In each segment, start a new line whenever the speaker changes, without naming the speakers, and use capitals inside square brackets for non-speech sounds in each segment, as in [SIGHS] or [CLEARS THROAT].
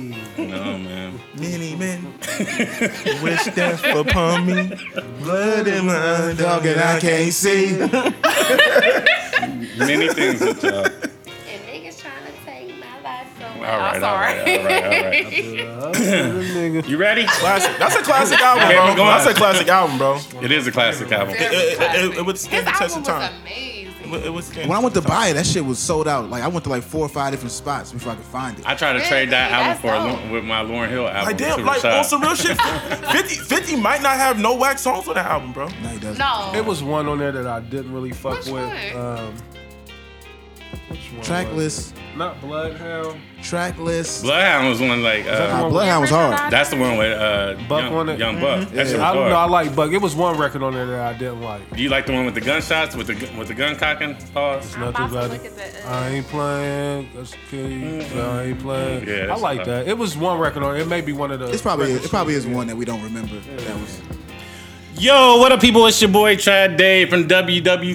No, man.
Many men wish death upon me. Blood in my dog and I can't see.
Many things that y'all.
And niggas trying to take my life
All
away.
right,
I'm
all
sorry.
right, all right, all right. You ready?
Classic. That's a classic album,
Okay,
bro.
we're going.
That's a classic album, bro.
It is a classic album.
It, it, it, it would
His
stand the
album
test
was
of time. It
amazing.
would- it would stand-
When I went to buy it, that shit was sold out. Like I went to like four or five different spots before I could find it.
I try to
Yeah,
trade that
yeah,
album
that's
for a,
dope.
Lor- with my Lauren Hill album.
like damn,
to
like
Rashad.
on some real shit. 50, 50 might not have no wax songs for the album, bro.
No, he doesn't.
No.
It was one on there that I didn't really fuck
Which
with.
one?
Um, which one? was
Trackless,
it? Not Bloodhound.
trackless.
Bloodhound was one like
that
uh,
Nah, Bloodhound was hard.
that's the one with uh,
Buck
young,
on it? Mm-hmm.
Young Buck. That shit was
I don't know. I
hard.
like Buck. It was one record on there that I didn't like.
Do you like the one with the gunshots with the gu- with the gun cocking pause?
Nothing
I'm about to
about
look
it.
at the. uh,
I ain't playing. That's okay. I ain't playing.
Mm-hmm. Yeah,
I
that's
like
tough.
that. It was one record on. It may be one of the.
It's probably
records.
it probably is one that we don't remember. That was
Yo, what up, people? It's your boy Chad Dave from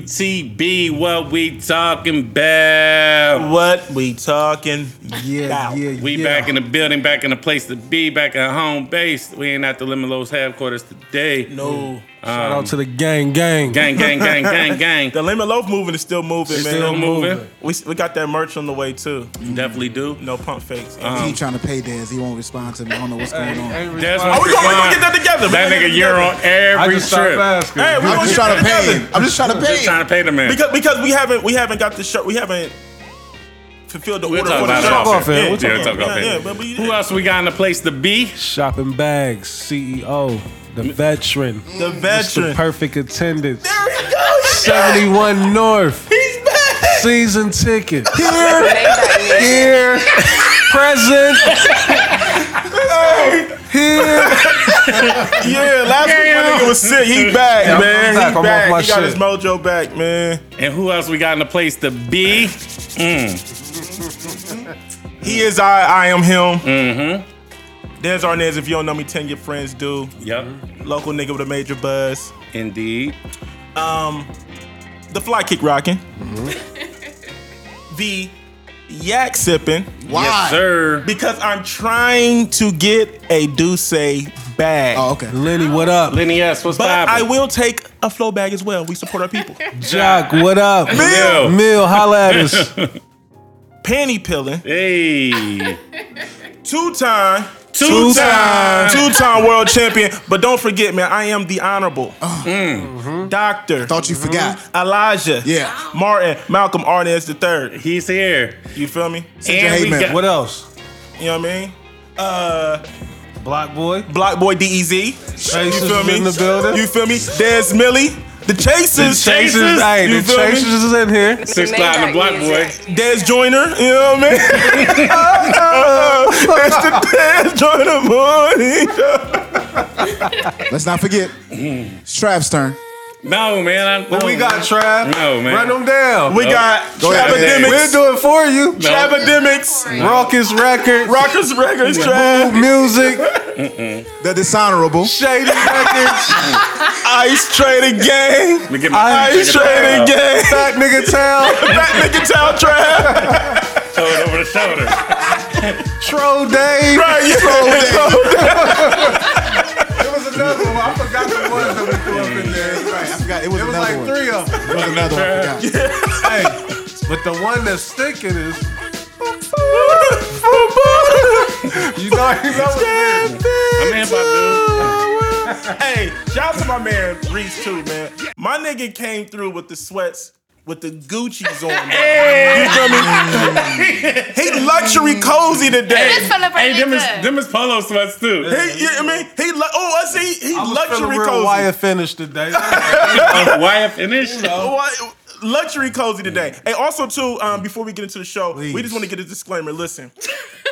WWTB. What we talking about?
What we talking?
Yeah, yeah,
We
yeah.
back in the building, back in the place to be, back at home base. We ain't at the Limitlow's headquarters today.
No,
Shout out to the gang, gang,
um, Gang, gang, gang, gang, gang.
the lemon loaf movement is still moving, man.
Still moving.
We, we got that merch on the way too.
Definitely do.
No pump fakes.
he trying to pay Dez. He won't respond to me. I don't know what's going on.
Ain't
That's
responsible.
we gonna- we gonna get that together.
That
We gonna
nigga,
get
you're
that
on
I
every
just stopped
trip.
asking.
Hey, we
I'm
gonna
just
get
trying to
that
pay
together.
him. I'm just trying to pay
Trying
him.
to pay the man.
because because we haven't we haven't got the shirt. We haven't fulfilled the
We'll
order
talk
for the
about
shirt.
it off
air.
Yeah,
We'll
yeah,
talk off
yeah,
air.
yeah, but we-
Who else we got in the place to be?
Shopping bags, CEO, the veteran, the
The veteran.
perfect attendance,
There we go.
seventy-one North,
He's back.
season ticket, here, here, present, here.
Yeah, last week my nigga was sick. He back,
I'm
man. He
back. I'm
back.
off my
he got
shit.
his mojo back, man.
And who else we got in the place to be? Mm.
He is I. I am him. Mm-hmm.
Mm-hmm.
There's Arnez. If you don't know me, ten your friends do.
Yep.
Local nigga with a major buzz.
Indeed.
Um, the fly kick rocking.
Mm-hmm.
[LAUGHS] the yak sipping
Why?
Yes, sir.
because I'm trying to get a Duce bag.
Oh, okay.
Lenny, what up?
Lenny S, what's
But I
poppin'?
will take a flow bag as well. We support
[LAUGHS]
our people.
Jock, what up?
Mill.
Mill, holla at us.
Panty peeling.
Hey.
Two time.
Two time.
Two time world champion. But don't forget, man, I am the honorable
Mm-hmm.
Doctor
Oh. Thought you forgot.
Elijah
Yeah.
Martin Malcolm Arnaz the third.
He's here.
You feel me?
and we
Heyman.
got,
What else?
You know what I mean? Uh,
Block boy.
Black Boy DEZ.
Hey,
You feel me?
in the building.
You feel me? There's Millie. The Chasers.
The Chasers.
Chasers, hey,
You
the
feel me?
Chasers is in here.
Six Cloud and the Block Boy.
Des Joyner, you know what I mean? [LAUGHS] it's the Des Joyner morning show.
Let's not forget. It's Trav's turn.
No, man. I, no,
We got
man.
Trav.
No, man.
Run them down.
We got
Go ahead,
We'll
Trapodemics,
do it for you.
No.
Trapodemics,
Sorry.
Raucous Records,
Rockers Records,
Rap
Trap,
Music,
The dishonorable.
Shady
[LAUGHS]
Records,
Ice Trading Gang,
Let me get my
Ice
get my-
Trading Gang,
Fat Nigga Town,
Back Nigga Town Trap,
Throw it over the shoulder.
Tro Day.
[LAUGHS] right? You know what
There was another one. I forgot the ones that we threw up in there.
Right, I forgot. It was, another one.
three of them.
It was another one. I forgot.
Hey, but the one that's sticking is, [LAUGHS] you know, you know what it is.
I'm in, my
[LAUGHS] Hey, shout out to my man Reese too, man. My nigga came through with the sweats. With the Gucci's [LAUGHS] on, bro. you feel me? He luxury cozy today.
Just for the
dude. Hey, them is,
Bernita.
them is polo sweats too.
He, you know what I mean, he lu- oh, I see, he
I was
luxury
feeling real
cozy.
wire finish today.
Uh, Why I finish?
Why- Luxury cozy today. And also too, um, before we get into the show, we
Please.
just want to get a disclaimer. Listen,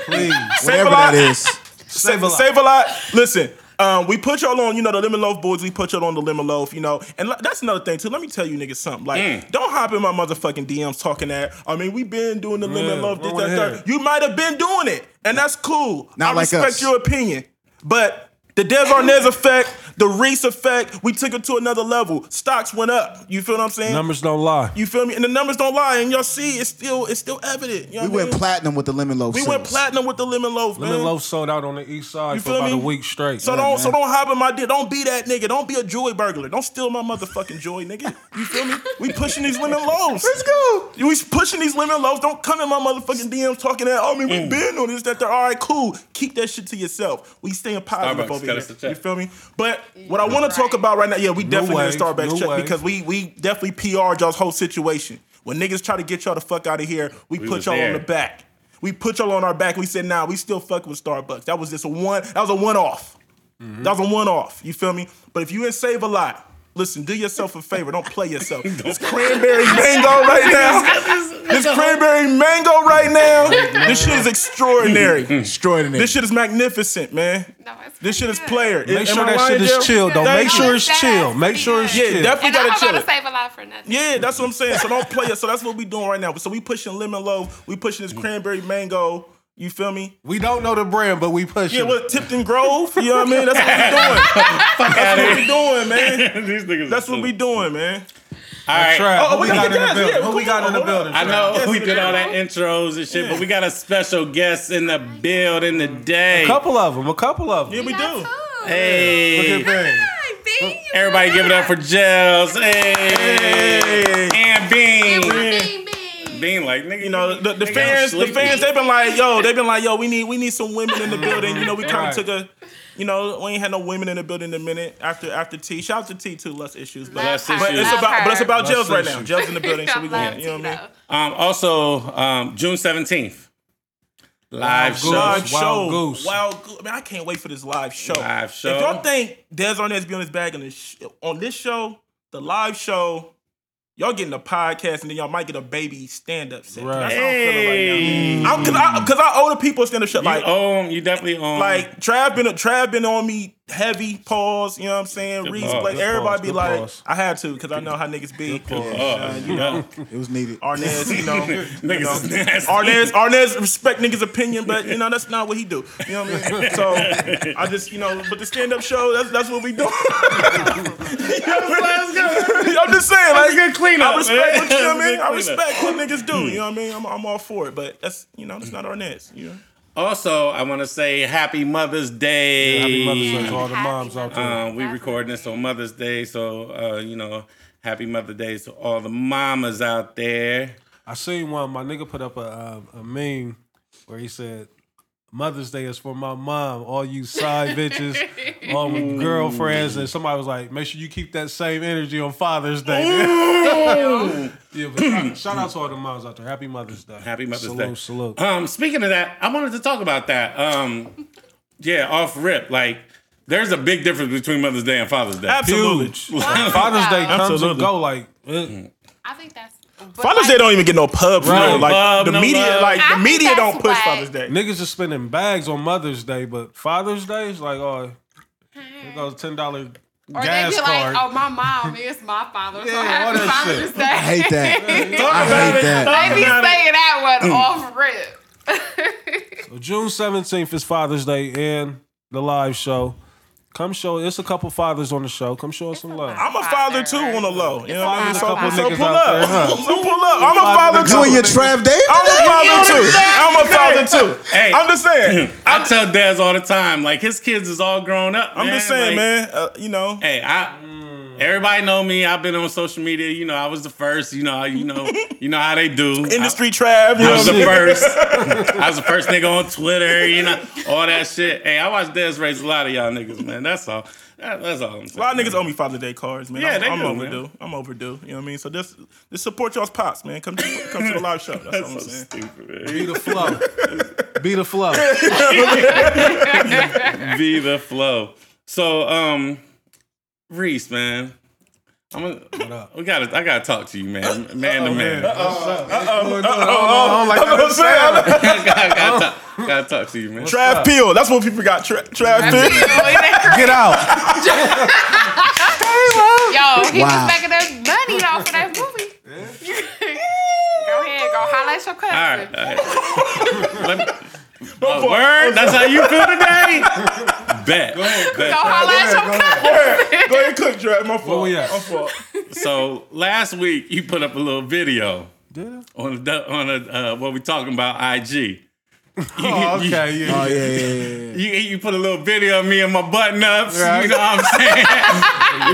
Please.
save
Whatever
a lot, [LAUGHS]
that is.
save a lot. Save a lot. Listen. Um, we put y'all on, you know, the Lemon Loaf boys. We put y'all on the Lemon Loaf, you know, and li- that's another thing too. Let me tell you, niggas, something. Like, don't hop in my motherfucking DMs talking that. I mean, we been doing the Lemon
Yeah,
Loaf.
I
This,
wanna
that,
hear
third.
it.
You might have been doing it, and that's cool.
Not
I
like
respect
us.
your opinion, but The Des Arnaz effect, the Reese effect, we took it to another level. Stocks went up. You feel what I'm
[LAUGHS]
saying?
Numbers don't lie.
You feel me? And the numbers don't lie, and y'all see it's still it's still evident. You know
We
what I
went
mean?
platinum with the lemon loaf.
We went
sales.
platinum with the lemon loaf,
Lemon
man.
Loaf sold out on the east side
You
for
feel
about
me?
a week straight.
So don't so don't hop in my dick. Don't be that nigga. Don't be a joy burglar. Don't steal my motherfucking joy, nigga. You feel me? We pushing these lemon loaves. Let's go. We pushing these lemon loaves. Don't come in my motherfucking DMs talking that. Oh, I mean, we been on this. That that. All right, cool. Keep that shit to yourself. We staying positive
Starbucks
over
cut us a
here.
check.
You feel me? But what I want to talk about right now, yeah, we definitely
way.
need a Starbucks
No
check
way.
because we we definitely PR y'all's whole situation. When niggas try to get y'all the fuck out of here, we, put
was
y'all on
there.
the back. We put y'all on our back. We said, nah, we still fuck with Starbucks. That was just a one. That was a one off. That was a one off. You feel me? But if you didn't save a lot, listen, do yourself a favor. Don't
[LAUGHS]
play yourself. this cranberry mango right now. this cranberry mango right now. This shit is extraordinary.
Mm-hmm.
Extraordinary.
this shit is magnificent, man.
No, it's
This shit is
good.
player.
Make
Am
sure
I
that
lying,
shit is
Jill?
chill, though.
Thank
Make
you.
sure it's chill. Make sure it's
Yeah,
chill.
definitely.
And
We
I
gotta
don't
chill
gotta
it.
save a lot for nothing.
Yeah, that's what I'm saying. So don't play it. So that's what we doing right now. So we pushing lemon loaf. We pushing
Mm.
this cranberry mango. You feel me?
We don't know the brand, but we push
Yeah, what Tipton Grove? You know what I mean? That's what we doing. that's what we doing,
[LAUGHS]
man.
These niggas.
That's what we doing, man.
All right.
Trap.
Oh,
Who we
we got
got
the
in the
guys.
building?
Yeah,
Who we
come
got
on,
in the
hold on.
building?
I know
Yes,
we
we
did all
do.
that intros and shit, but we got a special guest in the building today.
A couple of them. A couple of
Yeah,
them.
we do.
Hey.
Look at Bang.
Hi, Bean.
Everybody give it up for Gels. Hey.
Hey.
And Bean.
Bean, Bean.
Bean like nigga.
You know the, the
nigga, I'm
fans, the
sleepy.
fans, they've been like, yo, they've been like, yo, we need we need some women
[LAUGHS]
in the building. You know, we kind
Right.
of took a, you know, we ain't had no women in the building in a minute after after T. Shout out to T too, less issues, but
Less
her.
but
issues.
it's
Love
about
her.
but it's about
Less
jails right
issues.
now. Jails in the building, so
[LAUGHS]
we
Love
going. You know what I mean?
Tito.
Um, also, um, June seventeenth, live
Goose.
show.
Wild
Live show.
Goose.
Wild Goose. Man, I can't wait for this live show.
Live show.
If y'all think Des Arnaz be on his bag on this, sh- on this show, the live show, y'all getting a podcast and then y'all might get a baby stand up set. That's how I'm feeling right now. I'm, cause, I, cause I owe the people stand up shit. Like,
you own. You definitely own.
like Trav been Trav been on me heavy pause, you know what I'm saying? Reese,
pause,
like
good
everybody
pause,
be
good
like,
pause.
I had to because I know how niggas be.
Uh, you know,
It was needed.
Arnaz, you know, you know.
[LAUGHS] niggas is nasty. [LAUGHS]
Arnez, Arnez respect niggas' opinion, but you know that's not what he do. You know what I mean? So I just, you know, but the stand up show, that's that's what we do. [LAUGHS]
Let's go.
I'm just saying,
That's
like,
a good cleanup.
I respect what you know what I mean. I
That's a good
respect what niggas do. You know what I mean? I'm, I'm all for it, but that's you know that's not Arnez. You know?
Also, I want to say Happy Mother's Day.
Happy Mother's Day to all the
Happy
moms out there.
Um, we recording this on Mother's Day, so uh, you know, Happy Mother's Day to all the mamas out there.
I seen one. My nigga put up a um, a meme where he said, "Mother's Day is for my mom. All you side bitches, all my girlfriends." And somebody was like, "Make sure you keep that same energy on Father's Day." man." [LAUGHS] yeah, but shout, shout out to all the moms out there. Happy Mother's Day.
Happy Mother's
salute,
Day. [CLEARS THROAT]
Salute,
Um, speaking of that, I wanted to talk about that. Um, yeah, off rip, like there's a big difference between Mother's Day and Father's Day.
Absolutely.
Father's Day comes and
Absolutely.
go like it,
I think that's. but
Father's
like-
Day don't even get no pub. for
Right.
real. Like
Pub,
the
no
media,
love.
like
I
the
think
media
that's
don't push
why-
Father's Day.
niggas is spending bags on Mother's Day, but Father's Day is like, oh, here goes ten dollar
Or
gas
they be
card.
like, oh, my mom is my father, so
Yeah, all
happy
that
Father's
shit.
Day.
I hate that. I hate that.
They be saying that
Mm.
one off [LAUGHS] rip.
June seventeenth is Father's Day and the live show. Come show. It's a couple fathers on the show. Come show us some love.
I'm a father too on the low. You know what I mean?
There's a
So,
couple
so
niggas
pull
out there,
up.
huh?
So pull up. I'm a father
You and
too.
your Trav Dave?
I'm a father too. I'm a father too.
Hey.
I'm just saying.
I tell dads all the time, like his kids is all grown up.
I'm just saying,
Like,
man. Uh, you know,
Hey, I. Everybody know me. I've been on social media. You know, I was the first. You know, I- you know, you know how they do. I-
[LAUGHS] industry trav. You
I
know
was the
what I mean?
first. I was the
[LAUGHS]
first nigga on Twitter, you know, all that shit. Hey, I watch Des race a lot of y'all niggas, man. That's all. That- that's all I'm saying.
A lot of niggas owe me Father's Day cards, man.
Yeah,
I'm,
they
I'm
do, man.
overdue. I'm overdue. You know what I mean? So this, this support y'all's pops, man. Come, to, come to the live
[LAUGHS]
show. That's, all
so
I'm saying.
stupid,
Be [LAUGHS]
man.
the flow. Be the [LAUGHS] flow.
Be the flow. So, um, Reese, man. I'm gonna,
What up?
we gotta, I gotta talk to you, man. Man to man.
Oh, like
That's what I'm saying.
I
Oh.
[LAUGHS] gotta, gotta talk, gotta talk to you, man.
Trav Peel. That's what people got. Tra- Trav Peel.
Get out.
Yo, he
Wow.
was making us money though for that [LAUGHS] movie. go ahead, go holla at your cousin.
All uh, right. All right. Let me- a word? That's how you feel today? Bet. Bet.
Go holla at your cousin.
[LAUGHS] Go ahead, cook, Dre. My fault.
Where we at?
My fault.
So last week you put up a little video on the, on a, uh, what we talking about IG. You,
Oh,
[LAUGHS] you-
okay, yeah.
Oh yeah, yeah, yeah, yeah.
You, you put a little video of me and my button ups. You
Right.
know what I'm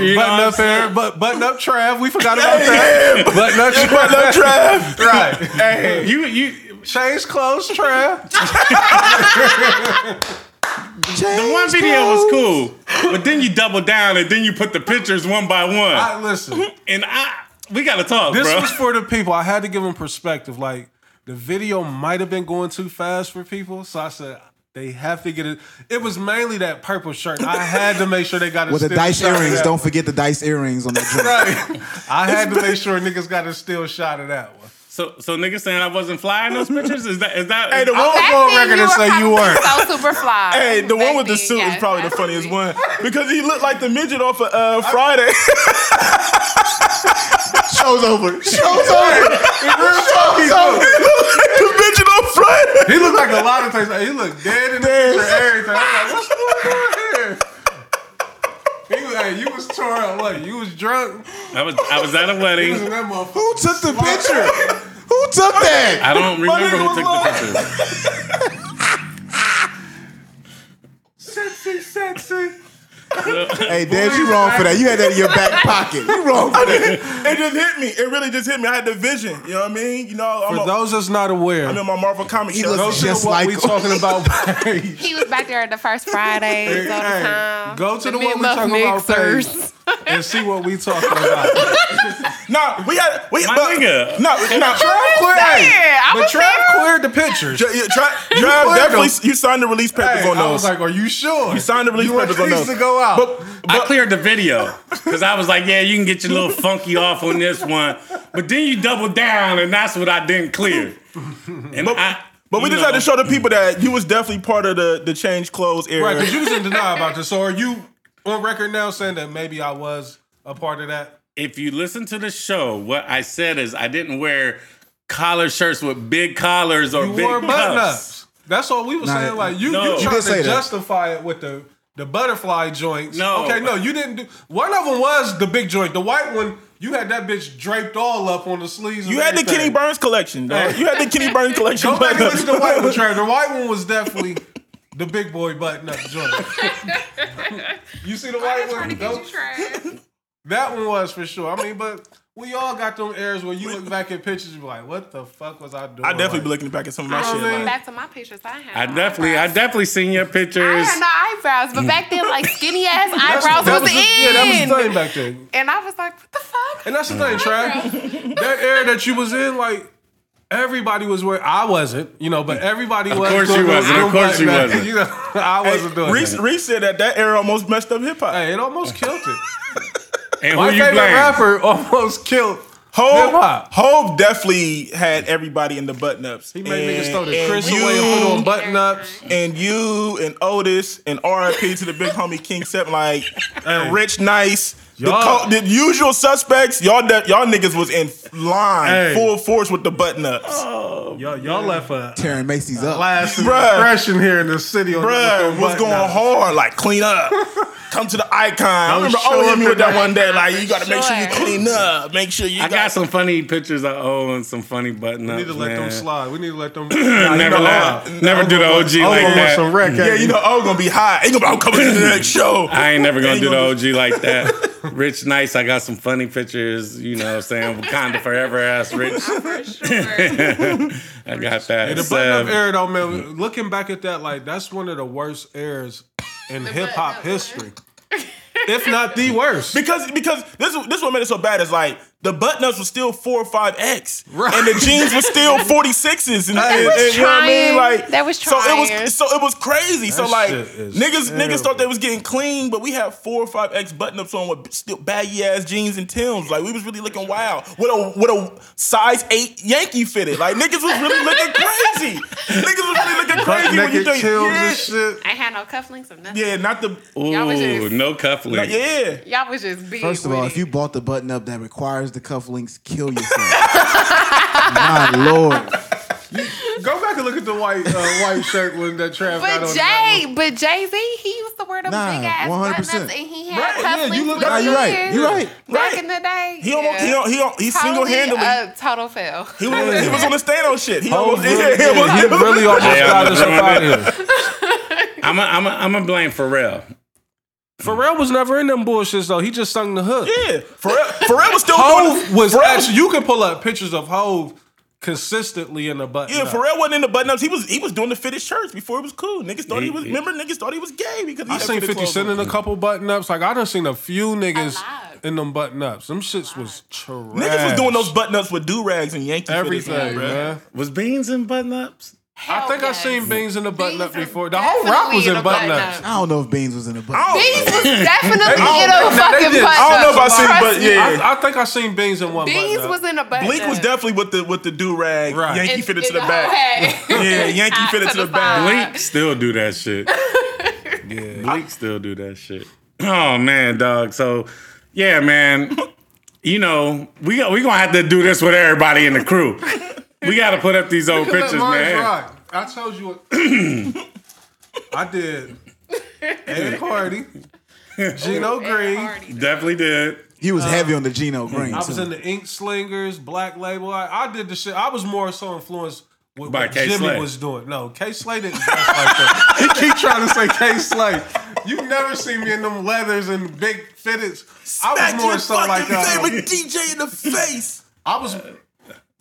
[LAUGHS]
saying? you know
Button
what I'm
up there, but button up Trav. We forgot about that. button up, button up Trav. [LAUGHS] Right. Hey,
saying? You you
change clothes, Trav.
the one video was cool, but then you double down and then you put the pictures one by one.
I, listen,
and I we gotta talk,
this
bro.
was for the people. I had to give them perspective. Like the video might have been going too fast for people, so I said they have to get it. It was mainly that purple shirt. I had to make sure they got it.
With the dice earrings, don't forget the dice earrings on that joint.
Right. I had to make sure niggas got a still shot of that one.
so so niggas saying I wasn't flying those pictures. Is that is that?
Hey, the one,
Back
go on
then,
record and
were
say you
probably
weren't.
So super fly.
[LAUGHS] hey, the one
Back
with the
then,
suit is
yes,
probably the funniest
absolutely.
one because he looked like the midget off of uh, Friday.
[LAUGHS]
[LAUGHS]
Show's over. Show's
[LAUGHS]
over.
He
Show's
looked,
[LAUGHS] over.
the midget on Friday.
he looked like a lot of things. Like, he looked dead in the picture, everything. I'm like, what's going on here? He was, hey, you was tore up. Look, you was drunk.
I was I was at a
You was
wedding.
in that motherfucker.
Who took the picture? Who took that?
I don't remember
nigga
who
was
took the picture.
Sexy, sexy.
Hey, Dad, you wrong for that. You had that in your back pocket. You wrong for that.
It just hit me. It really just hit me. I had the vision. You know what I mean? You know, I'm,
For
a,
those that's not aware,
I'm [LAUGHS] in my Marvel comic
He
shop.
looks
go to the
just
what
like
we
him.
talking [LAUGHS] about page.
He was back there the first Friday. all the
Hey,
time.
go to the
meat
one we
loaf
talking about
mixers.
page and see what we
[LAUGHS]
talking about.
[LAUGHS] Nah, we had we
My
but,
nigga.
No, no.
Trav cleared,
Hey, I
but Trav
was there.
cleared the pictures.
Tra- yeah, Tra- Trav
played
definitely
them.
you signed the release papers
Hey,
on
I was
those.
like, are you sure?
you signed the release
you were
papers on
pleased
those.
to go out.
But,
I cleared the video because I was like, yeah, you can get your little funky off on this one, but then you double down, and that's what I didn't clear. And I,
but we
you
just had
know,
to show the people that you was definitely part of the the change clothes era.
Right, because you was in denial about this. So are you on record now saying that maybe I was a part of that?
If you listen to the show, what I said is I didn't wear collar shirts with big collars or
You
big
wore button
cuffs.
ups. That's all we were saying. Like you,
no.
you
You
tried
did say
to
that.
justify it with the the butterfly joints.
No.
okay, no, you didn't do. One of them was the big joint, the white one. You had that bitch draped all up on the sleeves. and
You had the
everything.
Kenny Burns collection, dog. You had the Kenny Burns collection.
[LAUGHS] Go back and listen to the
[LAUGHS]
white
button-up.
one. Trav. The white one was definitely the big boy button up
[LAUGHS]
joint. you see the white
Trying
one?
to get you
Those-
trash.
That one was for sure. I mean, but we all got them errors where you look back at pictures, you be like, "What the fuck was I doing?"
I definitely be
like,
looking back at some of my
I
shit.
don't
Like,
think-
Back to my pictures, I had.
I
no
definitely, I
eyebrows.
definitely seen your
Oh, I
pictures.
had no eyebrows, but back then, like skinny ass
That's-
eyebrows
that
was, in.
the- Yeah, that was the thing back then.
and I was like, what the fuck?
And that's the thing, Trav. that era that you was in, like everybody was where I wasn't, you know, but everybody was.
course
doing
you
them-
wasn't. Of
them
course you
button up- [LAUGHS]
wasn't.
You know, I wasn't doing.
Reese,
that.
Reese said that that era almost messed up hip hop.
Hey, it almost killed it.
and who
My
you
favorite
blame?
rapper oh, almost killed.
Hope,
Hip-hop.
Hope definitely had everybody in the button ups.
He made niggas throw the
and
Chris
you,
away and put on button ups.
[LAUGHS] and you and Otis and RIP to the big homie King Seven, like and Rich Nice. The,
Y'all-
co- the usual suspects, y'all de- y'all niggas was in line
Hey.
full force with the button ups.
Oh, Y'all, y'all left a
Tearing Macy's up.
last
Bruh.
impression here in the city. On with
Bruh
them
was going
button-ups.
hard, like clean up. Come to the icon. I
Don't
remember
show
Otis
up
hit me with that
today.
one day. Like you got to make sure you
Sure.
clean up. Make sure you.
I got some funny pictures I owe and some funny button ups.
We need to let them slide. We need to let
[CLEARS THROAT]
them
Never, laugh- never do the OG like that.
Some wreck
Yeah, you know, oh, gonna be hot. Ain't gonna be, I'm coming to the
[LAUGHS]
next show.
I ain't never gonna
Ain't
do
gonna
the OG like that. Rich Nice, I got some funny pictures, you know what I'm saying? Wakanda forever
[LAUGHS]
ass Rich. [LAUGHS]
[LAUGHS]
[LAUGHS]
For sure.
I got that.
the button
um,
up
Sev.
era, though, man. Looking back at that, like that's one of the worst eras in hip hop
button-up
history, if not the worst.
Because because this is- this what made it so bad is like the button ups were still four or five X,
Right.
and the jeans
[LAUGHS]
were still forty sixes, and,
That
and-
was
and you know what I mean?
trying.
Like
That was
So it
trying.
was so it was crazy. so
That
like
shit is
niggas
terrible.
niggas thought they was getting clean, but we had four or five X button ups on with still baggy ass jeans and Tims. Like we was really looking wild with a with a size eight Yankee fitted. Like niggas was really
[LAUGHS]
looking crazy. niggas was really looking crazy when you
Naked
think
chills
yeah,
and shit.
I ain't had no cufflinks or nothing.
yeah, not the
Y'all was
Ooh,
just-
no cufflinks.
yeah.
Y'all was just big.
First of
with
all,
it.
if you bought the [LAUGHS] button up that requires the cufflinks, kill yourself. My lord.
Go back and look at the white uh, white shirt one that Trav got
But
on. that
Jay, but Jay Z, he used to wear them
Nah,
big ass
100%.
button ups, and he had
Right, yeah,
cufflinks.
you look-
with
nah,
you right,
ears
you right,
Back
right.
in the day,
He almost, he, don't- he, don't- he single handedly.
uh,
[LAUGHS]
total fail.
he, was, he was on the Thanos shit. He
Oh,
[LAUGHS]
almost,
really?
yeah, he almost-
he really almost
Yeah,
got
I'm
us up
doing
out
that.
of here.
I'm a, I'm a, I'm gonna blame Pharrell.
Pharrell was never in them bullshits though. He just sung the hook.
[LAUGHS] yeah. Pharrell, Pharrell was still
Oh,
Hove was
Pharrell-
actually. You can pull up pictures of Hove consistently in the button.
Yeah,
up.
Pharrell wasn't in the button ups. He was he was doing the fitted shirts before it was cool. Niggas thought he was.
Yeah.
Remember, niggas thought he was gay because he
I
had
seen
fitted
50
clothes
Cent in
on.
a couple button ups. Like I done seen a few niggas
Alive.
in them button ups. Them shits was trash.
Niggas was doing those button ups with do rags and Yankee
everything,
Everything, bro.
man.
Was Beans in button ups?
I think I
yes.
seen Beans in the button up
Beans are
before. The whole rock
definitely
was
in
in
a
button
button-up.
ups.
I don't know if Beans was in the book.
I don't-
These
[LAUGHS]
was definitely in
don't-
a
now, they
fucking
did-
button up.
I don't know if I seen, but yeah.
I, I think I seen Beans in one.
Beans
button-up.
was in a button.
Bleak was
up.
definitely with the with the do rag.
Right.
Yankee
And-
fitted to
and
the back. [LAUGHS]
whole
Yeah,
head.
Yankee
Out
fitted
to
to the
the
back.
side.
Bleak still do that shit.
Yeah.
[LAUGHS] Bleak still do that shit. Oh man, dog. So yeah, man. You know we got, we gonna have to do this with everybody in the crew. We got to put up these old
Let
pictures,
mine
man.
rock. I told you what.
[COUGHS]
I
[LAUGHS]
did. Ed Hardy, Gino Green.
Party.
Definitely did.
He was heavy on the Geno Green.
I was
too.
in the Ink Slingers, Black Label. I, I did the shit. I was more so influenced with
By
what
K.
Jimmy
Slay.
was doing. No, K Slay didn't dress like that. [LAUGHS]
He keep trying to say K Slay.
You never seen me in them leathers and big fitteds. I
Smack
was more
your
so
fucking
like uh,
favorite DJ in the face.
I was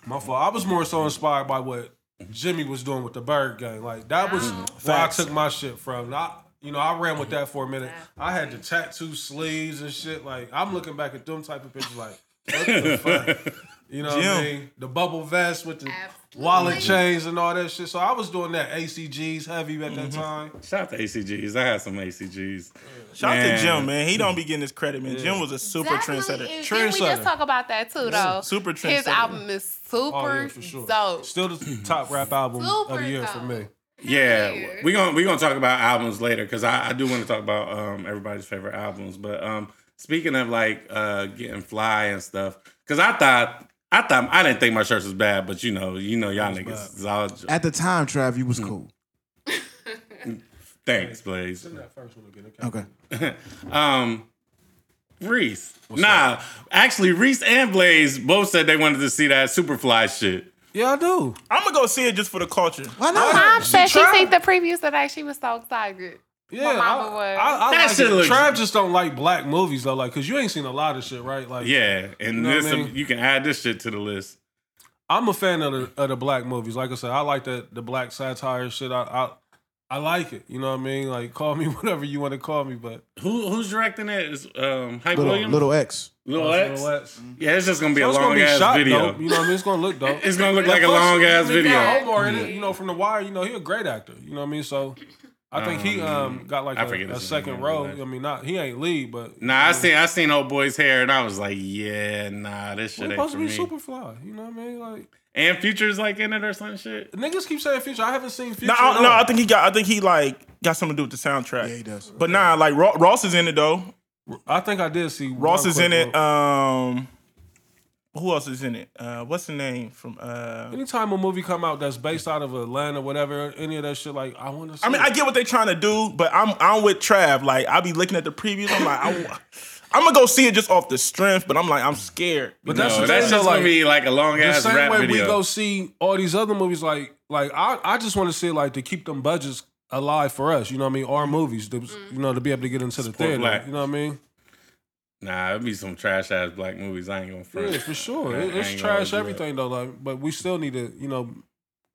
my fault. I was more so inspired by what Jimmy was doing with the Bird Gang. Like that was where I took my shit from. Not you know I ran with that for a minute. I had the tattoo sleeves and shit. Like I'm looking back at them type of pictures. Like what the fuck. You know what I
Jim.
mean? The bubble vest with the
Absolutely.
wallet chains and all that shit. So I was doing that ACGs heavy at that time.
Shout out to ACGs. I had some ACGs.
Shout out to
Man.
Jim, man. He don't be getting his credit, man. Jim was a super
Definitely,
trendsetter.
and Can we
Trendsetter.
just talk about that too, though?
super
His
trendsetter.
album is super
Oh yeah, for sure.
dope.
Still the top rap album of
Super
the year for
dope.
me.
Yeah, we're gonna we're gonna talk about albums later because I, I do want to talk about um, everybody's favorite albums. But um, speaking of like uh, getting fly and stuff, because I thought I thought I didn't think my shirts was bad, but you know you know y'all niggas. is all-
At the time, Trav, you was cool.
Thanks, Blaze.
That first one again. Okay.
Okay.
Um, Reese. nah, actually, Reese and Blaze both said they wanted to see that Superfly shit.
Yeah, I do.
I'm gonna go see it just for the culture.
Why not?
Mom said she
tried.
seen the previews today. She was so excited.
Yeah,
mama
I,
was.
I, I
That
like
shit
it.
looks-
Trav just don't like black movies though, like because you ain't seen a lot of shit, right? Like,
Yeah, and
know what
this
I mean?
you can add this shit to the list.
I'm a fan of the, of the black movies. Like I said, I like that the black satire shit. I, I I like it. You know what I mean? Like, [LAUGHS] call me whatever you want to call me, but
Who who's directing it? Is um, Hype
Little,
Williams?
little X.
Lil X?
Relax.
Yeah, it's just gonna be
So
a
it's
long
gonna be
ass
shot
video.
dope. You know what I mean? It's gonna look dope.
[LAUGHS] It's gonna look like a
Plus,
long ass
you got
video.
Omar in it, you know, from The Wire. You know, he a great actor. You know what I mean? So. I think he um got like
I
a
forget
a
his
second
name,
row.
but-
I mean, not he ain't lead, but
Nah, I seen I seen old boy's hair and I was like, yeah, nah, this
we
shit ain't
supposed to
for
be
me.
super fly. You know what I mean? Like
And Future's like in it or some shit.
Niggas keep saying future. I haven't seen future.
No,
at
I, no,
all.
I think he got. I think he like got something to do with the soundtrack.
Yeah, he does.
But nah, like Ro- Ross is in it though.
I think I did see
Ross
one
is
quick
in it.
look.
Um, who else is in it? Uh, what's the name from? Uh,
Anytime a movie come out that's based out of Atlanta, whatever, any of that shit, like I want to.
I mean, I get what they're trying to do, but I'm I'm with Trav. Like I'll be looking at the previews. I'm like, [LAUGHS] I, am gonna go see it just off the strength, but I'm like, I'm scared.
but
No,
that's the
that's
thing,
just
though, like
gonna be like a long
the
ass
same
rap
way
video.
we go see all these other movies. Like, like I, I just want to see like to keep them budgets alive for us. You know what I mean? Our movies, to, you know, to be able to get into the theater.
black.
You know what I mean?
nah, it'd be some trash ass black movies. I ain't gonna front.
Yeah, for sure.
I- I
It- it's
ain't gonna
trash
do that.
everything though. Like, but we still need to, you know,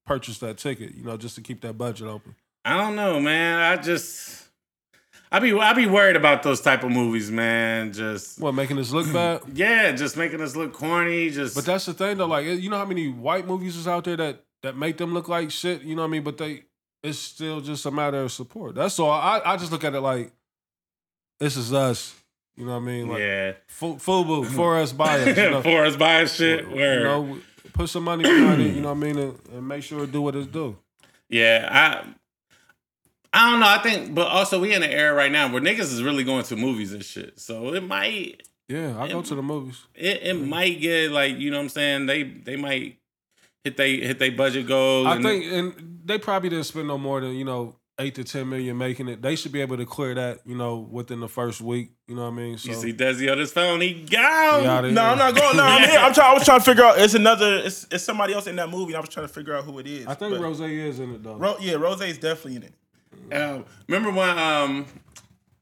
purchase that ticket. You know, just to keep that budget open.
I don't know, man. I just I be I be worried about those type of movies, man. Just
What making this look bad?
yeah, just making us look corny. Just
But that's the thing though, like you know how many white movies is out there that that make them look like shit, you know what I mean? But they it's still just a matter of support. That's all. I, I just look at it like this is us. You know what I mean? Like [LAUGHS]
yeah,
fu- FUBU, for us by us. You know,
[LAUGHS] for us buying shit.
you
word.
know, put some money behind it, you know what I mean, and, and make sure it do what it do.
Yeah, I I don't know. I think, but also we in an era right now where niggas is really going to movies and shit. So it might
Yeah, I go to the movies. Mm-hmm.
it, it might get like you know what I'm saying. They they might hit they hit they budget goal.
I
and-
think, and they probably didn't spend no more than you know eight to ten million making it. They should be able to clear that you know within the first week. You know what I mean? So
you see Desi on his phone. He gone.
we outta
No,
here.
I'm not going. No,
[LAUGHS]
I'm here. I'm trying. I was trying to figure out. It's another. It's, it's somebody else in that movie. And I was trying to figure out who it is.
I think
but-
Rose is in it though.
Ro- yeah, Rose is definitely in it.
Um, remember when um,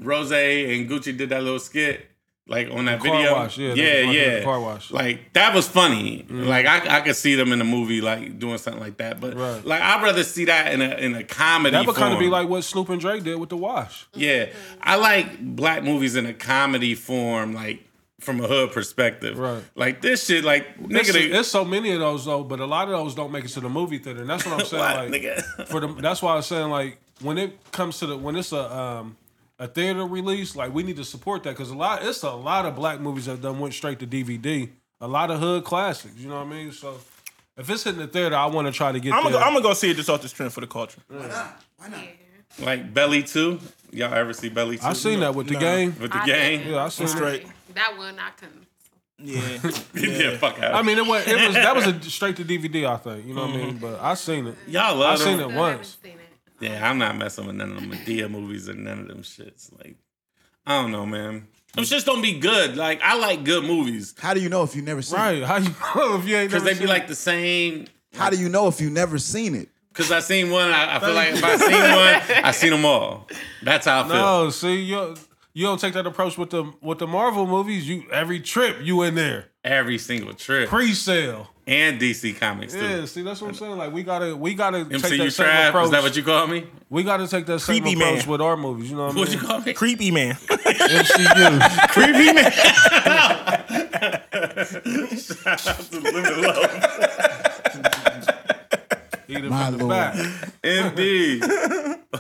Rose and Gucci did that little skit, like on that
car
video?
wash, yeah, they
yeah,
did one
yeah.
at the car wash. Mm-hmm.
Like that was funny. Like I, I could see them in the movie, like doing something like that. But
Right.
like I'd rather see that in a in a comedy.
that would kind of be
form.
like what Snoop and Drake did with the Wash.
yeah. I like black movies in a comedy form, like from a hood perspective.
Right.
Like this shit, like nigga,
It's,
they-
it's so many of those though, but a lot of those don't make it to the movie theater, and that's
[LAUGHS]
what I'm saying.
Why,
like,
nigga? [LAUGHS]
for the that's why I'm saying like when it comes to the when it's a um a theater release, like we need to support that because a lot it's a lot of black movies that done went straight to DVD. A lot of hood classics, you know what I mean? So if it's hitting the theater, I want to try to get.
I'm gonna.
there.
Go, I'm gonna go see it just off this trend for
[LAUGHS]
the culture.
like Belly Two. Y'all ever see Belly Two?
I seen that with the game.
with the
I
gang. [LAUGHS]
did.
Yeah, I seen
That's
it.
straight.
That one I couldn't.
Yeah.
Yeah, fuck out.
I mean, it was, it was that was
[LAUGHS]
a straight to DVD, I think. You know what I
Mm-hmm.
mean? But I seen it.
y'all love
I seen
them.
it
Still haven't
once.
seen it.
Yeah, I'm not messing with none of the Medea movies and none of them shits. Like, I don't know, man. Them shits don't be good. Like, I like good movies
How do you know if you never seen it?
Right? How you [LAUGHS] know if you ain't
because
never
they be
seen
like the same.
How do you know if you never seen it?
Because I seen one, I, I feel like if I seen one, I
[LAUGHS]
seen them all. That's how I feel.
No, Oh, see you. You don't take that approach with the with the Marvel movies. You every trip you in there
Every single trip
pre-sale.
and DC Comics too.
Yeah, see that's what I'm saying. Like we gotta we gotta take that
MCU
same
trap.
approach.
Is that what you
[LAUGHS]
call me?
we gotta take that same
Creepy
approach
man.
with our movies. You know what I
What
mean?
you call me?
Creepy man.
MCU.
Creepy man. [LAUGHS] Shout out to Living Love.
Eat it
My
from the back.
lord.
Indeed.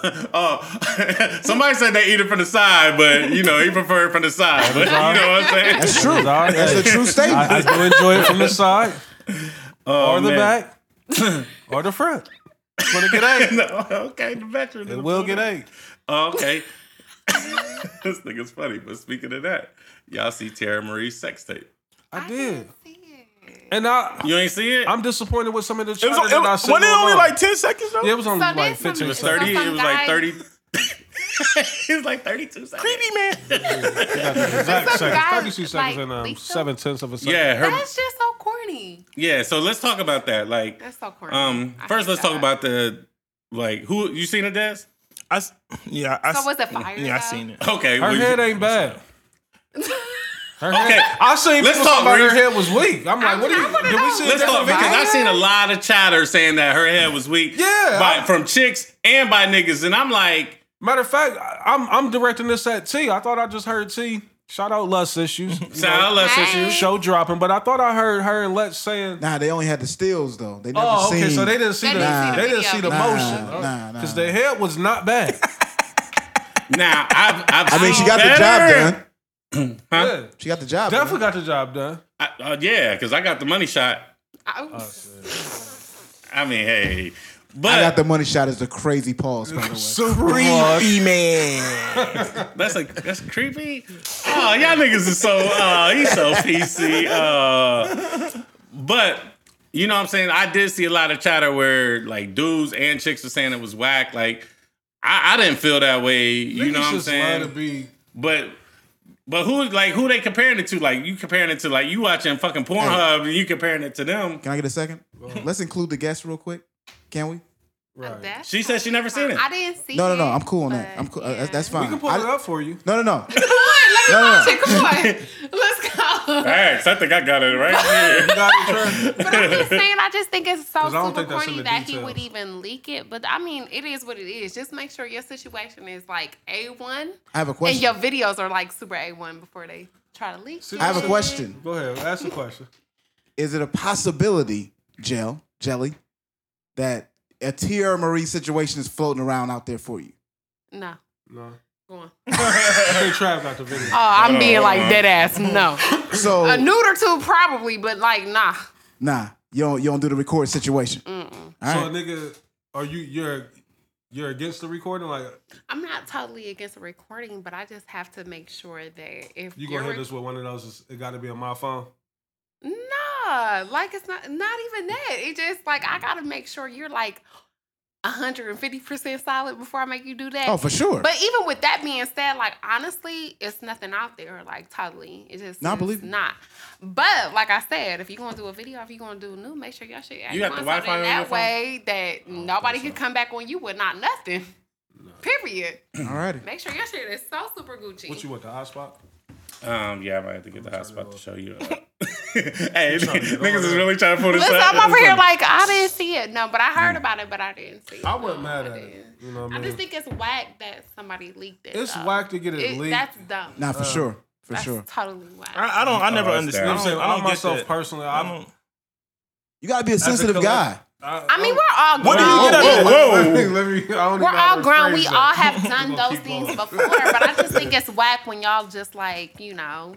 oh, [LAUGHS] somebody said they eat it from the side, but you know he prefer it from the side. But [LAUGHS] you know what I'm saying?
That's true.
alright.
That's a true
[LAUGHS]
statement.
I, I do enjoy it from the
[LAUGHS]
side
Oh,
or the
man.
back or the front. It's gonna get eight.
[LAUGHS] No, okay, the veteran.
It will get eight.
Oh, okay. [LAUGHS] this nigga's funny. But speaking of that, y'all see Tara Marie's sex tape?
I did,
See it.
and I
You ain't see it?
I'm disappointed with some of the.
It was.
trailers
It,
that I
was
seen
wasn't it only
online.
like ten seconds though?
Yeah, it was only
So
like
there's some-
15
it
or
was
so some
30. It was like
guy-
30. [LAUGHS] it was like 32 seconds.
Creepy man.
[LAUGHS] Exact
Some
seconds.
guys,
32 seconds
like,
and um,
they still-
seven tenths of a second.
Yeah, her.
That's just so corny.
Yeah, so let's talk about that. Like,
That's so corny.
um,
I
first
hate
let's
that.
talk about the like who you seen it, Des?
I s- yeah. I,
So
s- mm,
was it fire,
Yeah, I
though?
seen it.
Okay,
Her
well, you-
head ain't bad.
[LAUGHS]
Her
Okay,
head, I seen
let's
people talk
talk,
about her
Reese.
head was weak. I'm like,
I-
what are
I
you?
wanna
Did we
know.
see
Let's
that
talk
on video?
because I've seen a lot of chatter saying that her head was weak.
Yeah.
by, from chicks and by niggas, and I'm like,
Matter of fact, I- I'm I'm directing this at T. I thought I just heard T. Shout out Lust
[LAUGHS]
Issues. You
child,
know,
let's
Hey.
issue.
show dropping, but I thought I heard her and Let's saying.
Nah, they only had the stills though. They never
Oh, okay.
seen.
So they didn't see
They
the
didn't
see the
they didn't
video.
see the
Nah,
motion
nah, nah.
because the head was not
[LAUGHS]
bad.
Now
[LAUGHS]
I've, I've
I mean, she got the job done.
Yeah.
She got the job.
Definitely
Done.
got the job done.
I, uh, yeah, because I got the money shot.
Oh,
I-
I mean, hey, but
I got the money shot as the crazy pause. By the way.
[LAUGHS]
Creepy man.
that's like that's creepy. Oh, y'all niggas is so uh, he's so PC. Uh, but you know what I'm saying? I did see a lot of chatter where like dudes and chicks were saying it was whack. Like I, I didn't feel that way. You know what I'm
Just lying
saying?
To be
But but who like who they comparing it to? Like you comparing it to like you watching fucking Pornhub and you comparing it to them.
Can I get a second? Let's include the guest real quick. Can we?
right.
that's
She said she never seen it.
I didn't see
No, no,
it,
no.
[LAUGHS]
I'm cool on
but
that. I'm cool. uh,
yeah.
that's fine.
We can pull
I-
it up for you.
No, no, no.
Come on, let me
No, no,
watch
no.
it. Come on.
[LAUGHS]
Let's go.
Facts. I think I got it right
[LAUGHS]
here.
You got it, Trey?
But I'm just saying, I just think it's
[LAUGHS]
so
'Cause I don't
super
think that's in
corny
the
that he
details.
would even leak it. But I mean, it is what it is. Just make sure your situation is like A1
I
[LAUGHS]
have a
and your
question.
videos are like super A1 before they try to leak. it.
I have a question.
Go ahead, ask the question.
Is it a possibility, Gel, Jelly, that a Tierra Marie situation is floating around out there for you?
No.
No.
Go on.
They trapped out the video.
Oh, I'm being
hold
like
on.
dead ass. No.
So
A nude or two, probably, but like, nah.
nah, you don't you don't do the record situation. All
So
right.
a nigga, are you you're you're against the recording? Like
I'm not totally against a recording, but I just have to make sure that if
you
you're
gonna hit
rec-
this with one of those? It got to be on my phone.
Nah, like it's not not even that. It just like I gotta make sure you're like 150% solid before I make you do that.
Oh, for sure.
But even with that being said, like honestly, it's nothing out there. Like totally, it just
No, I
it's
believe you.
not. But like I said, if you're gonna do a video, if you're gonna do new, make sure y'all shit.
You got the
one,
Wi-Fi
so then
on your
that
phone?
way that nobody can come back on you with not nothing. Period.
All righty.
Make sure your shit is so super Gucci.
What you want, the hotspot?
Um, yeah, I might have to get the hotspot to
[LAUGHS]
show you. [LAUGHS] hey,
trying to get
niggas
on
is
it.
really trying to pull this
Listen,
up.
I'm over here like I didn't see it. No, but I heard about it, but I didn't see it.
I wasn't
No,
mad at
didn't.
it. You know what I
I
mean?
just think it's whack that somebody leaked it.
It's
though.
whack to get it
It-
leaked.
That's dumb.
Nah,
Uh,
for sure. For
that's
sure.
totally whack.
I, I don't. I never
Oh, it's
understand.
down.
I'm saying, I don't,
I
get
myself
that.
personally,
I
I
don't.
You gotta be a sensitive
collect-
guy.
I mean, we're all grown.
What do you get out of
Whoa,
that?
whoa,
Let
whoa.
me, I don't
we're
even know how
all
to
grown. We
phrase
all
that.
have
[LAUGHS]
done
We're gonna
those
keep
things
going.
before, but I just think it's whack when y'all just like you know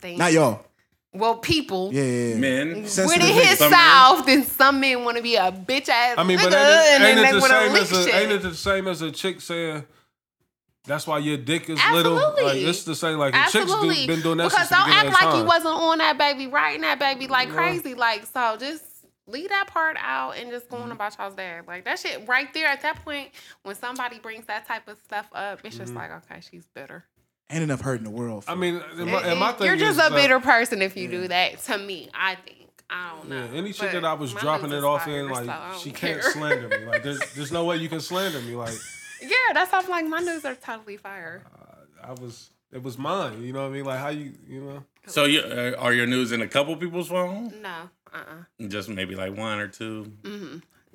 things.
Not y'all.
Well, people.
Yeah, yeah, yeah.
Men,
When
Sensitive
it hits
Some men.
south, then some men want to be a bitch ass
I mean,
nigga,
but ain't
and
it, ain't
then they
it the
want to
same
leak
as a,
shit.
ain't it the same as a chick saying that's why your dick is little? Like
Absolutely.
it's the same. Like the chicks do,
Absolutely,
been doing that since
because
the
don't act
beginning of
like
time.
you wasn't on that baby, writing that baby like crazy, like so. Just leave that part out and just go
Mm-hmm.
on about y'all's dad. Like that shit right there at that point when somebody brings that type of stuff up, it's
Mm-hmm.
just like okay, she's bitter.
Ain't enough hurt in the world.
I mean, and my, and
And
my thing
you're just
is, uh,
a bitter person if you do that. To me, I think. I don't know.
Yeah, any chick
But
that I was
my
dropping
dude's
it
a
off
fire,
in, like
so I don't
she
care.
can't slander me. Like there's there's no way you can slander me. Like
[LAUGHS] yeah, that's how I'm like. My news are totally fire.
I was, it was mine. You know what I mean? Like how you, you know?
So you uh, are your news in a couple people's phone?
No, uh, uh
Just maybe like one or two.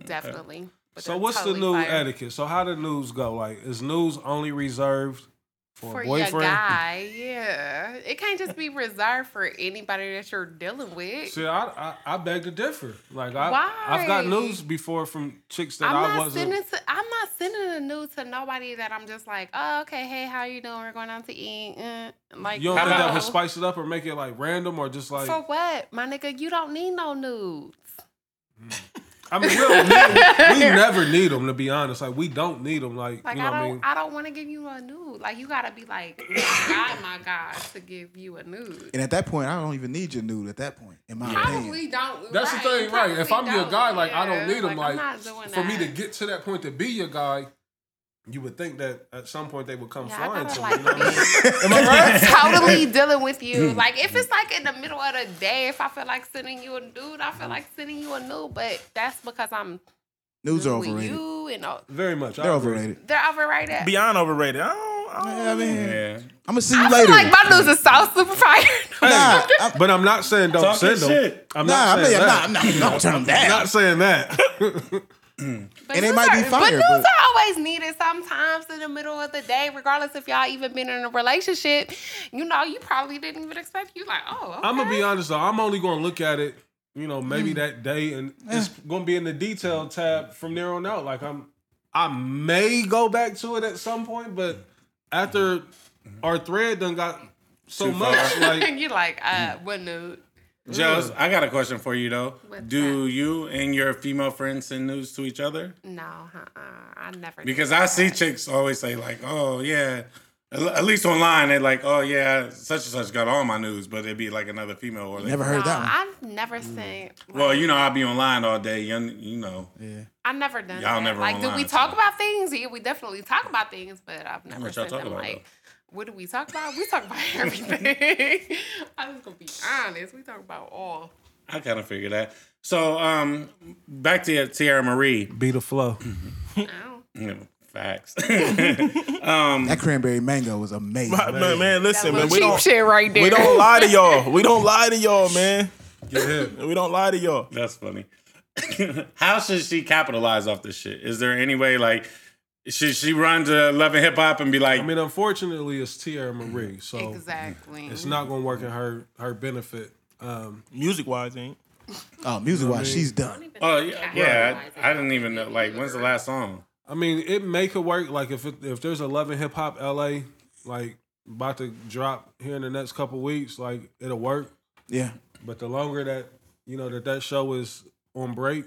definitely. But
So
they're
what's
totally
the new
fire.
etiquette? So how the news go? Like is news only reserved for,
for
a
your
boyfriend?
guy? Yeah, it can't just be reserved for anybody that you're dealing with.
See, I, I I beg to differ. Like I
Why?
I've got news before from chicks that
I'm
I
not
wasn't.
sending to, I'm not sending a nude to nobody that I'm just like, oh, okay, hey, how you doing? We're going out to eat. uh, Like,
you don't think that
no.
would spice it up or make it like random or just like
For what, my nigga? You don't need no nudes.
I mean we, don't
[LAUGHS]
need, we never need them to be honest. Like we don't need them. Like,
Like
you know what
I don't, I,
I mean?
don't want to give you a nude. Like you gotta be like, God, my God, to give you a nude.
and at that point, I don't even need your nude at that point, in my opinion.
Probably don't.
That's the thing, right? If I'm
probably
your
don't.
guy, like I don't
Yeah,
need him.
I'm
Like,
not doing
for me
that.
to get to that point to be your guy,
you would think that at some point they would come
Yeah, I
flying to
gotta
me. You know
like
what I mean?
be [LAUGHS] totally dealing with you. Like if it's like in the middle of the day, if I feel like sending you a dude, I feel like sending you a nude. But that's because I'm
Nudes are
with
overrated.
you and all.
Very much. I
They're
agree.
overrated.
They're overrated.
Beyond overrated. I don't. I don't
Yeah, I mean,
Yeah.
I'm gonna see you
I feel
later.
like my news is so super fire. [LAUGHS]
nah, I'm,
But I'm not saying don't
Talk your
send them.
[LAUGHS]
shit.
I'm
nah,
not
I'm,
saying
not,
that.
nah, nah,
[LAUGHS]
nah, don't turn them down.
I'm not saying that.
[LAUGHS]
But
And it
news
might be
are- But
fire,
news
but-
are always needed sometimes in the middle of the day, regardless if y'all even been in a relationship. You know, you probably didn't even expect you like, oh, okay.
I'm gonna be honest though. I'm only gonna look at it, you know, maybe that day, and it's gonna be in the detail tab from there on out. Like I'm, I may go back to it at some point, but after our thread done got so
Too far.
much,
[LAUGHS]
like
you like, uh,
mm.
what nude?
Joe's, I got a question for you though.
What's
Do you and your female friends send news to each other?
No, uh-uh. I never. did
Because I see
that.
chicks always say like, "Oh yeah," at at least online they're like, "Oh yeah, such and such got all my news," but it'd be like another female or like,
Never heard
No,
that Mm.
I've never seen.
Well, you know, I'll be online all day. You, you know,
one. Yeah.
I never done.
Y'all
that.
never
like. Do
online,
we talk
so-
about things? Yeah, we definitely talk about things, but I've never
much y'all
said
talk
them
about,
like. What do we talk about? We talk about [LAUGHS] everything. I'm just gonna be honest. We talk about all.
I kind of figure that. So, um, back to Tiara Marie.
be the flow.
I don't.
You know, Facts. [LAUGHS]
That cranberry mango was amazing.
Man, man, man, listen, man.
Little
We
cheap
don't.
shit right there.
We don't lie to
[LAUGHS]
y'all. We don't lie to y'all, man.
[CLEARS THROAT] Yeah.
We don't lie to y'all.
That's funny. [LAUGHS] How should she capitalize off this shit? Is there any way like should she run to Love and Hip Hop and be like,
I mean, unfortunately, it's Tierra Marie, so
Exactly.
it's not gonna work in her her benefit. Um,
Music wise, ain't.
Oh, music wise, she's
[LAUGHS]
done.
"Oh yeah, yeah I, I didn't even know." Like, when's the last song?
I mean, it make it work. Like if it, if there's a Love and Hip Hop LA like about to drop here in the next couple weeks, like it'll work.
Yeah.
But the longer that you know that that show is on break,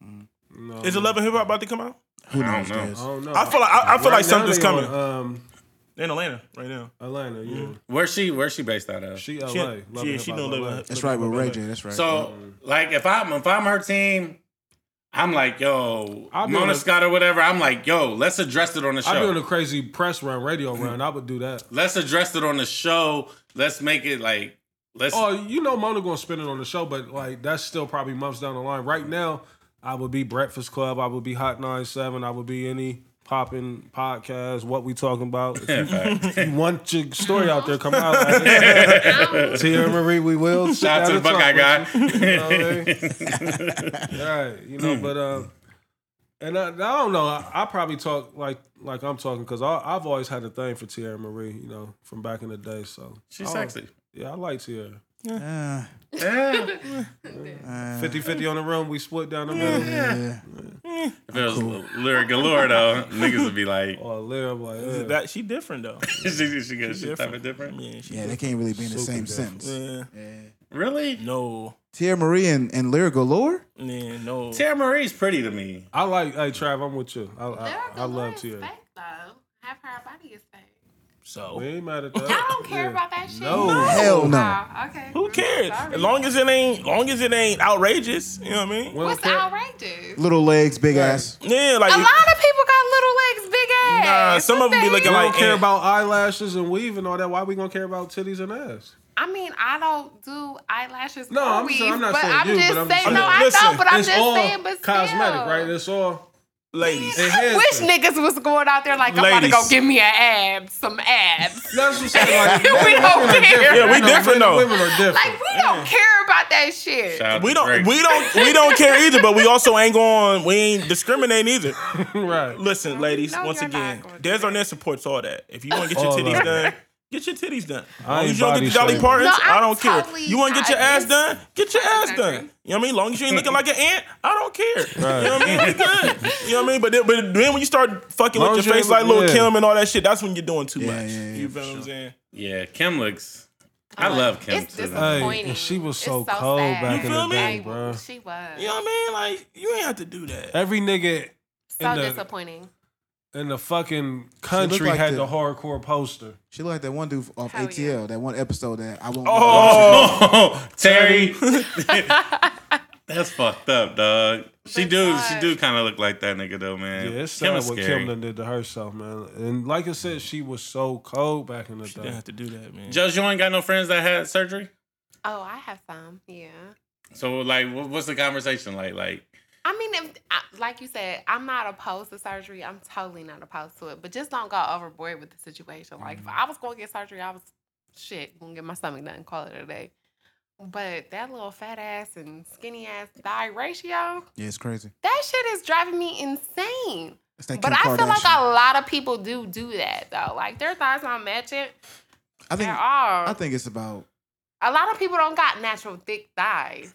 no,
Is it Mm-hmm. Love and Hip Hop about to come out?
Who
I don't
knows?
know.
Jazz?
I don't know.
I feel like I, I feel
Right
like
now
something's
they on,
coming.
Um,
in Atlanta right now.
Atlanta, yeah.
Where's she? Where's she based out of?
She LA.
She,
Love
yeah,
and
she
Hip
don't
Hop,
live
LA.
in.
That's right with Ray J. That's right.
So, like, if I'm if I'm her team, I'm like, yo,
I'll be on
Mona
the-
Scott or whatever. I'm like, yo, let's address it on the show.
I'd be on a crazy press run, radio
Mm-hmm.
run. I would do that.
let's address it on the show. Let's make it like let's. [LAUGHS]
Oh, you know Mona gonna spin it on the show, but like that's still probably months down the line. Right now, I would be Breakfast Club, I would be Hot 97, I would be any popping podcast, what we talking about. If you, [LAUGHS] if
[LAUGHS]
you want your story out there, come out. Like, [LAUGHS] Tia Marie, we will. sit
Shout out to the
down
Buckeye
and talk
guy.
with you. You know what
[LAUGHS]
[LAUGHS]
I mean? right, you know, but uh, and I, I don't know. I, I probably talk like like I'm talking because I've always had a thing for Tierra Marie, you know, from back in the day. So
She's
I-
sexy.
Yeah, I like Tierra.
Uh,
Yeah.
50-50 on the room. We split down the middle.
yeah.
If it was lyric galore though, niggas would be like,
Oh, Lyra, I'm like, eh.
That she different though.
[LAUGHS] she, she, she, good, she type of different.
Yeah, she
Yeah, they can't really be in the same sentence.
yeah.
Really?
no,
Tia Marie and, and Lyrical Lore?
yeah, no.
Tara Marie's pretty to me.
I like. Hey, Trav, I'm with you. I, I,
Lyrica
I love
Lawrence
Tierra.
fake, though. Have her body is fake.
We
So
ain't mad at that.
I don't care
Yeah.
about that shit.
No.
Hell no.
Wow, okay.
who cares?
Sorry.
As long as it ain't, long as it ain't outrageous. You know what I mean?
Women
What's
care-
outrageous?
Little legs, big ass.
Yeah, like
A lot of people got little legs, big ass.
Nah, some of 'em be
What the
looking
We
hell?
don't
like-
care
eh.
about eyelashes and weave and all that. Why we gonna care about titties and ass?
I mean, I don't do eyelashes.
No,
or
I'm
weave,
saying- I'm not
but
saying
I'm
you,
just
but I'm just
saying. No,
saying-
I
Listen,
know, but I'm
it's
just
all
saying. But still,
cosmetic, right? It's all.
ladies.
it
I
has
wish
been.
niggas was going out there like, I'm about to
Ladies.
go give me an abs, some abs.
That's what I'm saying. [LAUGHS] Like,
[LAUGHS] We
men and women
don't
are
care.
different.
Yeah,
we
You know,
different,
men and
though.
Women are different.
Like, we don't care about that shit.
Shout out
We
to
don't,
Drake.
we don't, we don't care either. But we also ain't going, we ain't discriminating either.
right.
Listen, ladies,
No,
once
you're not
again,
gonna do
Des
that.
Arnett supports all that. If you want to get your
All
titties
of it.
done, get your titties done. As
I
long
ain't
as you don't get
body
the Dolly
shaming.
Partons,
No,
I
I'm
don't care.
totally-
You want to get your
I
ass
just-
done? Get your ass
Exactly.
done. You know what I mean? long as you ain't looking like an ant, I don't care. You know what I mean? We good. You know what I mean? But then, but then when you start fucking
Long
with
as
your
you
face
ain't
like
look-
Lil
yeah.
Kim and all that shit, that's when you're doing too
Yeah,
much.
yeah, yeah,
you
for
feel what I'm saying?
Yeah, Kim looks. I love Kim
It's
too.
Hey,
disappointing.
and she was
It's
so cold
sad.
back
You in the feel me?
day,
Like,
bruh.
She was.
You know what I mean? Like, you ain't have to do that.
Every nigga
So
in the-
disappointing.
in the fucking country
like
had
the-
the hardcore poster.
She looked like that one dude off
Hell
ATL,
yeah.
that one episode that I won't.
Oh,
[LAUGHS] Oh, Terry. [LAUGHS] That's fucked up, dog. She
But
do,
God.
she do kind of look like that nigga though, man.
Yeah, it's
Kim
sad
is
what
scary.
Kim done did to herself, man. And like I said, she was so cold back in the
you didn't
day.
have to do that, man.
Judge, you ain't got no friends that had surgery.
Oh, I have some. Yeah.
So like, wh- what's the conversation like? Like,
I mean, if, I- like you said, I'm not opposed to surgery. I'm totally not opposed to it, but just don't go overboard with the situation. Like, if
Mm-hmm.
I was going to get surgery, I was shit gonna get my stomach done, call it a day. But that little fat ass and skinny ass thigh ratio,
Yeah, it's crazy.
that shit is driving me insane.
It's that
But
Kim
I feel like
Kardashian.
a lot of people do do that though. Like their thighs don't match it
I think
at all.
I think it's about
a lot of people don't got natural thick thighs.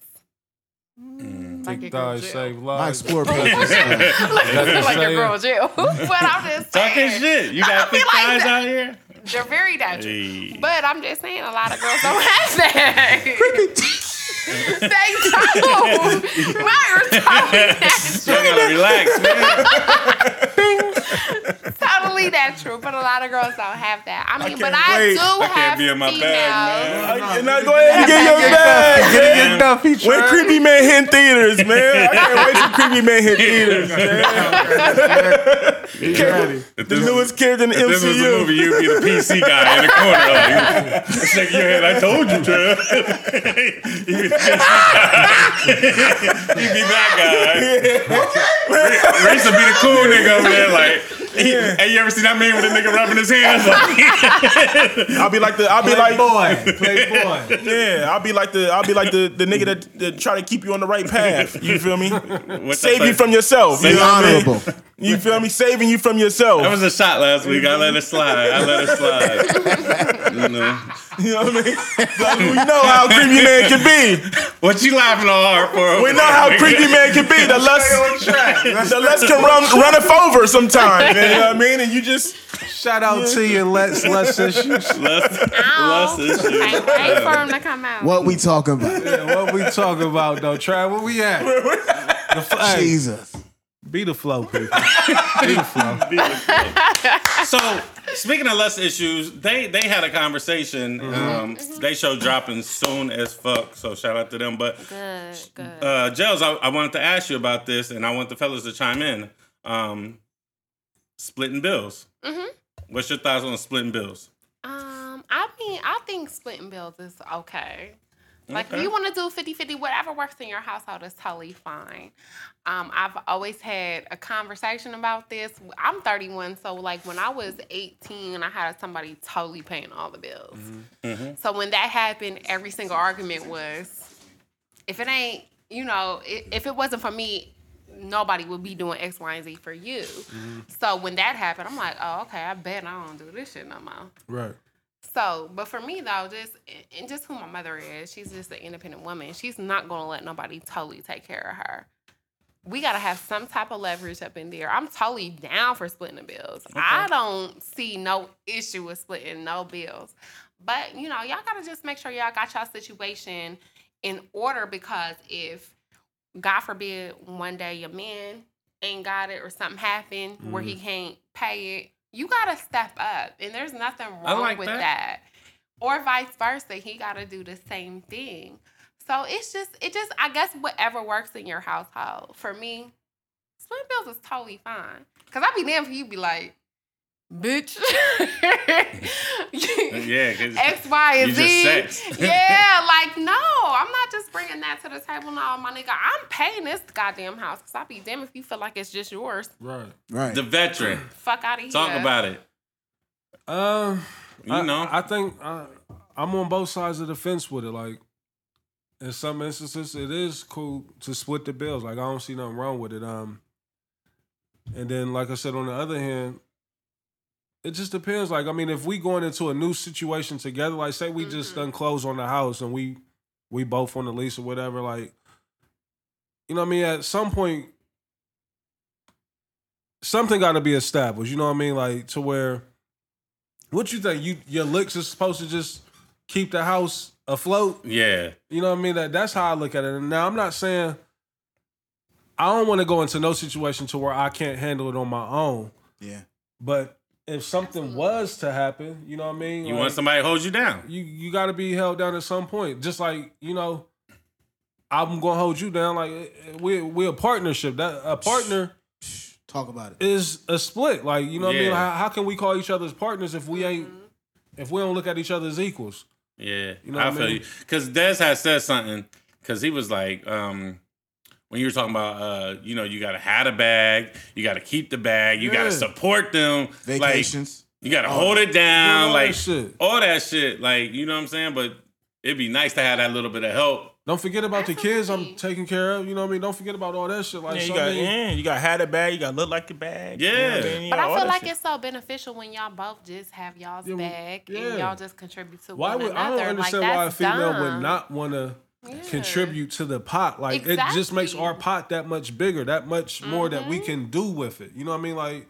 Mm,
Like
Thick
your girl
thighs
Jill. [LAUGHS]
[LAUGHS]
save
my
lives. [LAUGHS]
explore pages. uh,
like your girl Jill. [LAUGHS] but I'm just
talking
saying,
shit. You
I
got
don't
thick
feel like
thighs
that.
out here.
They're very natural.
Hey.
But I'm just saying, a lot of girls don't have that. [LAUGHS] they
[LAUGHS]
don't.
You
Mine are
gotta relax,
[LAUGHS]
man.
totally, totally natural, but a lot of girls don't have that. I mean, but
can't
I
wait.
do
I
have
can't be in my
females.
bag, man.
I- now go ahead and get your bag. man. When Creepy Man hit theaters, man. I can't
[LAUGHS]
wait till Creepy Man hit theaters, man.
If
The
this-
newest character in the
If this was a
MCU.
movie, you'd be the PC guy in the corner. Like, [LAUGHS] shake your head. I told you, Trev. [LAUGHS] you'd be the PC guy. you'd be that guy. Ra- Race would be the cool nigga over there. Like, he, hey, you ever seen that man with a nigga rubbing his hands? Like,
I'll be like the. I'll be like.
Playboy, Playboy.
Yeah, I'll be like the. I'll be like the, the nigga that, that try to keep you on the right path. You feel
[LAUGHS]
me?
what's
Save
that
you
say?
from yourself. You,
be
know what I mean?
honorable.
You feel me? Saving you from
That
yourself.
was a shot last week. I let it slide. I let it slide. You know.
You know what
[LAUGHS]
I mean? Like, we know how Creepy Man can be.
What you laughing all hard for?
We know how Creepy Man can be. The less the less can run run us over sometimes. You know what I mean? And you just
Shout out to you, [LAUGHS] Let's Let's Issues.
Less, less
Ow.
issues.
Can't wait for them to come out.
what we
[LAUGHS]
talking about?
Yeah, what we talking about though, Trav? Where we at? The fl- hey,
Jesus.
[LAUGHS] be the flow, people. Be the flow.
So Speaking of lust issues, they they had a conversation.
Mm-hmm.
Um, They show dropping soon as fuck. So shout out to them. But
Good, good.
uh, Gels, I, I wanted to ask you about this, and I want the fellas to chime in. Um, splitting bills. What's your thoughts on splitting bills?
Um, I mean, I think splitting bills is okay. Like,
Okay.
if you want to do 50 50, whatever works in your household is totally fine. Um, I've always had a conversation about this. I'm 31, so like when I was 18, I had somebody totally paying all the bills. So when that happened, every single argument was if it ain't, you know, i- if it wasn't for me, nobody would be doing X, Y, and Z for you. So when that happened, I'm like, oh, okay, I bet I don't do this shit no more.
Right.
So, but for me though, just and just who my mother is, she's just an independent woman. She's not gonna let nobody totally take care of her. We gotta have some type of leverage up in there. I'm totally down for splitting the bills. I don't see no issue with splitting no bills. But you know, y'all gotta just make sure y'all got y'all situation in order because if God forbid one day your man ain't got it or something happened where
Mm.
he can't pay it, you gotta step up. And there's nothing wrong
like
with
that.
that. Or vice versa, he gotta do the same thing. So it's just it just I guess whatever works in your household. For me, split bills is totally fine. Cause I'd be damned if you be like, bitch.
[LAUGHS]
[LAUGHS]
Uh, Yeah, 'cause-
X, Y, and
You
Z.
just sex.
[LAUGHS] yeah, like no, I'm not just bringing that to the table. No, my nigga, I'm paying this goddamn house because I be damn if you feel like it's just yours.
Right.
Right.
the veteran.
Fuck out of here.
Talk about it.
Um,
You
I,
know.
I think I, I'm on both sides of the fence with it. Like, in some instances, it is cool to split the bills. Like, I don't see nothing wrong with it. Um, and then, like I said, on the other hand, it just depends. Like, I mean, if we going into a new situation together, like say we
Mm-hmm.
just done close on the house and we we both on the lease or whatever, like, you know what I mean? At some point, something got to be established. You know what I mean? Like to where. What you think? You your licks is supposed to just keep the house afloat.
yeah.
You know what I mean? That that's how I look at it. And now I'm not saying I don't want to go into no situation to where I can't handle it on my own.
Yeah.
But if something was to happen, you know what I mean?
You
Like,
want somebody to hold you down.
you you got to be held down at some point. Just like you know, I'm gonna hold you down. Like eh, eh, we we a partnership. That a partner
Talk about it.
is a split. Like you know what I mean?
Yeah.
How, how can we call each other's partners if we ain't
Mm-hmm.
if we don't look at each other as equals?
Yeah,
know what
I
I
feel
mean?
you. Because Des had said something. Because he was like, um, when you were talking about, uh, you know, you gotta have a bag, you gotta keep the bag, you
Yeah.
gotta support them, Like,
Vacations.
you gotta hold it down,
all
like
that shit.
all that shit. Like you know what I'm saying? But it'd be nice to have that little bit of help.
Don't forget about the kids I'm
Absolutely.
taking care of. You know what I mean? Don't forget about all that shit. Like,
Yeah,
so
you
I
got
mean,
yeah, you got had a bag, you got look like the bag. you know what I
Yeah.
mean? You
But
got all
I feel
that
like
shit.
it's so beneficial when y'all both just have y'all's
Yeah, we-
bag
yeah.
and y'all just contribute to
why
one
would I
another.
don't understand
like,
why a
that's
female would
dumb.
not want to contribute to the pot? Like, it just makes
Exactly.
our pot that much bigger, that much more that we can do with it. You know what I mean? Like,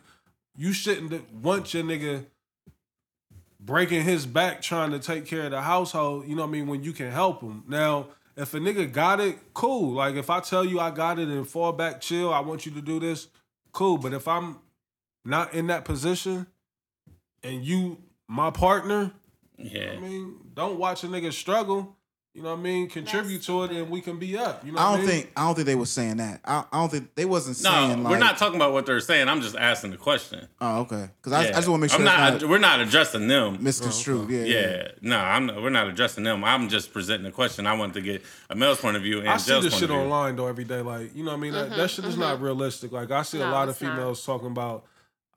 you shouldn't want your nigga breaking his back trying to take care of the household. You know what I mean? When you can help him now. If a nigga got it, cool. Like if I tell you I got it and fall back, chill. I want you to do this, cool. But if I'm not in that position, and you my partner, I
Yeah,
mean, don't watch a nigga struggle. You know what I mean? Contribute to it and we can be up. You know
I
what
don't
mean?
think I don't think they were saying that. I, I don't think they wasn't
no,
saying like.
we're not talking about what they're saying. I'm just asking the question.
Oh, okay. Because I, I
Yeah.
just want to make sure
I'm
that's
not.
not,
We're not addressing them.
misconstrued. Yeah, yeah.
Yeah, no, I'm not, we're not addressing them. I'm just presenting the question. I wanted to get a male's point of view and
I see
Jell's
this
point
shit
of view.
online though every day. Like, you know what I mean? That, that shit is not realistic. Like, I see a
Mm-hmm, No,
lot of
it's not.
females talking about,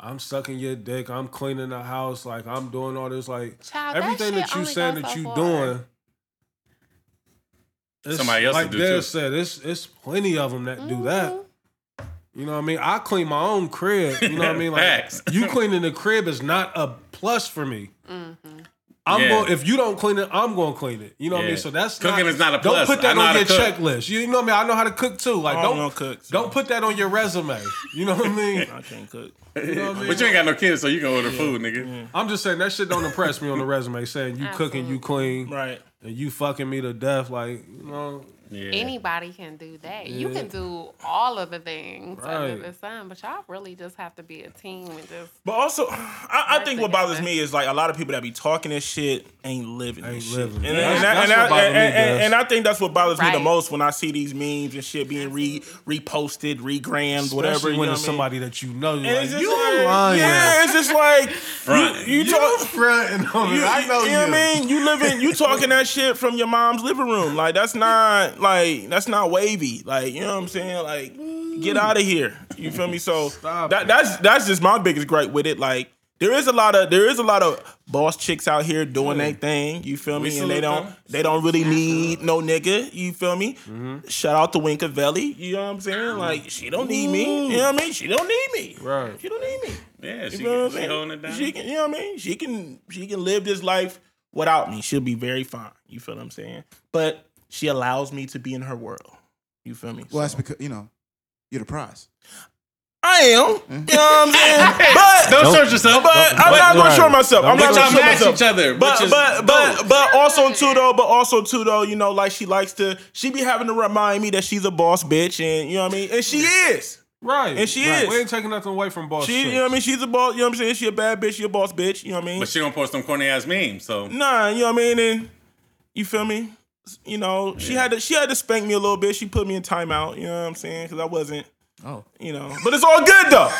I'm sucking your dick, I'm cleaning the house, like, I'm doing all this. Like,
Child, that
everything
shit
that, you
only
saying
goes
that
so
you
far.
doing. it's-
Somebody else
like
to do,
Dez
too.
said, it's it's plenty of them that
Mm-hmm.
do that. You know what I mean? I clean my own crib. You know what I mean? Like
[LAUGHS] Facts.
you cleaning the crib is not a plus for me.
Mm-hmm.
I'm
Yeah.
going if you don't clean it, I'm going to clean it. You know what I mean?
Yeah.
So that's
Cooking
not,
is not a
Don't
plus.
put
I
that
know
on
how
your
to cook.
checklist. You, you know what I mean? I know how to cook too. Like
I
don't
don't know cook, so-
Don't put that on your resume. You know what I mean?
I can't cook.
You know
[LAUGHS]
what I
But you
mean?
ain't got no kids, so you can order food, nigga.
I'm just saying that shit don't impress me on the resume. Saying you cooking, you clean,
Right.
and you fucking me to death. Like you know,
Yeah.
Anybody can do that. You
Yeah.
can do all of the things under
Right.
the sun, but y'all really just have to be a team and just
But also, [SIGHS] I, I think what bothers me is like a lot of people that be talking this shit ain't living.
Ain't
this
living.
Shit. And,
That's-
and, I-
that's
and I-
what bothers me,
and- and-
Gus.
and I think that's what bothers me the
Right.
most when I see these memes and shit being re reposted, regrammed, whatever.
Especially
You
when
know
it's
what I mean?
somebody that you know. you're
And
like,
it's just
you
like,
lying.
[LAUGHS]
Yeah, it's just like
Front.
you talk.
fronting on
You,
me. I know you.
you know what I mean? You living, you talking that shit from your mom's living room. Like that's not like that's not wavy. Like you know what I'm saying? Like get out of here. You feel me? So
Stop
that,
it.
that's that's just my biggest gripe with it. Like there is a lot of there is a lot of boss chicks out here doing their thing. You feel me?
We
and they
salute
don't
them.
they don't really need no nigga. You feel me? Shout out to Winka Valley. You know what I'm saying? Like she don't need me. You know what I mean? She don't need me.
Right.
She don't need me.
Yeah, she,
You know
can,
what
she
I'm
holding it
saying?
down.
She can, you know what I mean? She can, she can live this life without me. She'll be very fine. You feel what I'm saying? But she allows me to be in her world. You feel me?
Well, that's
So-
because you know you're the prize.
I am. You know
[LAUGHS]
what I'm saying? But,
Mm-hmm. don't search yourself.
but I'm not going to show myself. I'm
But
not going
y'all
to show
match
myself.
each other.
But
which is
but
dope.
but but also too though, but also too though, you know, like she likes to, she be having to remind me that she's a boss bitch, and you know what I mean, and she is.
right.
And she
Right.
is.
We ain't taking nothing away from
Oh,
boss.
She, you
chicks.
know what I mean, she's a boss. You know what I'm saying, she a bad bitch. She a boss bitch. You know what I mean?
But she don't post them corny ass memes. So
Nah, you know what I mean? And you feel me? You know, she had to she had to spank me a little bit. She put me in timeout, you know what I'm saying? Cause I wasn't,
Oh,
you know. But it's all good though.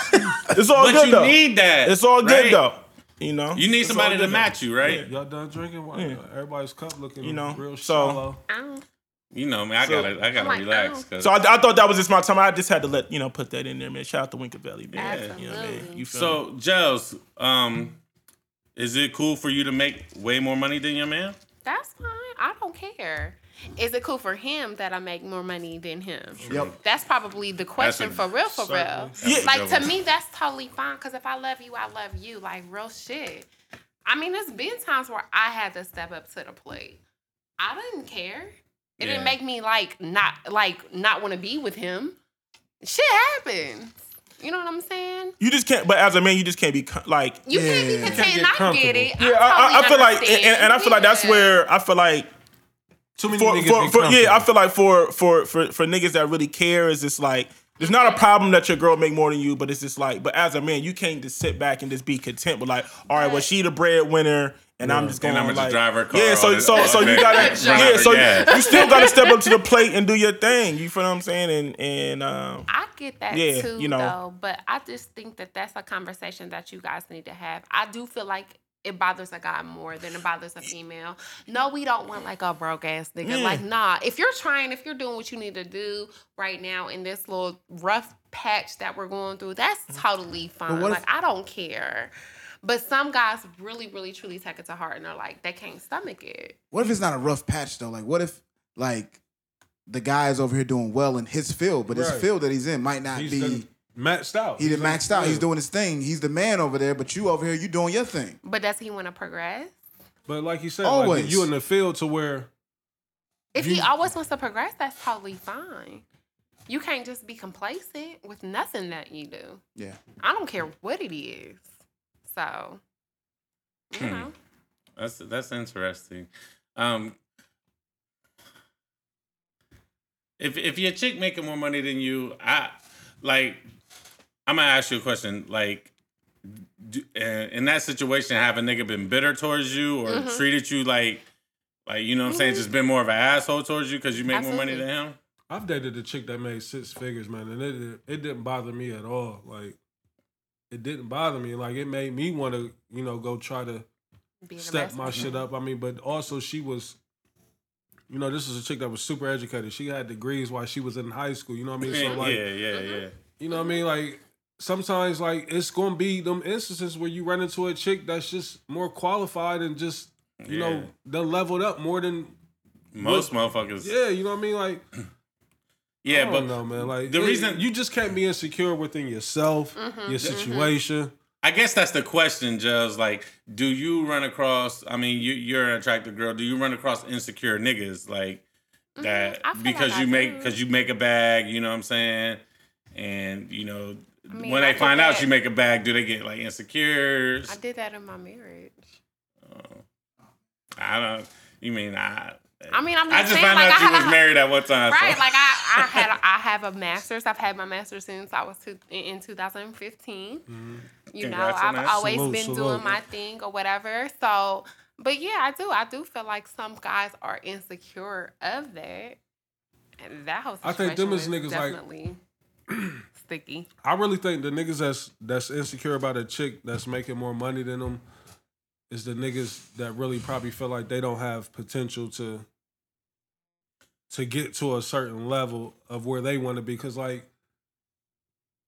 It's
[LAUGHS]
all
but
good
you
though.
need that.
it's all good
right?
though. You know.
You need
It's all
somebody to
good, though.
match you, right?
Y'all done drinking? Why-
Yeah.
Everybody's cup looking
You know,
real
so-
shallow.
I don't
You know, man, I
So-
gotta, I gotta
I'm like,
relax.
oh.
'cause-
So I, I thought that was just my time. I just had to let you know put that in there, man. Shout out to Winker Valley, man.
Absolutely.
You know what I mean? You feel me?
So, Gels, um, is it cool for you to make way more money than your man?
that's fine. I don't care. Is it cool for him that I make more money than him?
yep.
That's probably the question
a-
for real, for real.
That's a
Like
good
to
one.
me, that's totally fine. Cause if I love you, I love you. Like real shit. I mean, there's been times where I had to step up to the plate. I didn't care. It
Yeah.
didn't make me like not like not want to be with him. Shit happens. You know what I'm saying?
you just can't but as a man, you just can't be co- like
You
Yeah.
can't
You
be
can't
content.
get
I get it.
yeah, I, I, I feel like and,
understand.
and I feel like that's
Yeah.
where I feel like
Too many
for,
niggas
for,
be
for yeah, I
comfortable.
feel like for for for for niggas that really care is just like there's not a problem that your girl make more than you, but it's just like but as a man, you can't just sit back and just be content with like, all right, well she the breadwinner. And I'm just going
And I'ma just
like,
drive her car
yeah. So
all the-
so
all
so
the
you
day.
gotta
Drive
yeah.
her
So
gas.
you, you still gotta step up to the plate and do your thing. You feel what I'm saying? And and uh,
I get that
Yeah,
too,
you know.
though. But I just think that that's a conversation that you guys need to have. I do feel like it bothers a guy more than it bothers a female. No, we don't want like a broke ass nigga. Like, nah. If you're trying, if you're doing what you need to do right now in this little rough patch that we're going through, that's
Mm.
totally fine.
what if-
Like, I don't care. But some guys really, really, truly take it to heart, and they're like, they can't stomach it.
What if it's not a rough patch though? Like, what if like the guy is over here doing well in his field, but his
Right.
field that he's in might not
He's
be.
done matched out.
He did
He's
maxed out. He's
good.
doing his thing. He's the man over there, but you over here, you doing your thing.
But does he want to progress?
But like you said,
Always.
like you in the field to where
If he
You-
always wants to progress, that's totally fine. You can't just be complacent with nothing that you do.
Yeah.
I don't care what it is. So, you
Hmm.
know,
That's that's interesting. Um, if if your chick making more money than you, I like. I'm gonna ask you a question. Like, do, uh, in that situation, have a nigga been bitter towards you or
Mhm.
treated you like, like you know what I'm saying, just been more of an asshole towards you because you make more money
Absolutely.
than him?
I've dated a chick that made six figures, man, and it it didn't bother me at all. Like it didn't bother me. Like it made me want to, you know, go try to
be the
step
best
my
one.
shit up. I mean, but also she was, you know, this is a chick that was super educated. She had degrees while she was in high school. You know what I mean? So like, mm-hmm.
yeah, yeah, yeah.
you know what I mean? Like sometimes, like it's gonna be them instances where you run into a chick that's just more qualified and just, you
Yeah.
know, done leveled up more than
Most motherfuckers. Yeah,
yeah. You know what I mean? Like I
but
don't know, man. Like
the
it-
reason-
you just can't be insecure within yourself, your situation.
I guess that's the question, Juz. Like, do you run across? I mean, you, you're an attractive girl. Do you run across insecure niggas like that
Mm-hmm. I feel
because
like
you
I
make
do.
because you make a bag? You know what I'm saying? And you know
mean,
when
I
they
did
find out
that.
you make a bag, do they get like insecure?
I did that in my marriage.
I don't. You mean I?
I mean, I'm just,
I just
saying,
found
like,
out
I
you
had
was
a-
married at one time. so-
Right, like I, I had, a, I
[LAUGHS]
have a master's. I've had my master's since I was two, in 2015.
Mm-hmm.
You know,
Congrats on
I've
that.
always
Salute,
been
salute.
doing my thing or whatever. So, but yeah, I do, I do feel like some guys are insecure of that. And that whole
I think
situation
them is
was
niggas, like- [CLEARS THROAT]
definitely sticky.
I really think the niggas that's that's insecure about a chick that's making more money than them is the niggas that really probably feel like they don't have potential to to get to a certain level of where they want to be. Cause like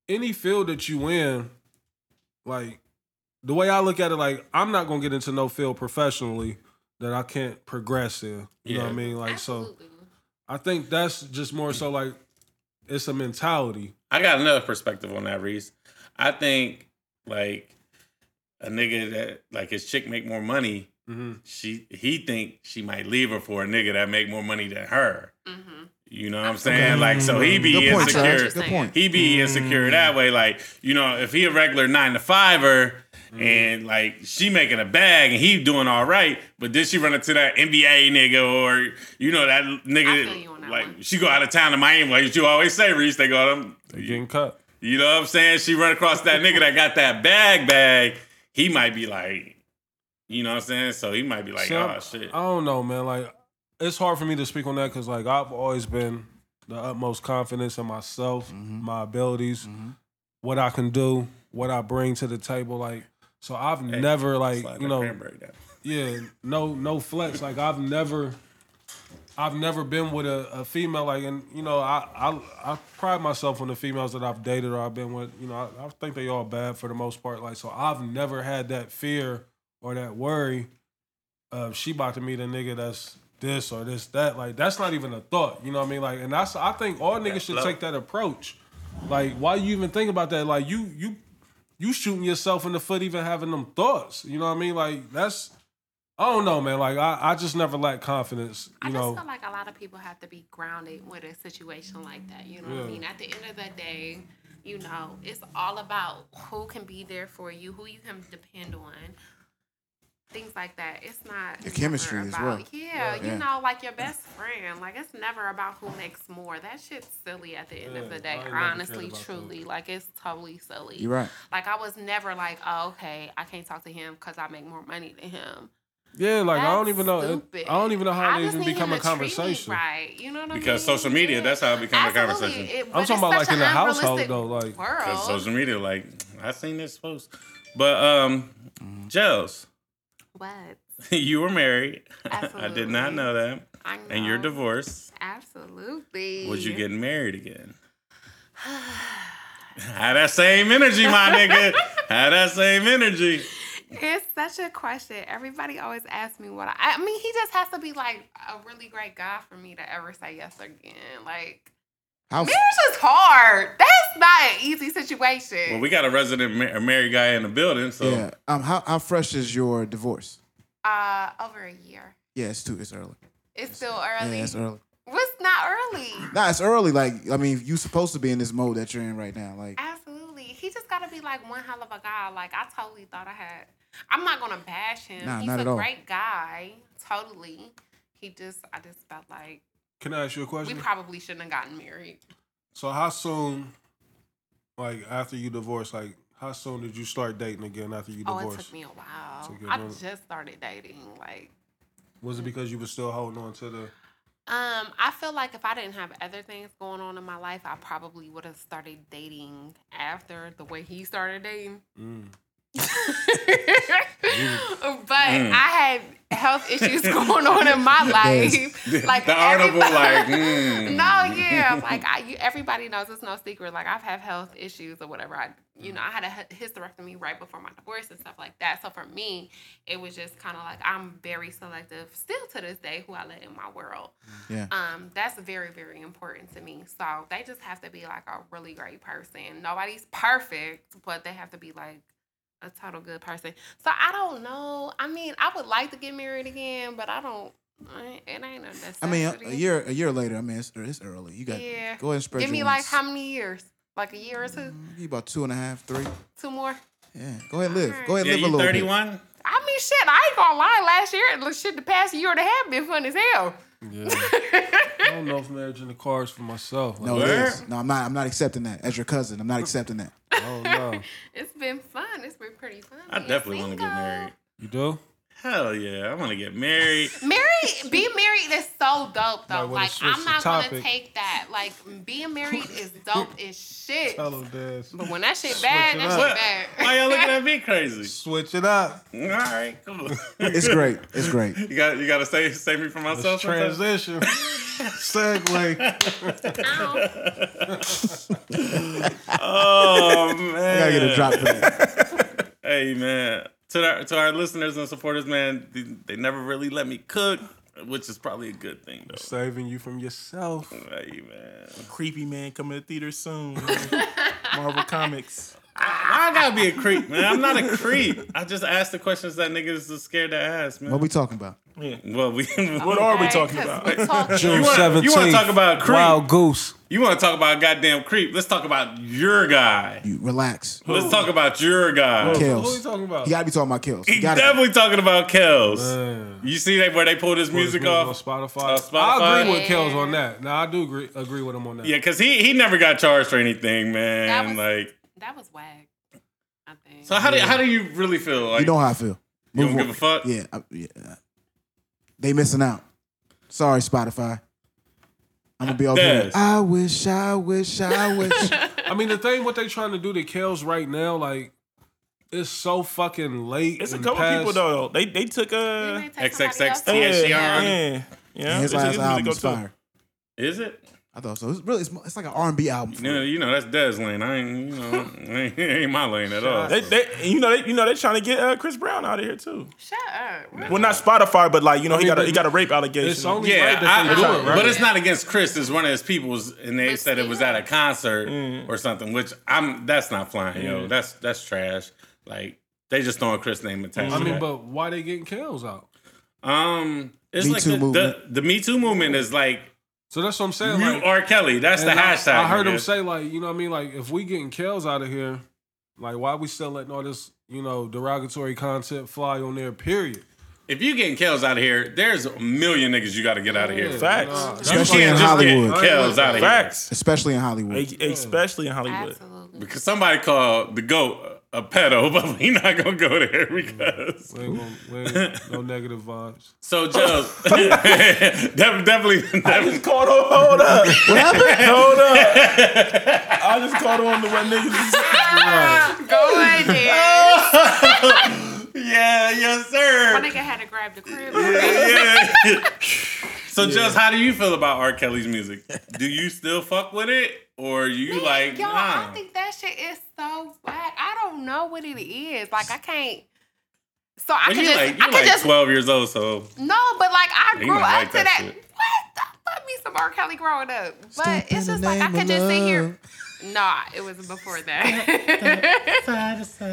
any field that you in, like the way I look at it, like I'm not gonna get into no field professionally that I can't progress in. You know what I
Yeah.
mean? Like so I think that's just more so like it's a mentality.
I got another perspective on that, Reese. I think like a nigga that like his chick make more money,
Mhm.
she he think she might leave her for a nigga that make more money than her.
Mhm.
You know what I'm saying? Like so he be
Good point,
insecure.
Chad. Mm. Good point.
He be insecure that way. Like you know, if he a regular nine to fiver.
Mm.
And like she making a bag and he doing all right, but then she run into that NBA nigga or you know that nigga
I feel you on that
like
one.
she go out of town to Miami like you always say, Reese. They go, them
They're getting cut.
you know what I'm saying? She run across that nigga that got that bag bag. He might be like, you know what I'm saying? So he might be like,
See, I'm-
oh shit.
I don't know, man. Like, it's hard for me to speak on that because, like, I've always been the utmost confidence in myself,
Mm-hmm.
my abilities,
Mm-hmm.
what I can do, what I bring to the table. Like, so I've never, like,
Slide
you
that
know,
cranberry down.
yeah, no, no flex. Like, I've never, I've never been with a, a female. Like, and you know, I, I, I pride myself on the females that I've dated or I've been with. You know, I, I think they all bad for the most part. Like, so I've never had that fear or that worry of she about to meet a nigga that's this or this that. Like, that's not even a thought. You know what I mean? Like, and that's I think all niggas should
love.
take that approach. Like, why you even think about that? Like, you, you, you shooting yourself in the foot even having them thoughts. You know what I mean? Like, that's. I don't know, man. Like I, I just never lack confidence. You
I just
know,
feel like a lot of people have to be grounded with a situation like that. You know what I
Yeah.
mean? At the end of the day, you know, it's all about who can be there for you, who you can depend on, things like that. It's not
Your chemistry
never
as
about,
well.
Yeah,
Yeah.
you know, like your best friend. Like it's never about who makes more. That shit's silly at the end of
Yeah,
the day.
I ain't never cared
honestly,
about that.
truly, like it's totally silly.
You're right.
Like I was never like, oh, okay, I can't talk to him because I make more money than him.
Yeah, like I don't
That's
even know.
stupid.
I don't even know how
I
it
just
even
need him
become a
to treat me
conversation.
right? You know what I mean?
Because social media,
Yeah.
that's how it become a
Absolutely.
conversation.
It- but it's
talking about, like,
such
in
an
the household,
unrealistic
though, like-
'Cause
world.
social media, like, I seen this post. But um Gels, [LAUGHS]
what?
you were married. [LAUGHS] I did not
Absolutely.
know that.
I know.
And you're divorced.
Absolutely.
Would you get married again? [SIGHS] Had that same energy, my
[LAUGHS]
nigga. Had that same energy.
It's such a question. Everybody always asks me what I. I mean, he just has to be like a really great guy for me to ever say yes again. Like
How
marriage is hard. That's not an easy situation.
Well, we got a resident ma- a married guy in the building, so [LAUGHS]
yeah. Um how how fresh is your divorce?
uh, over a year.
Yeah, it's too it's early.
It's still early.
Yeah, it's early.
What's not early?
Nah, it's early. Like I mean, you supposed to be in this mode that you're in right now. Like
Absolutely. He just got to be like one hell of a guy. Like, I totally thought I had. I'm not going to bash him.
Nah,
He's
not
a
at all.
great guy. Totally. He just, I just felt like
Can I ask you a
we
question?
probably shouldn't have gotten married.
so how soon, like after you divorced, like how soon did you start dating again after you
Oh, it
divorced?
took me a while.
Took you a
I
minute.
just started dating. Like,
Was it because you were still holding on to the?
um, I feel like if I didn't have other things going on in my life, I probably would have started dating after the way he started dating. [LAUGHS]
Mm.
but
Mm.
I had health issues [LAUGHS] going on in my
[LAUGHS]
life. Like
the audible
everybody- [LAUGHS]
like mm.
No, yeah, like I, you, everybody knows it's no secret. Like I've had health issues or whatever. I, you know, I had a hy- hysterectomy right before my divorce and stuff like that. So for me, it was just kind of like I'm very selective still to this day who I let in my world.
Yeah.
Um, that's very very important to me. So they just have to be like a really great person. Nobody's perfect, but they have to be like a total good person. So I don't know. I mean, I would like to get married again, but I don't. I- It ain't a necessity.
I mean, a, a year a year later. I mean, it's, it's early. You got
Yeah.
go ahead and spread.
Give
your
me like
wings.
how many years? Like a year or two?
Mm. You about two and a half, three.
Two more?
Yeah. Go ahead, live. Go ahead,
Yeah,
live
you
a little bit.
31?
I mean, shit, I ain't gonna lie. Last year, the shit, the past year and a half been fun as hell.
I don't know if marriage in the cards for myself. Like,
No,
Where?
it is. No, I'm not. I'm not accepting that. As your cousin, I'm not
[LAUGHS]
accepting that.
I don't know.
[LAUGHS] It's been fun. It's been pretty fun.
I
being
definitely want to get
single.
married.
You do?
Hell yeah, I want to get married.
Married, being married is so dope
Might
though.
wanna
Like
switch
I'm
the
not gonna
topic.
take that. Like being married is dope as shit.
Hello, Dez.
But when that shit bad,
it
that
up.
What?
shit bad.
Why y'all looking at me
[LAUGHS]
crazy?
Switch it up.
All right, cool. [LAUGHS]
It's great. It's great.
you got you got to save save me for myself. sometimes?
Transition. Segue.
Ow.
Oh man,
I gotta get a drop for that.
Hey man, to our to our listeners and supporters, man, they, they never really let me cook, which is probably a good thing though.
Saving you from yourself.
Hey man,
Creepy man coming to theater soon. Marvel Comics.
I gotta be a creep, man. I'm not a creep. I just ask the questions that niggas is scared to ask, man.
What we talking about?
Well, we. [LAUGHS]
What are we
Right,
talking
'cause
about?
we talking-
You wanna- you wanna talk about creep?
Wild Goose.
You want to talk about a goddamn creep? Let's talk about your guy.
You relax.
Let's talk about your guy.
Who?
Who are you talking about?
You gotta be talking about kills.
He
You gotta
definitely talking about Kels.
Man.
You see that where they pulled his music
on
off?
Spotify.
Uh, Spotify.
I agree with
Yeah.
Kels on that. Now I do agree, agree with him on that.
Yeah, because he he never got charged for anything,
That
man.
was-
Like,
That was wag. I think.
so how do how do you really feel? Like,
You know how I feel.
You don't
Move
give a fuck?
Yeah, I- yeah. They missing out. Sorry, Spotify. I'm gonna be over here.
Dez.
I wish, I wish,
[LAUGHS]
I wish.
I mean, the thing what they trying to do to Kels right now, like, it's so fucking late.
It's a
and
couple
past-
people though. They they took
Didn't they
a
take somebody
XXX
else?
Yeah, TSR.
E yeah. yeah.
His
They took
last
to
album
go
was
too.
fire.
is it?
I thought so. It's really, it's, it's like an R&B album. for
You know,
me.
you know that's Dez lane. I ain't, you know, [LAUGHS] ain't, ain't my lane at all.
They, they, you know, they, you know, they trying to get uh, Chris Brown out of here too.
Shut up. Really?
Well, not Spotify, but like you know, he
mean,
got a,
but
he got a rape
It's
allegation.
only
yeah,
right that
I-
they do
I-
it, right?
but it's not against Chris. It's one of his people's, and they said it was at a concert
Mm.
or something. Which I'm that's not flying, yo. That's that's trash. Like they just throwing Chris name attached.
I
to
mean,
that.
but why they getting Kels out?
um, it's
Me
like
Too
the, the
movement.
the Me Too movement is like
So that's what I'm saying.
mute
like,
R. Kelly. That's the
and I-
hashtag.
I, heard him
nigga.
say, like, you know what I mean? Like, if we getting Kels out of here, like, why we still letting all this, you know, derogatory content fly on there, period?
If you getting Kels out of here, there's a million niggas you got to get out of here.
Yeah,
Facts.
nah, that's
You
Especially
like-
can't
in
just
Hollywood.
get Kels out of here.
Facts,
Especially in Hollywood.
E- especially in Hollywood.
Absolutely.
Because somebody called the goat a pedo, [LAUGHS] but we not gonna go there because.
We ain't gonna- we
[LAUGHS]
ain't- no negative vibes.
So Joe, def- definitely, definitely. [LAUGHS]
Called her,
[LAUGHS]
hold up, hold up. I just called her on the one niggas.
[LAUGHS] Go in there.
yeah, yes,
My
sir.
nigga had to grab the crib.
Yeah. so just how do you feel about R. Kelly's music? Do you still fuck with it, or [LAUGHS] you
Man,
like
y'all,
nah?
I think that shit is so whack. I don't know what it is. Like I can't. So I
But you
can just,
like
I
you
can
like
just
twelve years old, so
no, but like I
You
grew up
might like
to
that
that.
shit.
What? I love me some R. Kelly growing up, but
Step in
it's
the
just like I
name
could
of
just sit
love.
here. Nah, it was before that.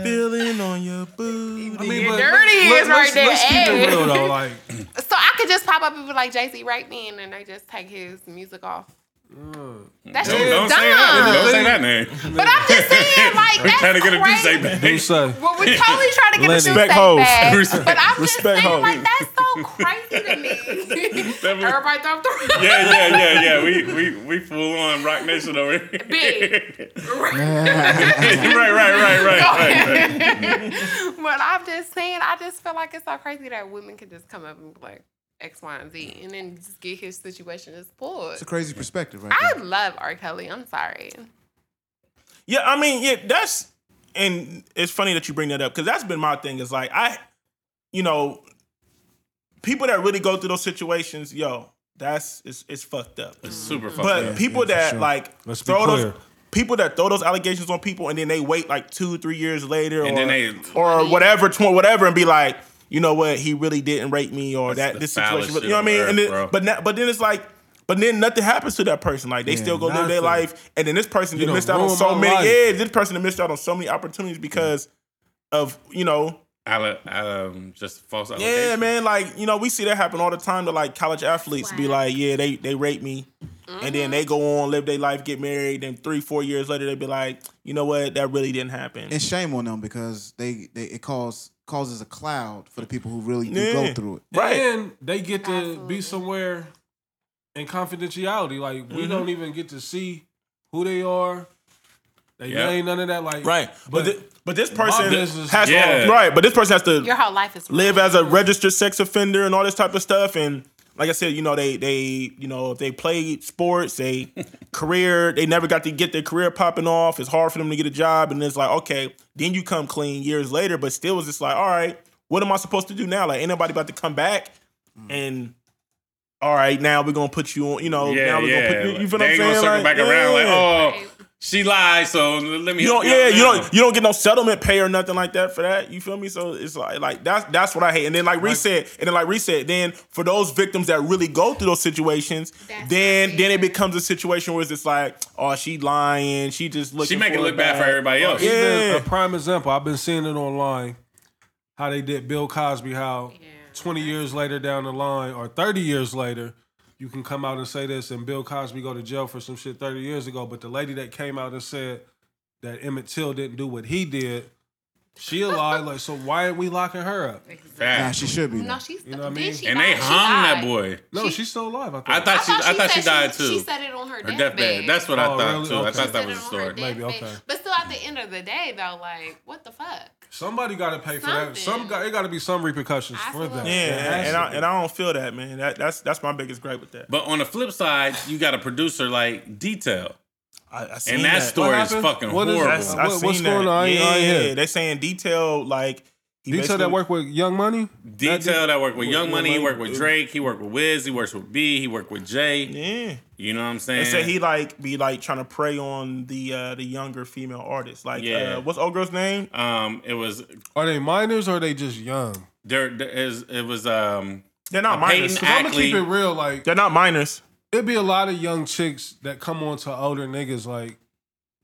Feeling on your booty.
I mean,
Your
but
dirty is right there. eh?
Let's keep
Hey.
it real though.
[LAUGHS]
Like,
[LAUGHS] so I could just pop up and be like Jay Z, write me, and then they just take his music off. That
Mm.
shit
don't,
is
don't
dumb.
say that. Don't say that name.
But [LAUGHS] I'm
[LAUGHS]
just saying, like
We're
that's
trying to get a
crazy.
say back.
you say?
Well, we're totally trying to
Lenny.
get a
Respect
respect
hoes.
back.
Respect-
But I'm just
respect
saying,
hoes.
like, that's so crazy to me.
[LAUGHS] That was-
Everybody thought the [LAUGHS]
Yeah, yeah, yeah, yeah. We we we full on Rock Nation over here.
Big.
[LAUGHS]
[LAUGHS]
right, right, right, right, right.
[LAUGHS] But I'm just saying, I just feel like it's so crazy that women can just come up and be like X, Y, and Z, and then just get his situation just pulled.
It's a crazy perspective, right?
I
there.
love R. Kelly. I'm sorry.
Yeah, I mean, yeah, that's and it's funny that you bring that up because that's been my thing. Is like I, you know, people that really go through those situations, yo, that's it's it's fucked up.
Super fucked
But
up.
people that
yeah, for sure.
like
Let's be
throw those
clear.
people that throw those allegations on people and then they wait like two, three years later,
And
or
then they-
or whatever, tw- whatever, and be like, you know what, he really didn't rape me, or
That's
that
the
this
foulest
situation, really,
shit
you know what I
on
mean?
earth,
and
bro.
then, but na- but then it's like. But then nothing happens to that person. Like they still go live their
nothing.
life, and then this person that
done
missed out on
ruined
so
my
many.
life.
Yeah, this person that missed out on so many opportunities because of you know
Alle- um, just false
yeah,
allegations.
man. Like you know, we see that happen all the time to like college athletes. Be like, yeah, they they rape me, and then they go on live their life, get married, and three four years later they be like, you know what, that really didn't happen.
and shame on them because they, they it caused causes a cloud for the people who really do
Yeah.
go through it.
Right.
And they get to
Absolutely.
be somewhere in confidentiality. Like we
Mm-hmm.
don't even get to see who they are. They
Yeah.
ain't none of that. Like
Right.
But
But thi- but this person
business-
has
Yeah.
to right, but this person has to
Your whole life is
live as a registered sex offender and all this type of stuff and like I said, you know they they you know if they played
[LAUGHS]
sports, they career they never got to get their career popping off. It's hard for them to get a job, and it's like okay, then you come clean years later, but still it's just like all right, what am I supposed to do now? Like anybody about to come back
Mm.
and all right, now we're gonna put you on. You know,
Yeah,
now we're
yeah.
gonna put you. You feel
they ain't
what I'm saying?
gonna circle back
Like,
around like,
yeah.
oh, she lied, so let me.
You
help
don't, yeah,
out
you
now."
don't, you don't get no settlement pay or nothing like that for that. You feel me? So it's like, like that's that's what I hate. And then like reset, and then like reset. Then for those victims that really go through those situations,
That's
then
not
then it
fair.
becomes a situation where it's just like, oh, she lying. She just
She
looking.
make it
for
look bad for everybody else.
Oh, Yeah.
Even a prime example, I've been seeing it online how they did Bill Cosby, how 20 years later down the line or 30 years later, you can come out and say this and Bill Cosby go to jail for some shit 30 years ago. But the lady that came out and said that Emmett Till didn't do what he did, she lied. like, so why are we locking her up?
Nah,
Facts.
she should be.
No,
there.
she's.
You know what I
then
mean?
she
And
died.
they
She
hung that
died.
boy.
No,
She-
she's still alive. I, think.
I thought she, I thought she,
said
died too.
She said it on her,
Her
deathbed.
deathbed. That's what I
Oh,
thought
really?
too. I
Okay.
thought that
She
was a
said it on her
story.
Maybe,
deathbed.
okay.
But still, at the end of the day, though, like, what the fuck?
somebody got to pay for that. Some
Something.
got it got to be some repercussions for that.
Absolutely.
Yeah,
There has
and
to
I,
be.
and I don't feel that man. That that's that's my biggest gripe with that.
But on the flip side, you got a producer like Detail,
I, I seen
and that
that.
story is
happened?
fucking
What is-
horrible.
That's- I
What-
seen
what's
that.
going on? I ain't-
Yeah,
I ain't hear.
they saying detail like he
Detail
basically-
that work with Young Money.
Detail that, worked with
with
Young
Young
Money, he
Money,
worked with
dude.
Drake, he worked with Wiz, he works with B, he worked with Jay.
Yeah.
You know what I'm saying?
They said he like be like trying to prey on the uh the younger female artists. Like
Yeah.
uh, what's old girl's name?
um, it was
Are they minors or are they just young?
there. there is, it was um,
They're not minors.
Peyton
I'm gonna
Ackley.
keep it real. Like
They're not minors.
it'd be a lot of young chicks that come on to older niggas. Like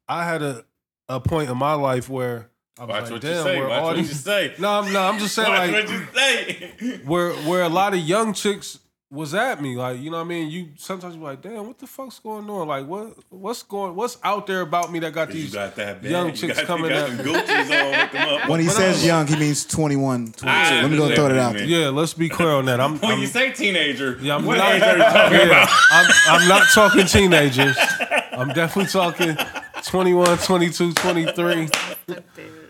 I had a a point in my life where I was
Watch
like,
what you
damn,
say.
where
Watch
all
what you
these
say.
[LAUGHS] no, I'm, no, I'm just saying
Watch
like
what you say.
where where a lot of young chicks was at me. Like you know what I mean. You sometimes be like, damn, what the fuck's going on? Like what what's going what's out there about me that [LAUGHS] got
You
these
got that bad.
young
You
chicks
got- you
coming
got
up.
them Gucci's on with them up.
When he says young, he means 21, 22. Let me go throw it out there.
yeah. Let's be clear on that. I'm,
When
I'm-
you say teenager,
Yeah, I'm
what
not-
age are you talking
Yeah,
about?
I'm, I'm not talking teenagers. I'm definitely talking 21, 22, 23.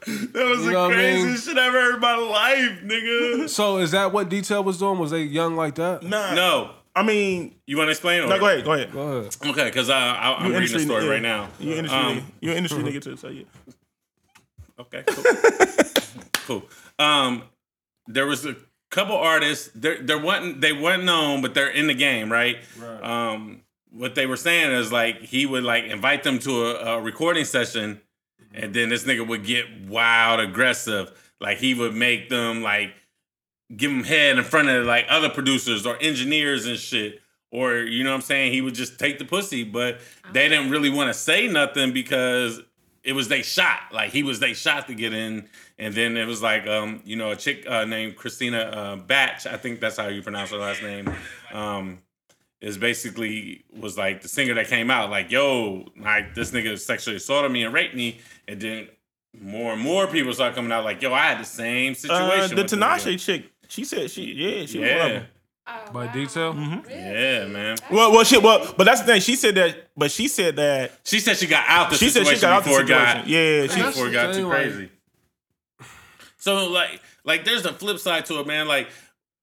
That was
You know
the
what I
craziest
mean?
shit I've heard in my life,
[LAUGHS]
nigga.
So is that what Detail was doing? Was they young like that?
Nah.
no,
I mean,
you want to explain? Or?
no, go ahead, go ahead.
Go ahead.
Okay, because I, I, I'm
You
reading the
industry-
story
yeah.
right now.
You industry
Um,
nigga. You industry nigga too, so yeah.
Okay, cool. [LAUGHS] cool. Um, there was a couple artists. There, there wasn't. They weren't known, but they're in the game, right? Right. Um, what they were saying is like he would like invite them to a, a recording session, and then this nigga would get wild aggressive. Like he would make them like give them head in front of like other producers or engineers and shit. Or you know what I'm saying? He would just take the pussy, but they didn't really want to say nothing because it was they shot. Like he was they shot to get in, and then it was like um you know a chick uh, named Christina uh, Batch, I think that's how you pronounce her last name. Um, is basically was like the singer that came out like yo like this nigga sexually assaulted me and raped me, and then more and more people started coming out like yo I had the same situation.
Uh, the
with this nigga.
Tinashe chick, she said she yeah, she yeah. one of
Yeah,
them.
Oh,
By
wow.
Detail?
yeah, man.
Well well shit, well but that's the thing. She said that but she said that
She said she got out the
she said
situation
she got out the
before
situation.
it got
yeah, she
That's
before it
the
got
thing,
too
like-
crazy. So like like there's a flip side to it, man. Like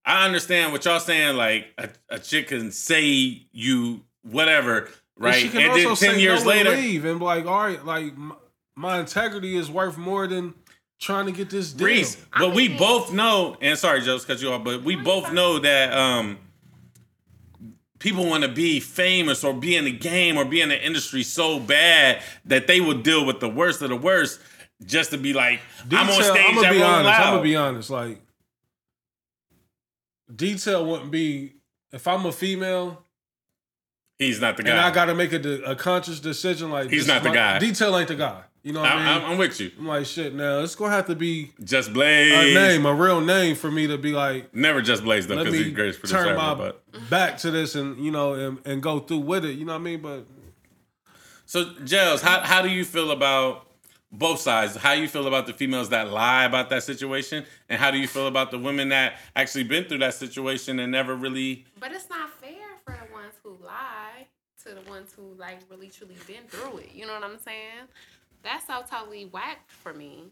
I understand what y'all saying. Like a, a chick can say you whatever, right?
She can
and
also
then
say
ten years
no and
later,
leave and be like, all right, like my, my integrity is worth more than trying to get this deal.
Reese. But we both know, and sorry, Joe's cut you off, but we both know that um people want to be famous or be in the game or be in the industry so bad that they will deal with the worst of the worst just to be like, I'm on
Detail-
stage.
I'ma be
everyone
honest. I'm
loud.
gonna be honest. Like detail wouldn't be if I'm a female
He's not the guy.
and I got to make a, de- a conscious decision. Like
He's
this
not the
my-
guy.
Detail ain't the guy. You know what I mean?
I'm, I'm, I'm with you.
I'm like, shit, now it's gonna have to be
Just
a
Blaze.
name, a real name for me to be like,
Never just Blaze though,
let
because he's the
me
greatest producer
turn
ever.
my
But
back to this and you know and, and go through with it. You know what I mean? But
so, Gels, how how do you feel about both sides. How you feel about the females that lie about that situation, and how do you feel about the women that actually been through that situation and never really?
But it's not fair for the ones who lie to the ones who like really truly been through it. You know what I'm saying? That's so totally whack for me.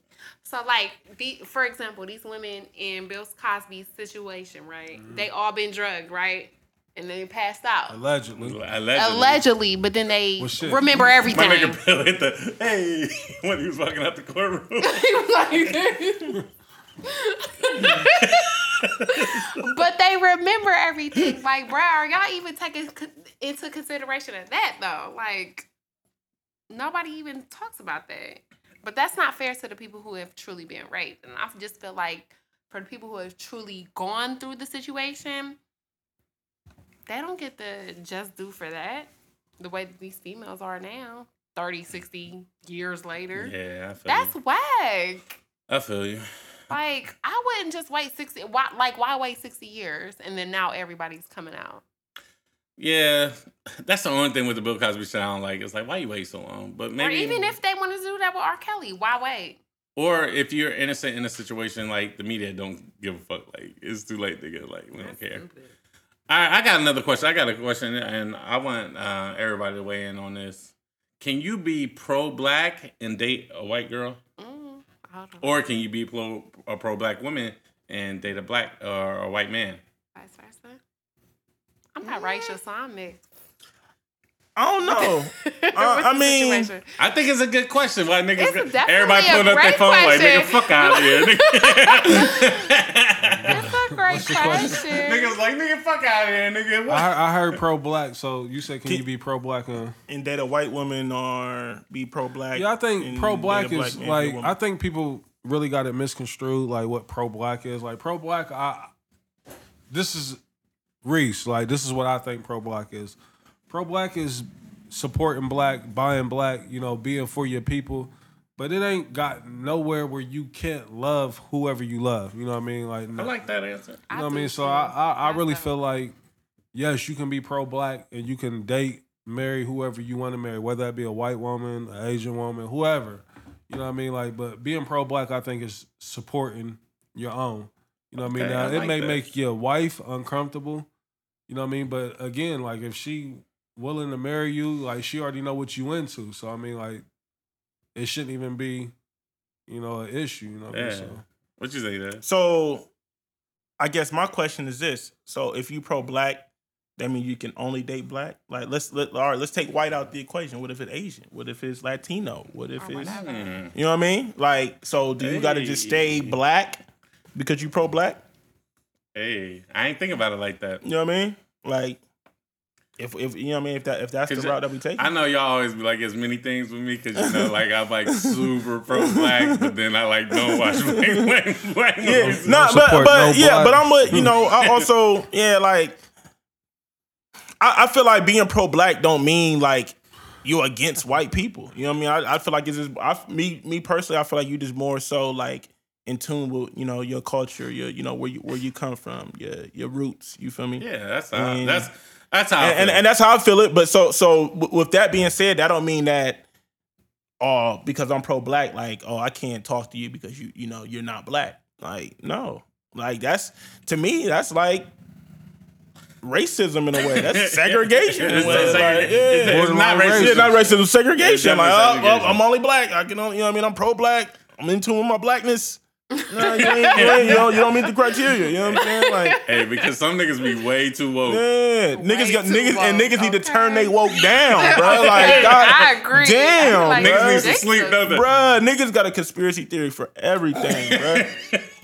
So like the for example, these women in Bill Cosby's situation, right? They all been drugged, right? And they passed out.
Mm-hmm. Allegedly.
Allegedly. [LAUGHS]
Allegedly, but then they
Well, shit.
remember
My
everything.
nigga Bill hit the hey [LAUGHS] when he was walking out the courtroom.
[LAUGHS] but they remember everything. Like, bruh, are y'all even taking co- into consideration of that though? Like, nobody even talks about that. But that's not fair to the people who have truly been raped. And I just feel like for the people who have truly gone through the situation, they don't get the just due for that. The way that these females are now, 30, 60 years later.
yeah, I feel
That's
you.
whack.
I feel you.
Like I wouldn't just wait sixty. Why, like why wait sixty years and then now everybody's coming out?
Yeah, that's the only thing with the Bill Cosby shit I don't like. It's like why you wait so long? But maybe
or even if they want to do that with R. Kelly, why wait?
or if you're innocent in a situation like the media don't give a fuck. Like it's too late to get like we don't care. All right, I got another question. I got a question, and I want uh, everybody to weigh in on this. Can you be pro black and date a white girl,
Mm, I don't know.
or can you be pro a pro black woman and date a black or a white man?
Vice versa. I'm not racial, so I'm mixed.
I don't
[LAUGHS]
know. Uh,
What's
I
the
mean-
situation?
I think it's a good question. Why niggas?
It's definitely
everybody
a
pulling up their
great
phone like nigga,
question.
fuck
[LAUGHS]
out of here. nigga.
That's a great
the question?
question.
Niggas like nigga, fuck out of here, nigga.
I
What?
heard, I heard pro black, so you said can you be pro black? Uh,
and date a white woman or be pro black.
yeah, I think
and
pro black
date a
is
man,
like
woman.
I think people really got it misconstrued, like what pro black is. Like pro black, I this is Reese. Like this is what I think pro black is. Pro black is supporting black, buying black, you know, being for your people. But it ain't got nowhere where you can't love whoever you love. You know what I mean? Like,
I like that answer.
I
You know what I
do
mean? So
too.
I, I, I really
That's a-
feel like, yes, you can be pro black and you can date, marry whoever you want to marry, whether that be a white woman, an Asian woman, whoever. You know what I mean? Like, but being pro black, I think, is supporting your own. You know what I mean?
Okay,
Now,
I
it
like
may
that.
make your wife uncomfortable. You know what I mean? But again, like, if she willing to marry you, like, she already know what you into. So, I mean, like, it shouldn't even be, you know, an issue. You know what I mean?
Yeah.
So,
What you say, that?
So, I guess my question is this: So, if you pro black, that mean you can only date black. Like, let's let all right, let's take white out the equation. What if it's Asian? What if it's Latino? What if
Or
it's
whatever.
you know what I mean? Like, so do you got to just stay
Hmm. Hey.
black because you pro black?
Hey, I ain't think about it like that.
You know what I mean? Like, if if you know what I mean, if that if that's the
Cause
route that we take,
I know y'all always be like, it's many things with me because you know, like I'm like super pro black, but then I like don't watch [LAUGHS] black, black, black
yeah,
movies.
no, but
support,
but
no
yeah,
black.
but I'm a
[LAUGHS]
you know I also yeah like I, I feel like being pro black don't mean like you're against white people. You know what I mean? I, I feel like it's just I, me me personally. I feel like you just more so like in tune with you know your culture, your you know where you where you come from, your your roots. You feel me?
Yeah, that's how,
mean-
that's that's how. I
and, and
feel.
and that's how I feel it. But so so w- with that being said, I don't mean that. Oh, because I'm pro black, like oh I can't talk to you because you you know you're not black. Like no, like that's to me that's like racism in a
[LAUGHS]
way. That's segregation. in a
It's
way.
not
Like,
segregation. It's-
yeah.
it's not
Borderline
racism.
Yeah, not racism, segregation.
definitely
Like oh, oh,
segregation.
I'm only black. I can only you know what I mean. I'm pro black. I'm in tune with my blackness. No, you, ain't, you, ain't, you, don't, you don't meet the criteria. You know what I'm saying? Like
Hey, because some niggas be way too woke.
yeah, niggas
Way
got
too
niggas and
woke,
niggas need to turn
okay.
they woke down, bro. Like, God,
[LAUGHS] I agree.
Damn,
I
Niggas need
bruh.
feel
to
ridiculous.
sleep, don't they?
Bruh, niggas got a conspiracy theory for everything, bruh.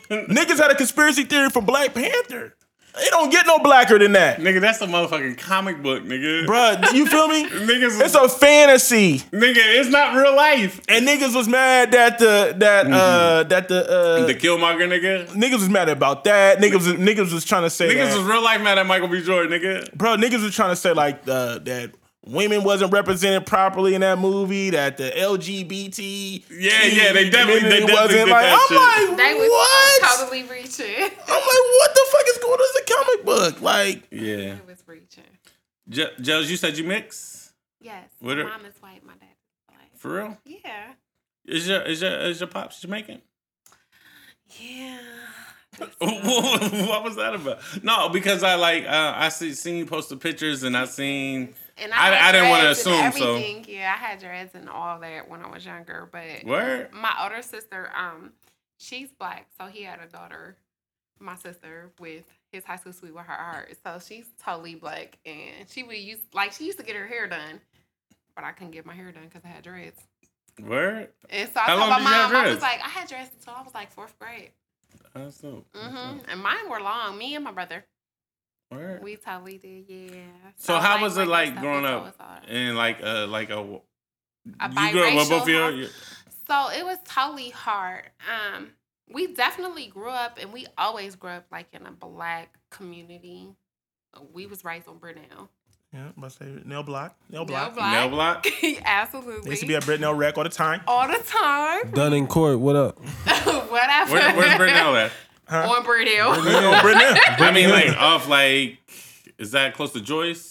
niggas had a conspiracy theory for Black Panther. It don't get no blacker than that,
Nigga, that's a motherfucking comic book, nigga.
bruh. You feel me?
[LAUGHS] Niggas,
It's a fantasy,
nigga, it's not real life.
and niggas was mad that the that uh that the uh
The Killmonger, nigga.
niggas was mad about that. Niggas was- niggas was trying to say
Niggas
that.
was real life mad at Michael B. Jordan, nigga.
bro, niggas was trying to say like uh, that women wasn't represented properly in that movie, that the LGBT,
Yeah, yeah, they definitely- they
community
definitely did
like.
that
I'm
shit.
like,
They was
what?
totally reaching. It
I'm like, what the fuck is going on? It's a comic book, like.
Yeah.
was reaching.
Je- Jels, you said you mix
Yes.
What
my
are-
mom is white. My dad is black.
for real.
Yeah.
Is your is your is your
[LAUGHS]
pops Jamaican? [LAUGHS]
Yeah.
what was that about? No, because I like uh, I see seen you post the pictures and I seen
And
I-
had
I didn't wanna
dreads and
assume, so-
everything. Yeah, I had dreads and all that when I was younger, but
where
my older sister, um, she's black, so he had a daughter, my sister, with his high school sweetheart. Her heart. So she's totally black, and she would use like she used to get her hair done, but I couldn't get my hair done because I had dreads.
where
And so I
How long
told my
did you have
mom, I was
dreads?
like, I had dreads until I was like fourth grade.
that's dope.
hmm
Mm-hmm.
And mine were long. Me and my brother,
Where
we totally did. Yeah.
So
I
how was it
my
like
stuff
growing
was
up
always hard.
and like uh like a
A
you grew up with
biracial
both of your,
house-
your
So it was totally hard. Um, we definitely grew up, and we always grew up like in a black community. We was raised on Brunel.
Yeah, my favorite. Nail block. Nail
Nail
block.
block.
nail
[LAUGHS]
block?
They
Absolutely.
used to be at Brett Nail Rack all the time.
all the
[LAUGHS]
time. [LAUGHS]
Dunning Court, what up?
Whatever.
Where, where's Brunel at?
[LAUGHS]
[LAUGHS]
on Brunel.
You know,
[LAUGHS]
Brett Nail.
I mean, like off like is that close to Joyce?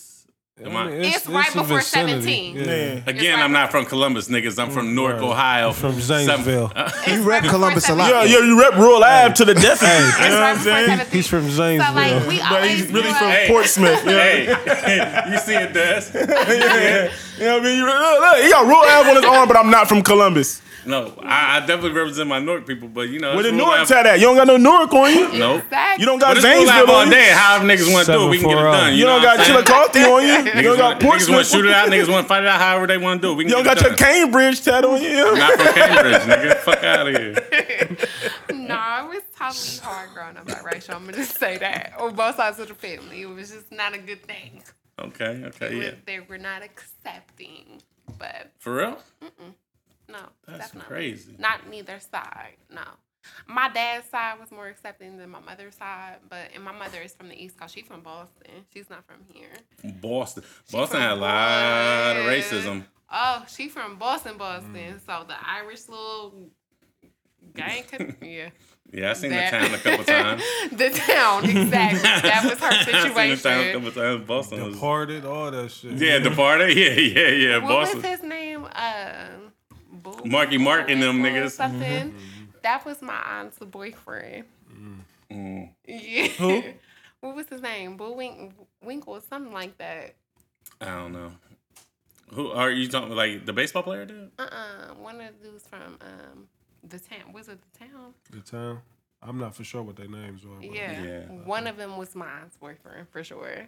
Am I-
It's right
a
before
vicinity.
17.
Yeah.
Again, I'm not from Columbus, niggas. I'm from Newark,
right.
Ohio.
Mm, From
Some-
Zanesville.
Uh-huh.
You rep Columbus a lot.
Yo, yo, you rep Rural Lab to the death. you know what
right
I'm
before
saying?
17.
He's from Zanesville.
So like we
But
always
he's really
grew
from
up-
Hey.
Portsmouth. Yeah.
hey, [LAUGHS] you see it, does.
You know what I mean? You, look, look, he got Rural Lab on his arm, but I'm not from Columbus.
No, I, I definitely represent my Newark people, but you know,
Where
it's
the
Rule
Newark
Lab-
tat at? You don't got no Newark on you.
[LAUGHS] Nope.
Exactly.
You don't
But
got
it's Rule Lab
Zanesville
all
on you.
day. However niggas want to do it, we can get it
740.
done. You,
You
know what
don't got
I'm saying?
Chillicothe on you.
[LAUGHS]
You
Niggas
don't got
wanna- Niggas want to shoot
Portsmouth.
it out. Niggas want to fight it out. However they want to do it, we can
You don't
get
got
it
your
done.
Cambridge tat on you.
Not from
[LAUGHS]
Cambridge, nigga. Fuck out of here.
No, it was totally hard growing up biracial. I'm gonna just say that on both sides of the family, it was just not a good thing.
Okay, okay, yeah.
They They were not accepting, but
For real?
no,
That's
definitely.
crazy.
Not neither side. No. My dad's side was more accepting than my mother's side, but and my mother is from the East Coast. She's from Boston. She's not from here.
Boston. Boston had a lot of racism.
Oh, she from Boston, Boston.
Mm.
So the Irish little gang,
[LAUGHS]
could, yeah,
Yeah, I seen
That-
the town a
[LAUGHS]
couple times.
the town exactly.
[LAUGHS]
That was her
I seen the town a
situation.
couple times. Boston was.
Departed, all that shit.
Yeah, departed. [LAUGHS] Yeah, yeah, yeah.
What
Boston.
was his name? Um, Boo-
Marky Mark and them
or
niggas.
Something. That was my aunt's boyfriend.
Mm.
Yeah. Who? [LAUGHS] What was his name? Boo Wink- Winkle, something like that.
I don't know. Who are you talking? Like the baseball player, dude?
Uh uh One of the dudes from um the town. Was it the town?
The town. I'm not for sure what their names were. but-
Yeah.
Yeah.
One of them was my aunt's boyfriend for sure.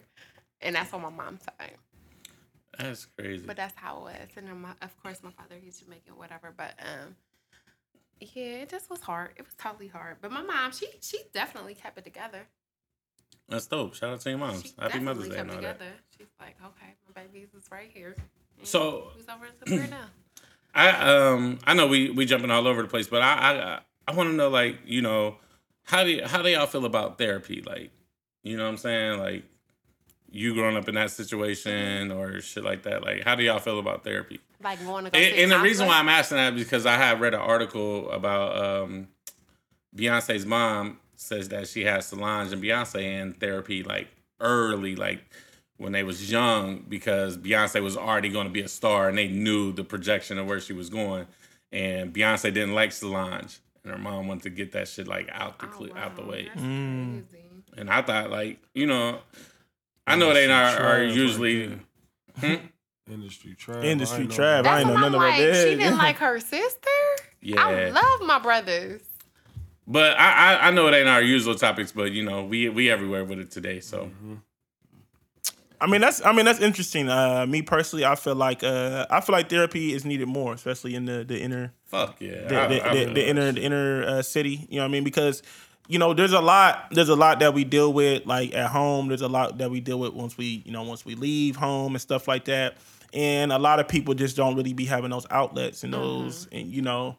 And that's on my mom's side.
That's crazy.
But that's how it was. And then my, of course, my father, he's Jamaican, whatever. But um, yeah, it just was hard. It was totally hard. But my mom, she she definitely kept it together.
That's dope. Shout out to your moms.
She
Oh, Happy
definitely
Mother's Day
kept
and all that.
together. She's like, okay, my babies is right here. And
So-
who's over at the now?
I um I know we we jumping all over the place, but I I I want to know like you know how do how do y'all feel about therapy? Like you know what I'm saying? Like you growing up in that situation or shit like that. Like how do y'all feel about therapy?
[CLEARS THROAT] Like going to go.
And,
see a
and the reason
counselor?
why I'm asking that is because I have read an article about um, Beyonce's mom says that she has Solange and Beyonce in therapy like early, like when they was young, because Beyonce was already going to be a star and they knew the projection of where she was going, and Beyonce didn't like Solange. And her mom wanted to get that shit like out the
Oh,
cle- out the
wow,
way, Mm.
that's crazy.
and I thought like you know, I know they
Industry
not, are
trash right
usually Hmm?
there. [LAUGHS] Industry trap.
Industry trap. I
That's
ain't
what
know
I'm
nothing about
like. She
that.
didn't like her sister.
yeah.
I love my
[LAUGHS]
brothers.
But I, I I know it ain't our usual topics, but you know we we everywhere with it today. So
Mm-hmm. I mean that's I mean that's interesting. Uh, me personally, I feel like uh, I feel like therapy is needed more, especially in the the inner
fuck yeah,
the,
I-
the,
I
the,
feel
the
that
inner the
shit.
inner uh, city. You know what I mean? Because you know, there's a lot there's a lot that we deal with like at home. There's a lot that we deal with once we you know once we leave home and stuff like that. And a lot of people just don't really be having those outlets and those and you know.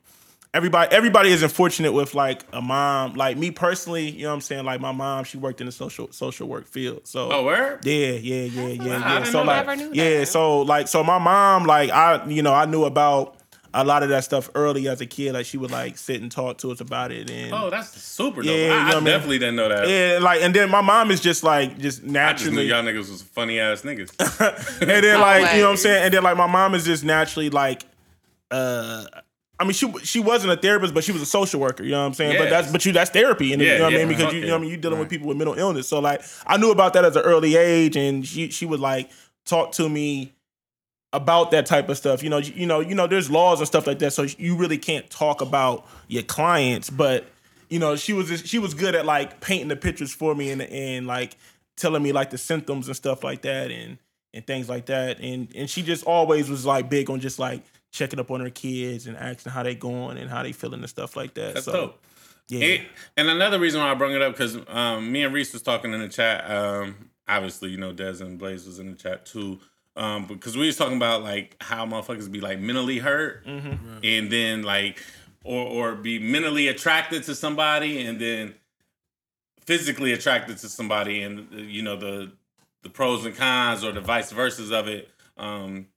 Everybody, everybody isn't fortunate with like a mom. Like me personally, you know what I'm saying. Like my mom, she worked in the social social work field, so
oh word.
yeah, yeah, yeah, yeah,
I
yeah.
didn't
So
know
like,
that.
Never knew
yeah,
that.
so like, so my mom, like, I, you know, I knew about a lot of that stuff early as a kid. Like, she would like sit and talk to us about it, and
Oh, that's super dope.
Yeah, you know
I,
what
I
I mean?
definitely didn't know that.
yeah, like, and then my mom is just like, just
I just knew
naturally,
y'all niggas was funny ass niggas. [LAUGHS]
[LAUGHS] and then like, you know what I'm
Always.
saying, and then like, my mom is just naturally like, uh, I mean, she she wasn't a therapist, but she was a social worker. You know what I'm saying? But
Yes.
that's but you that's therapy, and
Yeah,
you know what
yeah,
I mean because
fuck
you, you
it.
know what I mean you dealing with people with mental illness. So like I knew about that as an early age, and she she would like talk to me about that type of stuff. You know you, you know you know there's laws and stuff like that, so you really can't talk about your clients. But you know she was just, she was good at like painting the pictures for me and and like telling me like the symptoms and stuff like that and and things like that. And and she just always was like big on just like checking up on her kids and asking how they going and how they feeling and stuff like that.
That's
so
dope.
yeah.
It, and another reason why I bring it up because um, me and Reese was talking in the chat. Um, obviously, you know, Des and Blaze was in the chat too. Um, because we was talking about like how motherfuckers be like mentally hurt, and then like or or be mentally attracted to somebody, and then physically attracted to somebody, and you know the the pros and cons or the vice versa of it. Um,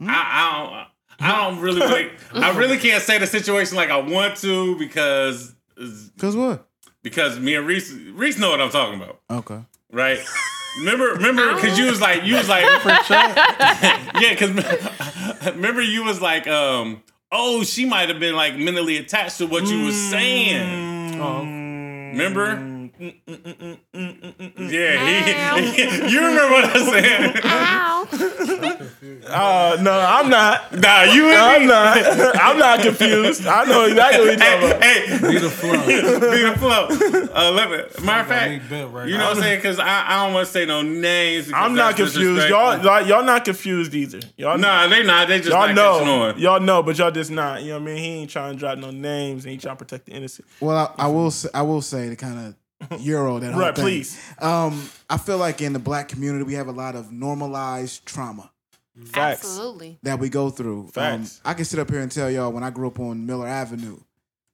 I, I don't. I don't really, really. I really can't say the situation like I want to because
Cause what?
because me and Reese Reese know what I'm talking about,
Okay.
right? Remember, remember, because you was like, you was like, [LAUGHS] yeah, because [LAUGHS] remember, you was like, um, oh, she might have been like mentally attached to what you was saying. Remember? Yeah, he, [LAUGHS] you remember what I said? [LAUGHS]
Ow.
Uh, no,
[LAUGHS]
I'm not.
nah, you and
I'm
me.
not. [LAUGHS] I'm not confused. I know exactly what you're talking about.
[LAUGHS] Hey, hey,
Be the flow.
[LAUGHS] be the flow. Uh, let
Nick
me, matter of fact,
Bent right
you know
now.
what I'm saying? Because I, I don't want to say no names. because
I'm not
that's
confused.
disrespectful.
Y'all, y'all, y'all not confused either. Y'all,
nah, they not. They just
y'all
not catching
know,
on.
y'all know, but y'all just not. You know what I mean? He ain't trying to drop no names. He ain't trying to protect the innocent.
Well, I, I will. Say, I will say to kind of euro that whole
Right,
thing.
please.
Um, I feel like in the black community we have a lot of normalized trauma.
Facts.
Absolutely.
that we go through.
Facts.
Um, I can sit up here and tell y'all when I grew up on Miller Avenue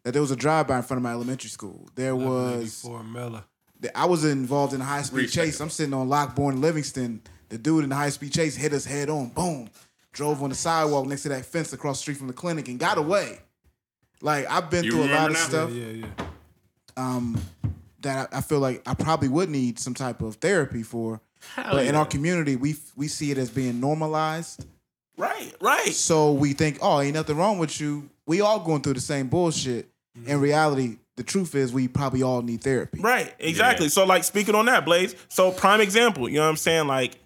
that there was a drive-by in front of my elementary school. There was
Before Mella.
I was involved in a high-speed
Respect.
chase. I'm sitting on Lockbourne Livingston. The dude in the high-speed chase hit us head on. Boom. Drove on the sidewalk next to that fence across the street from the clinic and got away. Like I've been
You
through a lot
remember
of
now?
stuff
Yeah, yeah.
um, that I, I feel like I probably would need some type of therapy for. but in our community, we we see it as being normalized.
Right, right.
So we think, oh, ain't nothing wrong with you. We all going through the same bullshit. In reality, the truth is we probably all need therapy.
Mm-hmm. Right, exactly. So like speaking on that, Blaze. So prime example, you know what I'm saying? Like,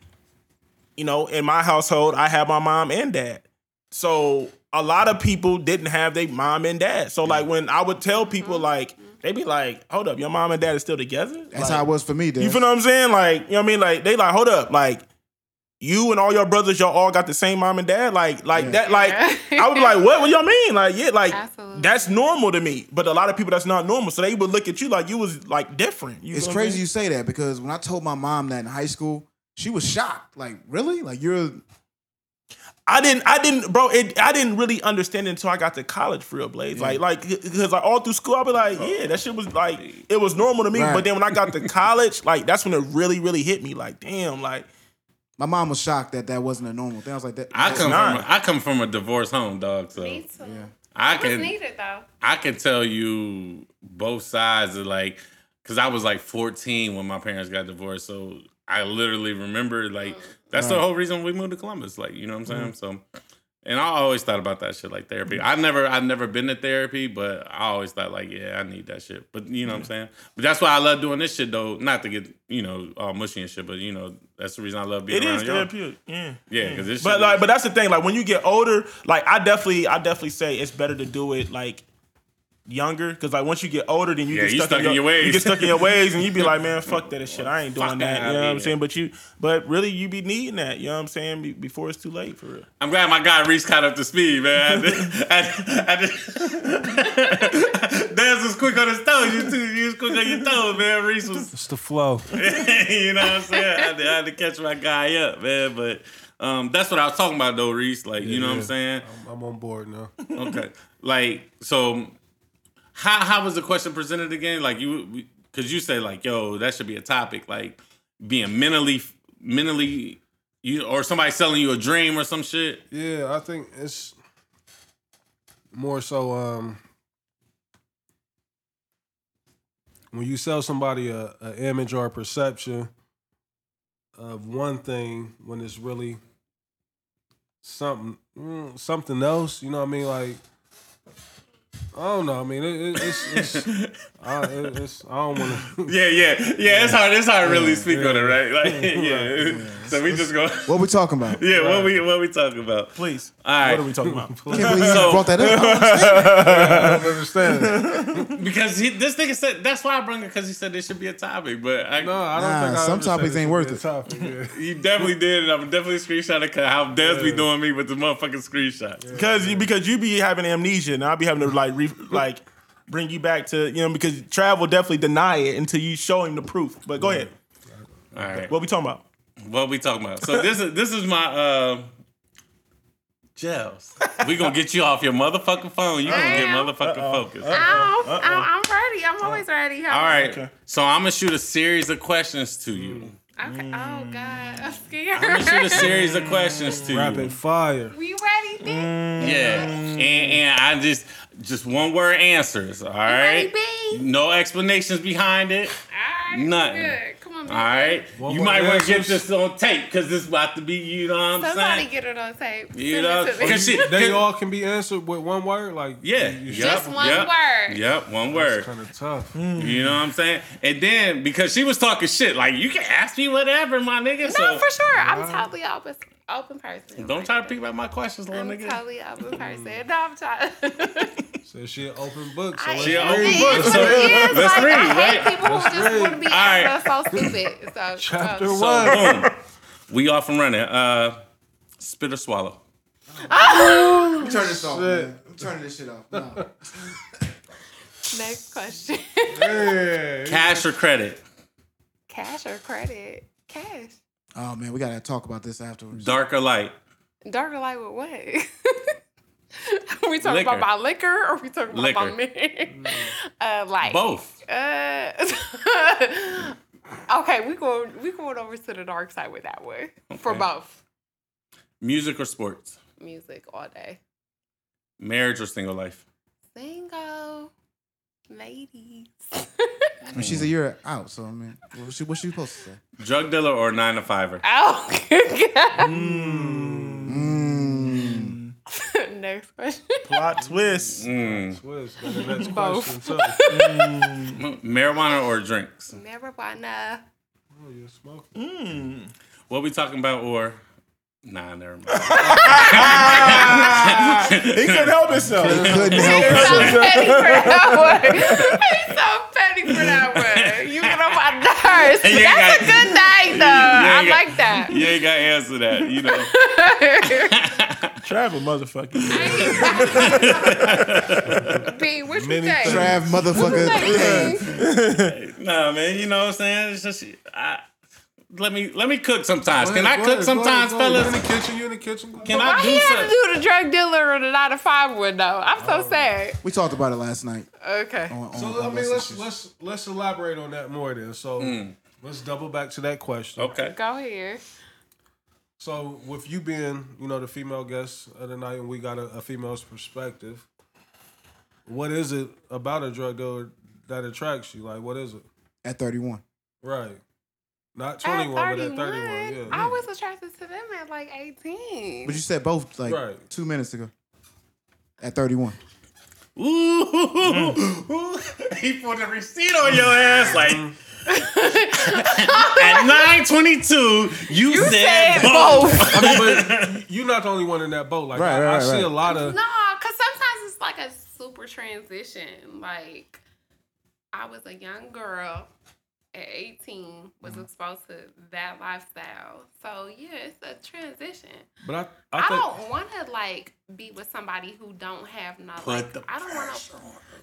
you know, in my household, I have my mom and dad. So a lot of people didn't have their mom and dad. So like when I would tell people like they'd be like, Hold up, your mom and dad is still together?
That's
Like,
how it was for me, dude.
You feel what I'm saying? Like, you know what I mean? Like they like, hold up, like you and all your brothers, y'all all got the same mom and dad. Like, like
Yeah.
that, like
Yeah.
I would be like, what? What y'all mean? Like, yeah, like
[LAUGHS] Absolutely.
that's normal to me. But a lot of people that's not normal. So they would look at you like you was like different. You
it's
know what I'm
crazy
saying?
you say that because when I told my mom that in high school, she was shocked. Like, really? Like you're
I didn't, I didn't, bro. It, I didn't really understand it until I got to college for real, Blaze. Like, like, because like all through school, I'd be like, yeah, that shit was like, it was normal to me.
Oh. Right.
But then when I got to college, like, that's when it really, really hit me. Like, damn, like,
my mom was shocked that that wasn't a normal thing. I was like, that
I come
not.
from a, I come from a divorced home, dog. So
Me too.
I
It was
can
needed though.
I can tell you both sides of like because I was like 14 when my parents got divorced, so I literally remember like
Uh-huh.
that's the whole reason we moved to Columbus. Like you know what I'm saying?
Mm-hmm.
So. And I always thought about that shit like therapy. I never, I've never been to therapy, but I always thought like, yeah, I need that shit. But you know what
Mm-hmm.
I'm saying. But that's why I love doing this shit though. Not to get you know all mushy and shit, but you know that's the reason I love being
it
around
is
y'all.
therapeutic. Yeah.
Yeah, because it's
But like, but that's the thing. Like when you get older, like I definitely, I definitely say it's better to do it like younger, because like once you get older, then you
Yeah,
get
you
stuck,
stuck
in
in
your,
your ways.
You get stuck in your ways, and you
[LAUGHS]
be like, man, fuck that shit. I ain't doing
Fuck
that.
that,
You know what I'm
yeah.
saying? But you, but really, you be needing that. You know what I'm saying? Be- Before it's too late for real.
I'm glad my guy Reese caught up to speed, man. I did- I did- Daz was quick on his toes. You too. You was quick on your toes, man. Reese was, [LAUGHS]
It's the flow.
you know what I'm saying. I had, to, I had to catch my guy up, man. But um, that's what I was talking about, though, Reese. Like, you know what I'm
Yeah.
saying?
I'm, I'm on board now.
Okay. Like, so how how was the question presented again? Like, you because you say like, yo, that should be a topic. Like, being mentally mentally. You, or somebody selling you a dream or some shit.
Yeah, I think it's more so um when you sell somebody a, a image or a perception of one thing when it's really something mm, something else, you know what I mean? Like I don't know. I mean, it, it, it's,
[LAUGHS]
it's, I, it, it's I don't want to.
Yeah, yeah, yeah. It's hard. It's hard to really speak on it, [LAUGHS] right? Like, yeah. So we just go.
What we talking
[LAUGHS]
about?
Yeah, what we what we talking about?
Please.
All right.
What are we
[LAUGHS]
talking about?
Can't believe you
So-
brought
[LAUGHS]
that up.
I don't [LAUGHS] understand. it.
Because he, this nigga said that's why I bring it because he said this should be a topic, but I,
No, I don't
Nah,
think I
some
understand
topics
this
ain't worth it.
Topic, yeah.
he definitely did, and I'm definitely screenshotting how Des be doing me with the motherfucking screenshots.
Because you because you be having amnesia, and I'll be having to like re, like bring you back to you know because Trav will definitely deny it until you show him the proof. But
Mm.
go ahead.
All right,
What we talking about?
what we talking about? So this is this is my uh, gels. [LAUGHS] We gonna get you off your motherfucking phone. You gonna get
Damn.
motherfucking focused.
Ow, ow, I'm ready. I'm always ready.
All right, so I'm gonna shoot a series of questions to you.
Okay. Oh God, I'm
Mm. I'm gonna shoot a
scared.
series of questions to you.
Rapid fire.
[LAUGHS] we ready, B?
Mm. Yeah, and,
Mm.
and I just just one word answers. All
Ready,
right,
B?
no explanations behind it.
All right.
Nothing.
Good. Come on, B.
All right,
One
you
more
might want to get
answers.
this on tape because this about to be, you know what I'm
Somebody
saying?
get it on tape.
You
Send
know, [LAUGHS]
it to me.
because shit,
They
'cause-
all can be answered with one word. Like
yeah,
you-
yep,
Just one
yep,
word.
Yep, one
It's
word. Mm.
kind of tough.
You know what I'm saying? And then because she was talking shit, like you can ask me whatever, my nigga.
No,
so
for sure. I'm totally open, open person.
don't
Like,
try to peek at my questions, little
I'm
nigga.
totally
[LAUGHS]
open person. No, I'm [LAUGHS] trying.
So she an open book. So
I
let's
She an
am
read.
open
the-
book, so
it's
let's
like,
read,
I hate
right?
people who just want to be
Alright.
out there so stupid. So,
[LAUGHS] Chapter
um,
one.
So boom, we off and running. Uh, spit or swallow.
Turn this off. Man. I'm turning this
[LAUGHS]
shit off. No.
Next
[LAUGHS]
question.
Cash or credit?
Cash or credit? Cash.
Oh man, we gotta talk about this afterwards.
Dark or light?
Darker light with [LAUGHS] what? we talking
Liquor.
about my liquor or we talking about my men? uh, like
Both.
Uh, [LAUGHS] okay, we going we going over to the dark side with that one for
Okay.
both
Music or sports?
music all day.
Marriage or single life?
Single
[LAUGHS]
ladies. [LAUGHS]
I mean, she's a year out, so I mean, what's she, what's she supposed to say?
Drug dealer or nine to fiver?
oh [LAUGHS]
Mm.
good God.
Mm.
Mm.
[LAUGHS] Next question.
Plot twist.
Mm.
Twist. Now the next
Both.
question. So,
Marijuana or drinks?
Marijuana.
oh, you're smoking.
What we talking about or nah, never
[LAUGHS]
mind.
He couldn't help
[LAUGHS]
himself.
Couldn't
He's
help
so
it.
petty for that [LAUGHS] one. He's so petty for that one. You get on my nerves.
And you ain't
That's a
got-
good thing
You
though. I
ain't got-
like that.
You ain't got to answer that, you know.
Travel, motherfucker.
[LAUGHS] B, what you
Many
think?
things.
Trav, motherfucker.
Nah, man, you know what I'm saying? It's just I, let me let me cook sometimes. Can I
Go
cook
ahead, go ahead,
sometimes,
go ahead. You
fellas?
in the kitchen? You in the kitchen?
Can
Why
I
he
do
had to
something?
do the drug dealer or the nine to five one though? I'm so sad.
We talked about it last night.
Okay.
On, on,
So
Oh,
I
on
mean,
Russell
let's
shit.
let's let's elaborate on that more then. So
Mm.
let's double back to that question.
Okay.
Go here.
So with you being, you know, the female guest of the night, and we got a, a female's perspective. What is it about a drug dealer that attracts you? Like, what is it?
at 31.
Right. Not twenty one, but at thirty one. Yeah.
I was attracted to them at like 18.
But you said both like
Right.
two minutes ago. At 31.
Ooh,
Mm.
he put a receipt on your ass like. At nine twenty two, you,
You
said,
said
both.
both.
I mean, but you're not the only one in that boat. Like,
Right,
I,
right,
I
right,
see
right.
a lot of.
no, because sometimes it's like a super transition. Like, I was a young girl at 18, was
Mm-hmm.
exposed to that lifestyle. So, yeah, it's a transition.
But I, I,
I,
think,
don't want to like be with somebody who don't have no. like,
Put the
I don't want to.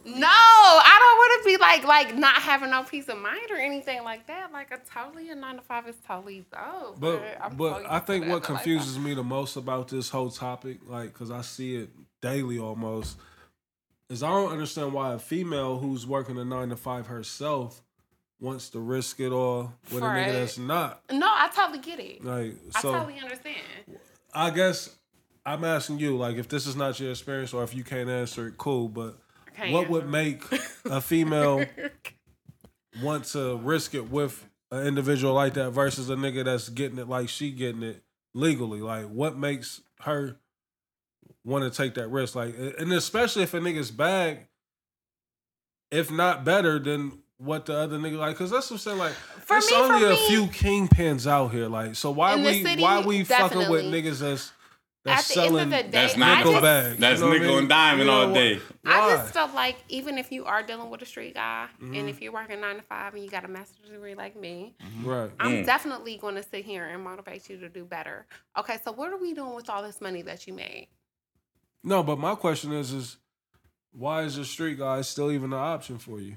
No, I don't want to be like like not having no peace of mind or anything like that. Like a totally a nine to five is totally dope.
But
bruh. I'm so
but
used
I
to
think
that,
what
but, like,
confuses me the most about this whole topic, like, cause I see it daily almost, is I don't understand why a female who's working a nine to five herself wants to risk it all with a
Right.
nigga that's not.
no, I totally get it.
Like,
I
so
totally understand.
I guess I'm asking you, like, if this is not your experience or if you can't answer it, cool. But
Can't
what
answer
would
it.
make a female want to risk it with an individual like that versus a nigga that's getting it like she getting it legally? Like, what makes her want to take that risk? Like, and especially if a nigga's bag if not better than what the other nigga like. Cause that's what I'm saying. Like,
For
it's
me, for
only a
me-
few kingpins out here. Like, so why
In the
we
city,
why we fucking with
definitely.
niggas that's
At
that's
the end of
selling
the day,
That's
I
not
nickel
just,
bags?
That's
you know what I
nickel
mean?
and diamond
You know
all
what?
day.
I
Why?
just felt like even if you are dealing with a street guy and if you're working nine to five and you got a master's degree like me,
Right.
I'm definitely going to sit here and motivate you to do better. Okay, so what are we doing with all this money that you made?
No, but my question is is why is the street guy still even an option for you?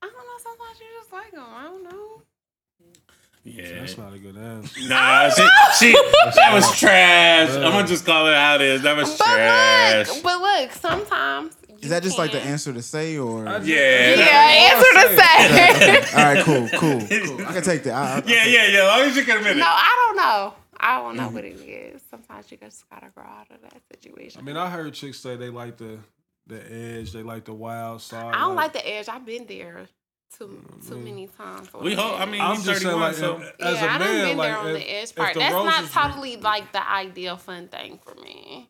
I don't know. Sometimes you just like them. I don't [LAUGHS] know.
Yeah.
That's not a good answer.
Nah, she, she, that was trash. I'm gonna just call it how it is. That was
But
trash. [LAUGHS]
look, but look. Sometimes you
Is that just like the
can't-
answer to say or? All
Yeah.
Yeah,
That's
answer
what I'm
[LAUGHS]
saying.
the same.
right, cool, cool, cool. I can take that. I, I,
yeah, yeah, yeah. As long as you can admit it.
No, I don't know. I don't know what it is. Sometimes you just gotta grow out of that situation.
I mean, I heard chicks say they like the the edge, they like the wild side.
I don't like the edge. I've been there too too many times.
We hope. I mean,
I'm
he's
just saying,
31,
like,
so
if-
yeah,
as a
I done
man,
been
like,
there on
if-
the edge
if
part.
the
That's
roses
not
was-
totally like the ideal fun thing for me.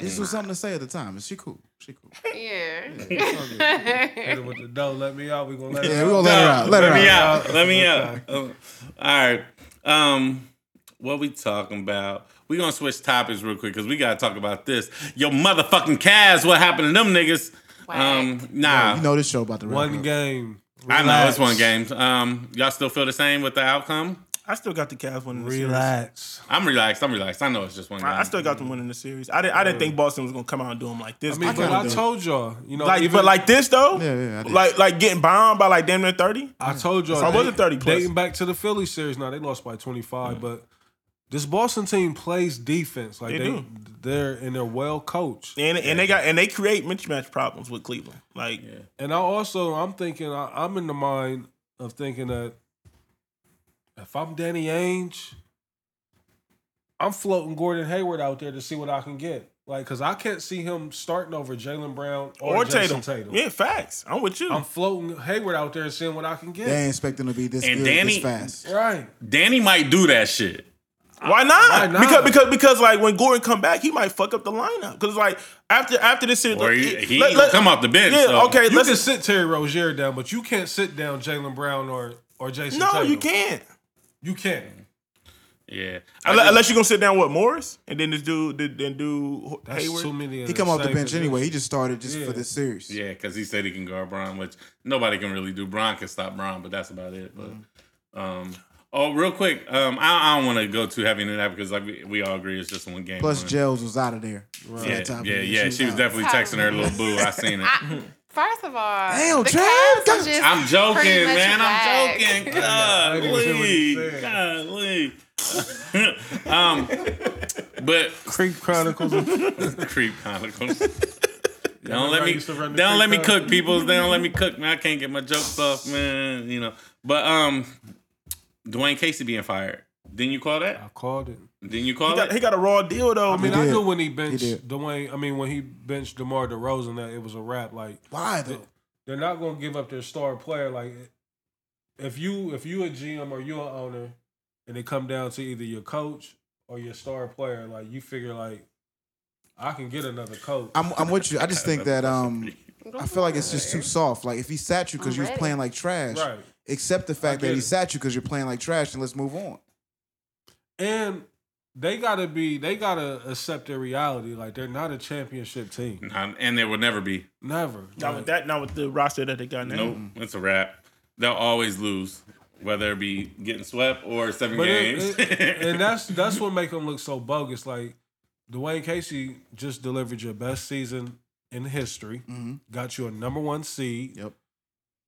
this was something to say at the time. Is she cool? She cool.
Yeah.
Hit her with the dough. Let me out. We gonna let
Yeah,
her
we
out.
gonna let her out. Let her
me
out.
out. Let me out. Oh, all right. Um, what we talking about? We gonna switch topics real quick because we gotta talk about this. Yo, motherfucking Cavs. What happened to them niggas? Um, nah.
You know this show about the
One game.
I know it's one
Relax.
game. Um, y'all still feel the same with the outcome?
I still got the Cavs winning the series.
Relax.
I'm relaxed. I'm relaxed. I know it's just one game.
I, I still got them winning the series. I didn't. I didn't think Boston was gonna come out and do them like this.
I mean,
I
but
kinda
I
do.
told y'all, you know,
like,
even,
but like this though.
Yeah, yeah, I did.
Like, like getting bombed by like damn near thirty.
I told y'all,
So I
they-
wasn't 30 plus.
Dating back to the Philly series, now they lost by twenty five, but this Boston team plays defense. Like
They
they,
do.
they're and they're well coached.
And, and they got and they create mismatch problems with Cleveland. Like
And I also, I'm thinking, I, I'm in the mind of thinking that if I'm Danny Ainge, I'm floating Gordon Hayward out there to see what I can get. Like, cause I can't see him starting over Jalen Brown or,
or,
Jason
Tatum.
Tatum.
Yeah, facts. I'm with you.
I'm floating Hayward out there and seeing what I can get.
They ain't expecting to be this
And
good,
Danny-
this fast.
Right.
Danny might do that shit.
Why not?
Why not?
Because because because like when Gordon come back, he might fuck up the lineup. Because like after after this series,
Or he, he ain't gonna come off the bench.
Yeah,
so.
okay.
You
Let's
can sit Terry Rozier down, but you can't sit down Jalen Brown or or Jason
no,
Tatum.
you can't.
You can't.
Yeah. I
Unless,
just-
unless you're gonna sit down with Morris and then this dude then- then do
That's
Hayward.
too many. Of
He
the
come off the
same
bench
positions.
anyway. He just started just
Yeah.
for this series.
Yeah, because he said he can guard Braun, which nobody can really do. Braun can stop Braun, but that's about it. But
Mm-hmm.
um, oh, real quick, um, I, I don't want to go too heavy into that because like we, we all agree it's just one game.
Plus,
one.
Gels was out of there. for
yeah,
that time
yeah,
period.
yeah, she was
out.
definitely
Time.
texting her little boo. I seen it.
I, [LAUGHS] first of all,
Damn,
the
Trav,
Cavs are
God-
just
I'm joking,
pretty much
man.
whack.
I'm joking.
I didn't hear what
Golly,
you said.
golly. [LAUGHS] um, but
Creep Chronicles.
[LAUGHS]
[LAUGHS] creep
[LAUGHS]
chronicles. don't let
I
me
used to run
don't
the
let me
creep
cook, people. They don't let me cook, man. I can't get my jokes off, man. You know. But um, Dwayne Casey being fired. Didn't you call that?
I called it.
Didn't you
He
call
got, he
it?
got a raw deal though.
I mean, I
Oh, did.
knew when he benched
did.
Dwayne. I mean, when he benched DeMar DeRozan, that it was a wrap. Like
Why though?
they're not going to give up their star player. Like if you if you a GM or you an owner, and it come down to either your coach or your star player, like you figure like I can get another coach.
I'm, I'm with you. I just think that um,
Go
I feel like it's just too soft. Like if he sat you because you was
Already.
playing like trash,
Right.
accept the fact
get
that he
it.
sat you because you're playing like trash, and let's move on.
And they gotta be, they gotta accept their reality. Like they're not a championship team.
Um, and there will never be.
Never.
Not with that, not with the roster that they got now.
Nope.
Mm-hmm.
It's a wrap. They'll always lose, whether it be getting swept or seven
But it-
games.
it-
[LAUGHS]
and that's that's what make them look so bogus. Like Dwayne Casey just delivered your best season in history.
Mhm.
Got you a number one seed.
Yep.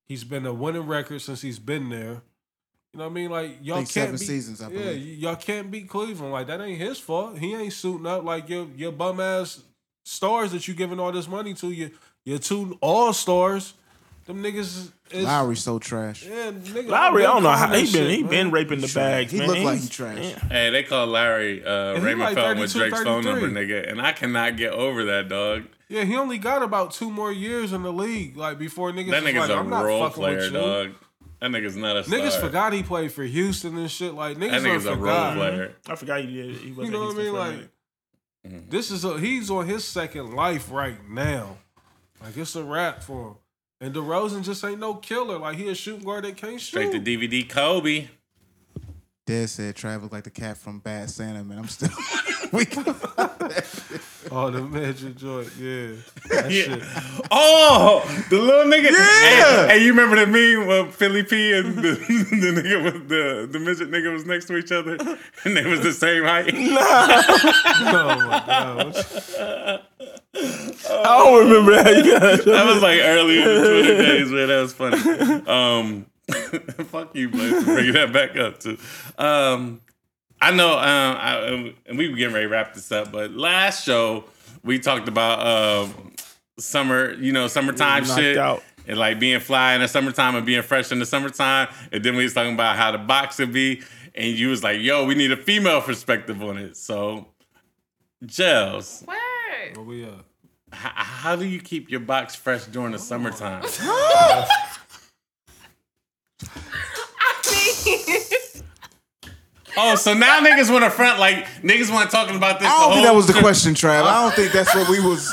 He's been a winning record since he's been there. You know what I mean? Like y'all
Think
can't
seven
be,
seasons, I
Yeah,
believe.
y- y'all can't beat Cleveland. Like that ain't his fault. He ain't suiting up like your your bum ass stars that you giving all this money to. Your your two all stars. Them niggas is
Lowry's so trash.
Yeah, nigga,
Lowry, I
I've
don't know how
calling
he
that
been.
shit,
He been
man.
raping the bag.
He
man.
looked like
He's-
he trash.
yeah.
[LAUGHS] hey, they call Larry uh,
he
Raymond
like
Felton with
32,
Drake's phone number,
33.
nigga, and I cannot get over that, dog.
Yeah, he only got about two more years in the league. Like before niggas,
That
was
nigga's
like,
a
I'm not
role
fucking with
player,
you.
dog. That nigga's not a star.
Niggas forgot he played for Houston and shit. Like niggas, done
That nigga's a role
forgot.
player.
I forgot he did. He was
You know
Mm-hmm.
what I mean? Like this is a, he's on his second life right now. Like it's a wrap for him. And DeRozan just ain't no killer. Like he a shooting guard that can't shoot.
Straight to DVD Kobe.
Dad said Trav looked like the cat from Bad Santa, man. I'm still [LAUGHS] weak.
Oh, the magic joint, yeah. That shit.
Oh, the little nigga.
Yeah.
And, and you remember that meme of Philly P and [LAUGHS] the, the nigga with the the midget nigga was next to each other [LAUGHS] and they was the same height.
Oh my god. What you-
I don't remember how you got
[LAUGHS] That was like early
[LAUGHS]
in the Twitter days, man. That was funny. Um, [LAUGHS] fuck you, Blaze, for bringing that back up too. Um, I know, um, I, and we were getting ready to wrap this up, but last show we talked about uh, summer, you know, summertime
Knocked
shit.
out.
And like being fly in the summertime and being fresh in the summertime. And then we was talking about how the box would be. And you was like, yo, we need a female perspective on it. So, Gels,
What?
Where we uh, at?
h- how do you keep your box fresh during the summertime? Oh, so now niggas want to front like niggas want talking about this.
I don't
the
think
whole-
that was the question, Trav. I don't think that's what we was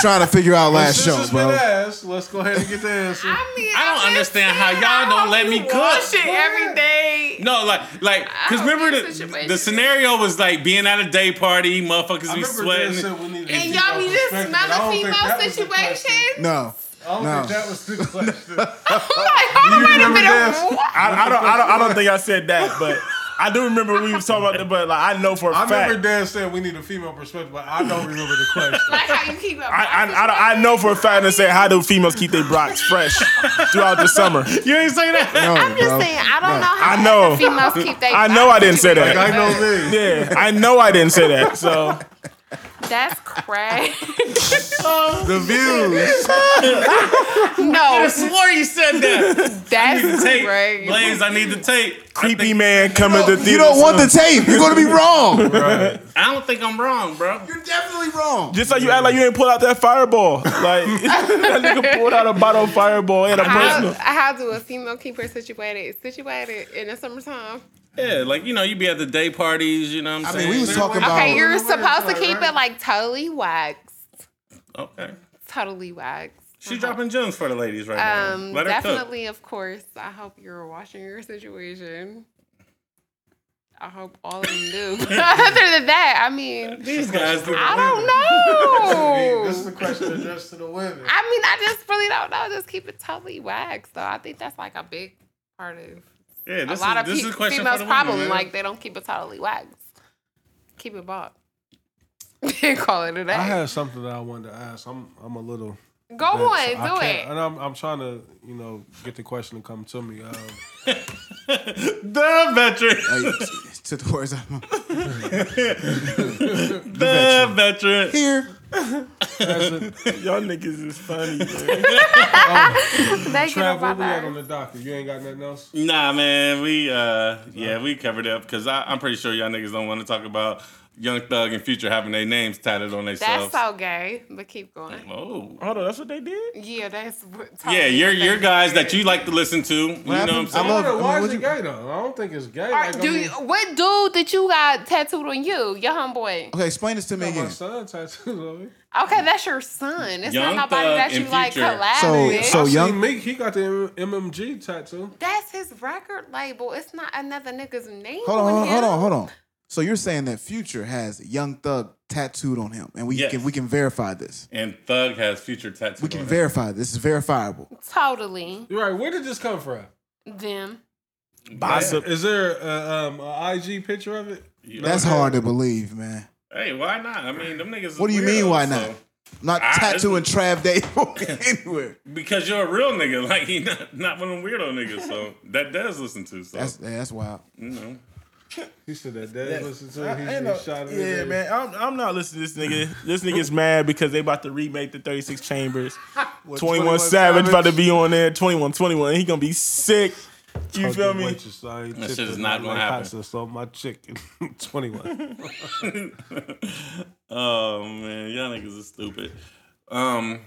trying to figure out
Since
last show,
it's been
bro.
asked, let's go ahead and get the
[LAUGHS]
answer.
[LAUGHS] I mean,
I don't understand how y'all don't let me cook.
Wash it every day.
No, like, like, because
I don't
remember
think
the,
situation
the
is-
scenario was like being at a day party, motherfuckers
I
be
remember Dan
sweating.
said we needed
And
to
y'all be
keep
just
our perspective. I
another
don't think that
female
was the question.
[LAUGHS]
situation.
No.
I don't
No.
think that was
[LAUGHS]
the question.
I'm [LAUGHS] like, hold on, wait a minute. [LAUGHS]
this?
What?
I, I don't. I don't. I don't think I said that, but I do remember we was talking about that. But like, I know for a
I
fact.
remember Dan said we need a female perspective, but I don't remember the question.
Like how you keep up.
I, I, I, don't- I know for a fact and say how do females keep their blocks fresh throughout the summer?
You ain't say that.
No,
am just
bro.
saying, I don't know
I
how
know.
other females keep their.
[LAUGHS] I know I didn't say
Like, [LAUGHS] I
that.
know me.
Yeah, I know I didn't say that. So
That's crazy.
The
[LAUGHS]
views.
[LAUGHS]
no,
I swore you said
[LAUGHS]
that.
that's
Tape,
crazy.
Blaze, I need the tape.
creepy man coming to theater.
You don't want the tape. You're gonna be wrong.
I don't think I'm wrong, bro.
You're definitely wrong.
Just like you act like you ain't pull out that fireball. Like [LAUGHS] that nigga pulled out a bottle of fireball and a
How,
personal.
how do a female keep her situated? Situated in the summertime.
Yeah, like you know, you be at the day parties. You know what I'm
I
saying?
mean, we was talking about.
Okay, you're
Well,
supposed to
right,
keep
right.
it like totally waxed,
okay.
totally waxed.
She dropping gems for the ladies right
Um,
now. Let her cook.
definitely, of course. I hope you're watching your situation. I hope all of
[LAUGHS]
them do. [LAUGHS] Other than that, I mean,
These guys, do-
I don't
This
[LAUGHS]
is
know.
a question addressed to the women.
I mean, I just really don't know. Just keep it totally waxed. So I think that's like a big part of
yeah, this
a lot
is,
of
this
pe-
is a question
females'
for the women,
problem.
man.
like they don't keep it totally waxed. Keep it bought. [LAUGHS] Call it a day.
I had something that I wanted to ask. I'm I'm a little
Go
that's- I
on, do
can't-
it.
And I'm I'm trying to, you know, get the question to come to me. Um,
the veteran.
Hey, t- took the words [LAUGHS] out of my
The veteran.
here.
Y'all niggas is funny. man.
Thank you,
Trav, where we at
Papa.
on the doctor? You ain't got nothing else?
Nah, man, we uh, yeah, we covered it up because I'm pretty sure y'all niggas don't want to talk about Young Thug and Future having their names tatted on
That's
themselves.
so gay, but keep going.
oh,
Hold on, that's what they did.
Yeah, that's what-
yeah,
totally
your your
gay.
guys that you like to listen to. You know what I'm
happened? I
saying?
love-
Why
mean,
why is
what
it
you-
gay though? I don't think it's gay.
All
Like,
right,
I
do
mean,
you, what dude that you got tattooed on you? Your homeboy.
Okay, explain this to me
my
again.
son tattooed on me.
Okay, that's your son. It's
Young
not nobody
Thug
that you
and
like
Future.
collabing
So-
with.
so-
I seen
young-
Meek, he got the M- MMG tattoo.
that's his record label. It's not another nigga's name.
Hold on,
on
hold on,
him.
hold on, hold on. So you're saying that Future has Young Thug tattooed on him, and we
Yes.
can we can verify this.
And Thug has Future tattooed.
We can
on him.
verify this. this is verifiable.
Totally.
You're right. Where did this come from?
Them.
Gossip.
Is there a, um, a IG picture of it?
You know,
That's hard to believe, man.
Hey, why not? I mean, them niggas. is
What do you mean?
weirdos,
Why not?
so-
I'm not
I-
tattooing Trav Day [LAUGHS] anywhere.
Because you're a real nigga, [LAUGHS] like you not not one of them weirdo niggas. So that does listen to. So
That's that's wild.
you know,
He said that. Dad listened to it. He,
Ain't
he
no-
shot it.
yeah, man. I'm, I'm not listening to this nigga. This nigga's mad because they about to remake the 36
[LAUGHS]
Chambers. 21 Savage about to be on there. 21, 21. He gonna be sick. You feel me?
That shit is not gonna happen.
So my chicken, [LAUGHS] twenty one.
[LAUGHS] oh man, y'all niggas is stupid. Um,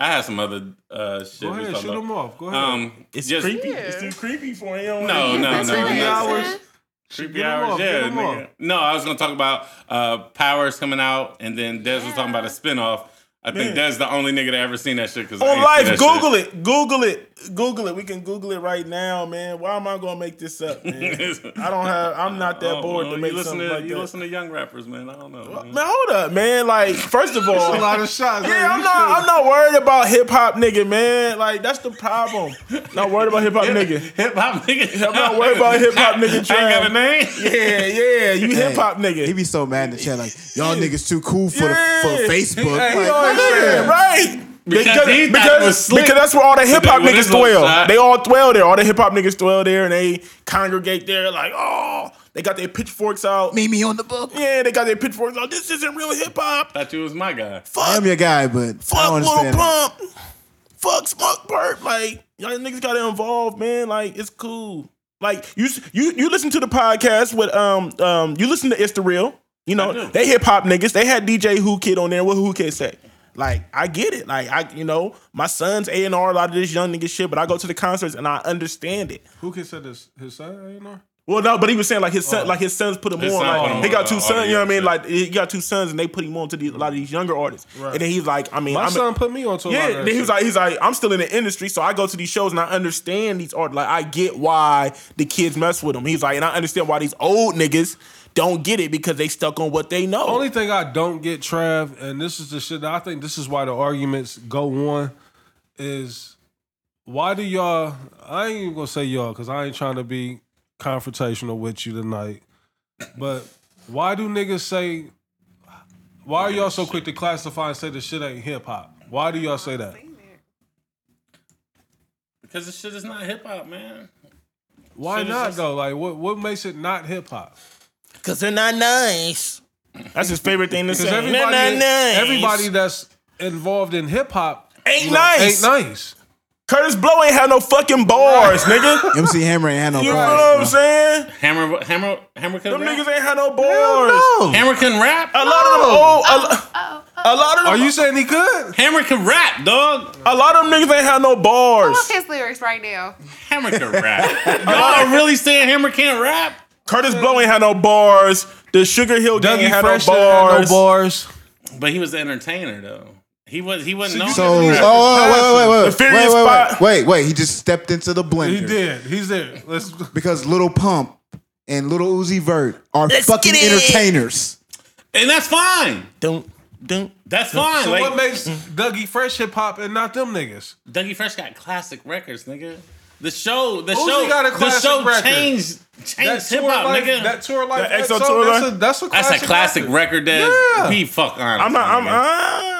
I had some other uh shit.
Go
we
ahead,
talked
shoot
about.
them off. Go ahead.
Um,
It's
just-
creepy. It's too creepy for him.
No, no,
That's
no.
what
no.
I'm
hours.
saying.
Creepy
Get 'em
hours.
off,
yeah,
get 'em
nigga.
off.
No, I was gonna talk about uh powers coming out, and then Des was talking about a spinoff. I think that's the only nigga that ever seen that shit. Cause I
On
ain't seen
life,
that [LAUGHS]
Google it. Google it. Google it. We can Google it right now, man. Why am I gonna make this
[LAUGHS]
up, man?
shit.
I don't have. I'm not that
Oh,
bored
oh,
to make
you listen
something
to
like
you
that.
listen to young rappers, man. I don't know. man.
Man, hold up, man. Like, first of all,
A lot of shots.
yeah, I'm not. I'm not worried about hip hop, nigga, man. Like, that's the problem. Not worried about hip hop,
[LAUGHS]
nigga.
Hip hop nigga.
I'm not worried about hip
[LAUGHS]
hop, nigga.
Ain't got a
Trap.
name.
[LAUGHS] Yeah, yeah. You hip hop, nigga.
He be so mad in the chat, like y'all niggas too cool for the,
Yeah.
for Facebook.
Hey,
Like,
yo,
Oh, yeah,
Yeah.
right.
Because
Because,
he
because,
thought it was
because,
slick.
that's where all the hip hop
With his
niggas
little
dwell.
shot.
They all dwell there. All the hip hop niggas dwell there and they congregate there like, oh, they got their pitchforks out.
meet me on the book.
Yeah, they got their pitchforks out. This isn't real hip hop.
Thought you was my guy.
I'm
Fuck,
your guy, but I
fuck,
don't
little
understand. that.
pump. Fuck, smoke burp. Like, y'all niggas got to involve, man. Like, it's cool. Like, you s- you you listen to the podcast with, um, um, you listen to It's the Real. You know,
do.
they hip hop niggas. They had DJ Who Kid on there. What Who Kid say? Like, I get it. Like, I, you know, my son's A and R, a lot of this young nigga shit, but I go to the concerts and I understand it.
Who can say this? His son, A&R?
Well, no, but he was saying like his son, like his sons put him
Oh. His
on.
son
Like,
put him
he
on
got
to
two
all
sons,
the
you know what I mean?
young
Like he got two sons, and they put him on to these, a lot of these younger artists. And then he's like, I mean,
My
I'm
son put me on to a lot
yeah.
of
Then
that
he
shit.
was like, he's like, I'm still in the industry, so I go to these shows and I understand these artists. Like I get why the kids mess with him. He's like, and I understand why these old niggas don't get it because they stuck on what they know.
Only thing I don't get, Trav, and this is the shit that I think this is why the arguments go on, is why do y'all, I ain't even gonna say y'all, because I ain't trying to be confrontational with you tonight, but why do niggas say, why are y'all so quick to classify and say this shit ain't hip hop? Why do y'all say that?
Because this shit is not hip hop, man.
Why
Shit is
not
just-
though? Like, what, what makes it not hip hop?
Cause they're not nice. That's his favorite [LAUGHS] thing to say.
Because
They're
everybody,
not nice.
everybody that's involved in hip hop
ain't
you know,
nice.
Ain't nice.
Curtis Blow ain't had no fucking bars, [LAUGHS] nigga.
MC Hammer ain't had no
You know what I'm
problems.
saying?
Hammer, hammer, hammer couldn't
Them
rap.
niggas ain't Oh. had no bars.
hammer can rap.
A lot of them old, a,
Oh,
a lot of them,
Are you saying he could?
hammer can rap, dog.
a lot of them niggas ain't had no bars.
Look oh, his lyrics right now.
Hammer can rap. Y'all really saying Hammer can't rap?
Curtis Blow ain't had no bars. The Sugar Hill gang
Dougie
ain't had no bars.
Fresh had no bars.
But he was an entertainer though. He was he wasn't known.
So,
as a
oh,
rapper.
oh, wait, wait, wait,
Furious
wait, wait,
Five-
wait, wait, wait. He just stepped into the blender
He did. He's there.
[LAUGHS]
Let's.
because Little Pump and Little Uzi Vert are fucking
get it.
entertainers.
and that's fine.
Dun, dun.
That's fine.
So
like,
what makes Dougie Fresh hip hop and not them niggas?
Dougie Fresh got classic records, nigga. The show, the
Uzi
show,
got a
the
classic
show
record.
changed changed hip hop,
life,
nigga.
that tour life,
That
that
EXO
song,
Tour
that's,
Life?
a, that's a
that's
classic
a classic record that
Yeah.
be fuck honest.
I'm not. I'm.
nigga.
Uh,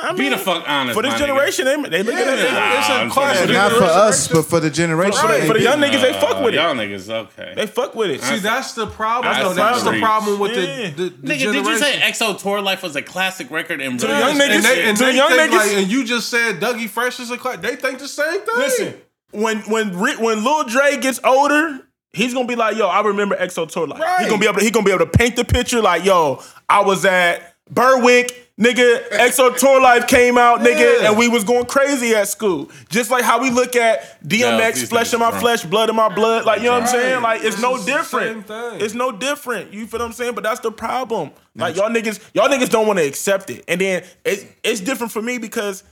I
be
mean,
the fuck honest
for this
my nigga.
generation, they, they look at it.
Yeah.
It's
Nah,
a
I'm
classic.
saying-
Not for us, but for the generation.
Right.
they
For the
be.
young niggas, they fuck with
Y'all
it.
niggas, okay.
They fuck with it.
See, that's the problem.
I
though.
see
That's
the
the
reach.
problem with the,
Yeah.
the, the
nigga,
generation.
did you say EXO Tour Life was a classic record? And
the young
and
niggas-
they, and
to
they
the young
think
niggas-
like, and you just said Dougie Fresh is a class. They think the same thing.
Listen, when when Ri- when Lil Dre gets older, he's gonna be like, "Yo, I remember EXO tour life." He's
Right.
gonna be able to he gonna be able to paint the picture like, "Yo, I was at Berwick." Nigga, EXO Tour Life came out, nigga,
Yeah.
and we was going crazy at school. Just like how we look at
Yeah,
DMX,
these
flesh in
niggas
my
drunk.
flesh, blood in my blood. Like, you know what I'm saying?
Right.
Like, it's,
It's
no
the same
different.
thing.
It's no different. You feel what I'm saying? But that's the problem. Like y'all niggas, y'all niggas don't want to accept it. And then it's it's different for me because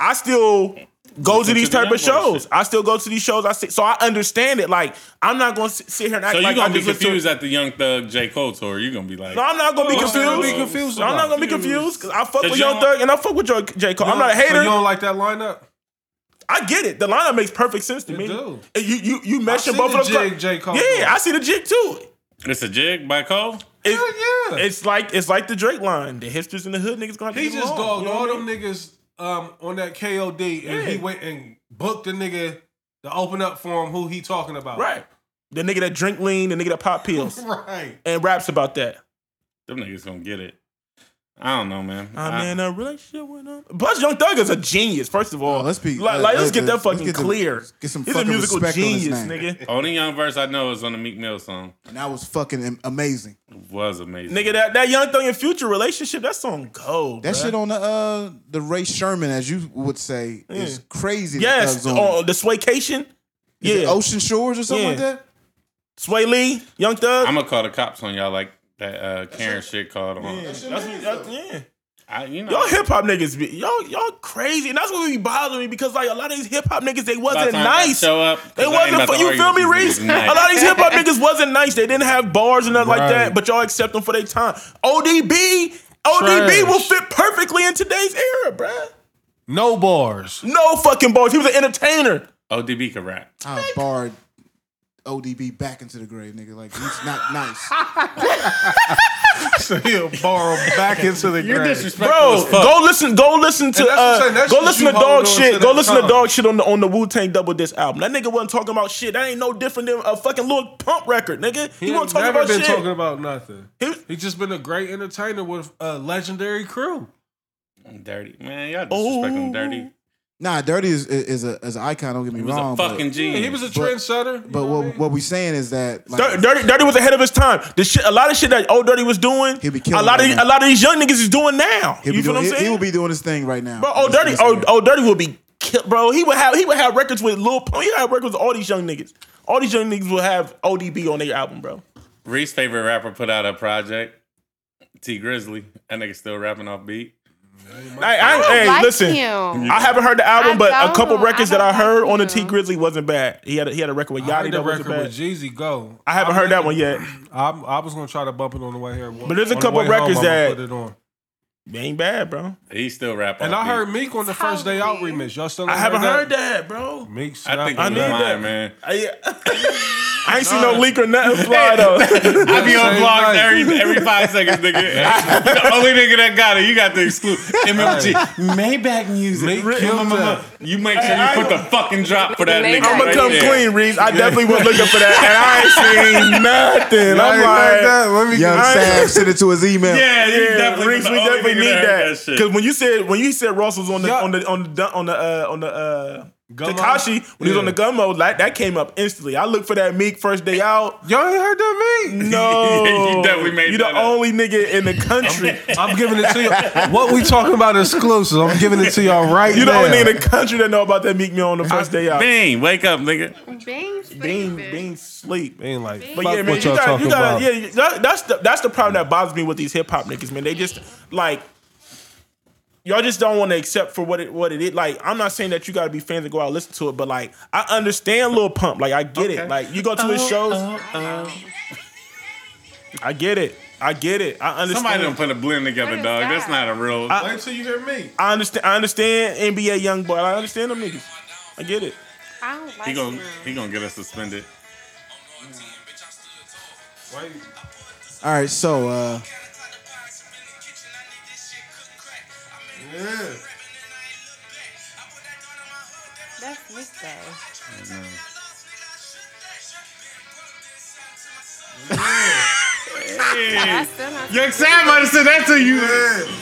I still go to
to
these
the
type of
young boys.
shows. I still go to these shows. I sit, so I understand it. Like I'm not gonna sit sit here and act
So
like
you
I
gonna be
just listen
confused
To,
at the Young Thug J Cole tour? You gonna be like,
no, I'm not gonna be
What's there to
confused.
be confused
I'm not
about?
gonna be confused because I fuck
Cause
with
you
Young
don't-
Thug and I fuck with J. J. Cole. I'm not a
So
hater.
you don't like that lineup?
I get it. The lineup makes perfect sense to me.
do.
And You you you mentioned
see
both
the
of them.
jig J. Cole doing.
yeah, I see the jig too.
it's a jig by Cole?
It-
Hell yeah.
It's like it's like the Drake line. The hipsters in the hood niggas gonna have to
He
get
just
along,
dogged
you know
all
what I
them
mean?
niggas um, on that KOD, and he
Yeah.
went and booked the nigga to open up for him. Who he talking about?
Right. The nigga that drink lean, the nigga that pop pills,
[LAUGHS] right.
and raps about that.
Them niggas gonna get it. I don't know, man.
I'm
Ah.
I-
in a relationship with him. Plus, Young Thug is a genius. First of all,
Oh, let's be-
like, like, let's get that
let's- let's
fucking
get the-
clear.
get some
He's a
fucking
musical
respect on his
genius,
name.
nigga.
only young verse I know is on the Meek Mill song.
And that was fucking am- amazing.
It was amazing.
nigga, that, that Young Thug and Future relationship, that song gold.
That
bruh.
shit on the uh the Ray Sherman, as you would say, is crazy. that
yes,
Thug's on.
on the Swaycation.
Is it
Yeah,
Ocean Shores or something
Yeah.
like that.
Sway Lee, Young Thug.
I'm gonna call the cops on y'all like that uh, Karen shit called on.
That's- that's- yeah.
I, you know,
Y'all hip hop niggas, be, y'all y'all crazy, and that's what be bothering me because like a lot of these hip hop niggas, they
by the
wasn't
time I
nice.
Show up.
They wasn't. fu- you feel me, Reese? A lot of these hip hop niggas wasn't nice. They didn't have bars and nothing like
Right.
that. But y'all accept them for their time. ODB, ODB
Trash.
will fit perfectly in today's era, bruh.
No
[LAUGHS]
bars.
No fucking bars. He was an entertainer.
ODB can rap.
I barred ODB back into the grave, nigga. Like he's not
[LAUGHS]
nice.
So he'll borrow back into the
You're
grave.
disrespectful
Bro,
as fuck.
go listen. Go listen to.
And that's what I'm
Uh,
saying, that's
go
what
listen
you
to dog
hold on
shit.
to
Go
that
listen to
time.
dog shit on the on the Wu Tang Double Disc album. That nigga wasn't talking about shit. That ain't no different than a fucking little pump record, nigga. He,
He ain't
wasn't talking
never
about
been
shit.
talking about nothing.
He-
He just been a great entertainer with a legendary crew.
Dirty man, y'all disrespecting
Ooh.
dirty.
Nah, Dirty is is a is an icon. Don't get me
He was
wrong.
a
but-
fucking
Yeah,
genius.
he was a
But-
trendsetter. you
But,
know
what
what I mean?
what we saying is that like,
Dirty, Dirty, Dirty was ahead of his time. The shit, a lot of shit that old Dirty was doing.
He be
a
killing
lot of
right now.
a lot of these young niggas is doing now. You feel
he'll be doing,
what I'm
he,
saying?
he will be doing his thing right now.
bro, old
That's
Dirty, oh,
what I'm
old,
saying.
old Dirty will be killed, bro. He would have he would have records with Lil Pump. He would have records with all these young niggas. All these young niggas will have ODB on their album, bro.
Reese's favorite rapper put out a project. T Grizzly, that nigga still rapping off beat.
I, I,
I
hey,
like
listen.
him.
I haven't heard the album,
I
but a
don't.
couple
I
records that
don't
I heard
like
on the
him.
T Grizzly wasn't bad. He had a, he had a record with
I
Yachty
heard
that
the
wasn't
record with
bad.
Jeezy Go.
I haven't heard that one yet.
I'm, I was gonna try to bump it on the way here.
But there's a
On the
couple
way home,
records
I'm gonna
that-
put it on.
It ain't bad, bro.
He still rap
And
off
I
beat.
heard Meek on the first day out remix. Y'all still
I
ain't
haven't heard that, bro.
Meek.
I think
I
I
need
need lying,
that.
man.
I, I ain't seen no leak or nothing
[LAUGHS]
fly though.
I be on
Same
blogs
night.
every every five seconds, nigga.
[LAUGHS]
the only nigga that got it, you got the exclude. MMG, Maybach music.
Meek killed that.
You make sure you put the fucking drop for that
Maybach.
nigga.
I'ma
right
come
there.
clean, Reese. I definitely was looking for that,
[LAUGHS]
and I ain't seen nothing.
Hey,
I'm
like
like,
that. Let me
Young
get-
Sam sent it to his email.
Yeah, you
yeah,
definitely
Reese,
the
we
only
definitely
nigga
need
heard
that.
shit.
Because when you said when you said Ross was on the
Yeah.
on the on the dun- on the uh, on the uh,
Gummo?
Takashi when he was on the gummo, like that came up instantly. I looked for that Meek first day out.
Y'all ain't heard that
[LAUGHS]
Meek.
[LAUGHS]
No,
Yeah, you definitely made
You
that
the
up.
only nigga in the
[LAUGHS]
country.
I'm giving it to you. What we talking about exclusive? I'm giving it to y'all right
You the
now.
only nigga in the country that know about that Meek Mill on the first day out.
Bang, wake up, nigga.
Being sleeping.
Bean, Bean sleep.
Ain't like
But
fuck
yeah, man,
what
you
y'all
gotta,
talking
you gotta,
about.
yeah, you- that, that's the that's the problem that bothers me with these hip hop niggas, man. They just like y'all just don't want to accept for what it what it is. Like, I'm not saying that you gotta be fans and go out and listen to it, but like, I understand Lil Pump. Like, I get it. Like, you
Oh,
go to his shows, I get it. I get it. I understand.
Somebody done put a blend together,
What is
dog. That's
that?
not a real.
Wait till you hear me.
I understand. I understand NBA young boy. I understand them niggas. I get it.
I don't like
he gonna
him.
he gonna get us suspended.
All right, so uh,
Yeah.
That's Nick Day. That's still not.
Young Sam might have said that to you.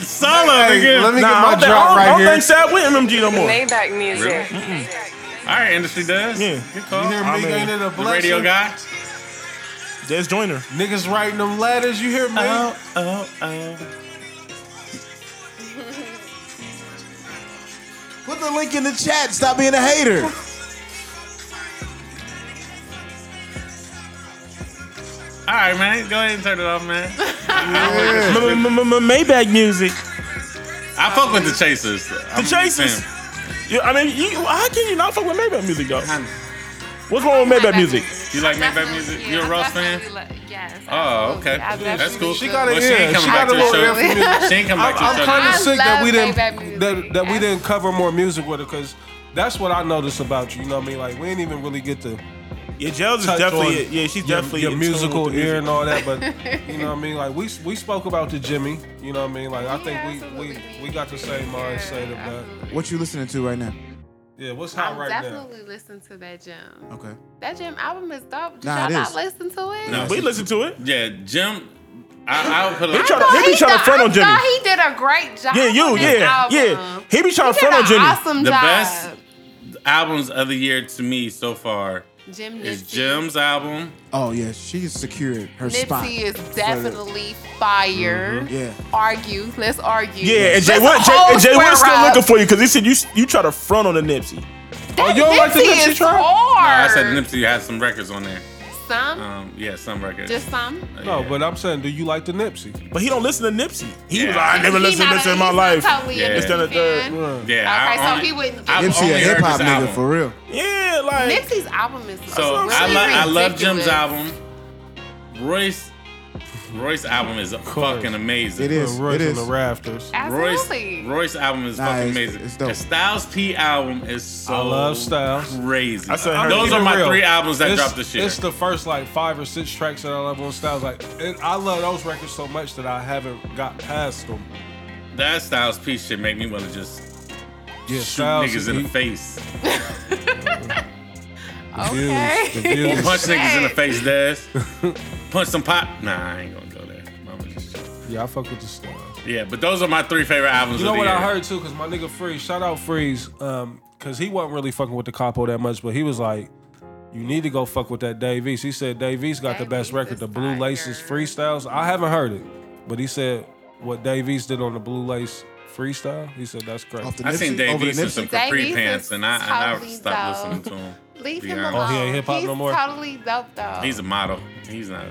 Solo
Hey,
again.
let me
Nah,
get
I don't,
my
think, I
drop
don't, I
right
don't
here.
think Sad with MMG no more.
Maybach music.
All right, industry does.
Yeah.
Good call.
You hear Meek
mean,
ain't it a
the
blessing?
radio guy.
There's Joyner.
Niggas writing them letters. You hear me?
Uh-huh.
oh, oh.
put the link in the chat. Stop being a hater.
All right, man. Go ahead and turn it off, man.
M- m- m- m- Maybach music.
I fuck with the Chasers.
The Chasers. Yeah, I mean, [LAUGHS] you, how can you not fuck with Maybach music, though?
I'm-
What's wrong with Maybach music?
You like
Maybach
Maybach music? You a
I
Ross fan?
definitely Like, yes.
Oh,
absolutely.
okay.
I
That's
definitely
cool.
do.
She got it.
Well, she
Yeah,
ain't coming
she
back
got a
to the
little
show. She ain't coming
I'm,
back to the show.
kind
I
of sick that
love
we didn't
Maybach music.
that, that we didn't cover more music with her because that's what I noticed about you. You know what I mean? Like we didn't even really get to
Yeah, Jels is
touch
definitely,
on
it. yeah, she's
your,
definitely
your
in tune
musical
with the
ear
music.
and all that. But
[LAUGHS]
you know what I mean? Like we we spoke about the Jimmy. You know what I mean? Like I
Yeah,
think we, we
absolutely.
we got the same mindset of that.
absolutely.
What you listening to right now?
Yeah, what's hot
I'm
right now?
definitely listening to that gym.
Okay.
That gym album is dope. Did
Nah,
y'all
it
not
is.
listen to it?
No.
We listen to it.
Yeah, Jim. I, I would put
He
like,
tryna-
Well,
he be trying
did-
to front
I
on Jimmy.
thought he did a great job.
Yeah, you,
on this
yeah,
album.
yeah. He be trying to
He did
front on
an
Jimmy.
Awesome
the
job.
best albums of the year to me so far
Jim
is
Nipsey.
Jim's album.
Oh yeah, she's secured her spot.
Nipsey
for
is
the-
definitely fire.
Mm-hmm.
Yeah.
Argue. Let's argue.
Yeah, and Jay,
Let's
what, Jay,
hold
and Jay
square
Wood's still
up.
looking for Oh, you because he said you you try to front on the Nipsey.
That
you don't like the
Nipsey
Nipsey
is
track? No,
I
hard.
said Nipsey had some records on there.
Some?
Um, yeah, some records.
Just some.
Uh,
No,
yeah.
but I'm saying, do you like the Nipsey?
But he don't listen to Nipsey. He
Yeah.
was like, I never
He
listened to
not
Nipsey
a-
in my
he's
life.
not Totally
Yeah.
yeah.
It's
done a third
yeah.
Okay,
I
so
only-
he wouldn't-
I've
Nipsey
only
a
heard
hip hop
this
nigga
Oh, album.
for real.
Yeah, like
Nipsey's album is
So
really
I, love I love
ridiculous.
Jim's album. Royce Royce album is fucking amazing.
It is.
Royce
It
on
is.
the rafters.
Royce
Absolutely.
Royce album is
Nah,
fucking
it's-
amazing.
it's dope.
The Styles P album is so
I love Styles.
crazy.
I said
I'm
Those
keeping
are my
it real.
three albums that
It's-
dropped this year.
It's the first like five or six tracks that I love on Styles. Like it, I love those records so much that I haven't got past them.
that Styles P shit make me want to just
Yeah,
shoot niggas in the face.
Okay.
Or [LAUGHS] punch
Okay.
niggas in the face, Daz.
[LAUGHS]
punch some pop. Nah, I ain't gonna go there. Mama just chill.
Yeah, I fuck with the Styles.
Yeah, but those are my three favorite albums.
You know
of the
what
year.
I heard too, because my nigga Freeze, shout out Freeze, um, because he wasn't really fucking with the capo that much, but he was like, you need to go fuck with that Dave East. He said Dave East got the
Dave
best
East
record,
is
the Blue Laces
fire.
freestyles. I haven't heard it, but he said what Dave East did on the Blue Lace freestyle. He said that's great.
Off the
I seen
Nipsey,
Dave
over the
East in some
Nipsey.
Dave
capri
East
pants,
is
and I and I
totally
stopped
dope.
listening to him.
Leave
Be
him alone.
honest.
Oh, he ain't hip hop
He's
no more?
totally dope though.
He's a model. He's not.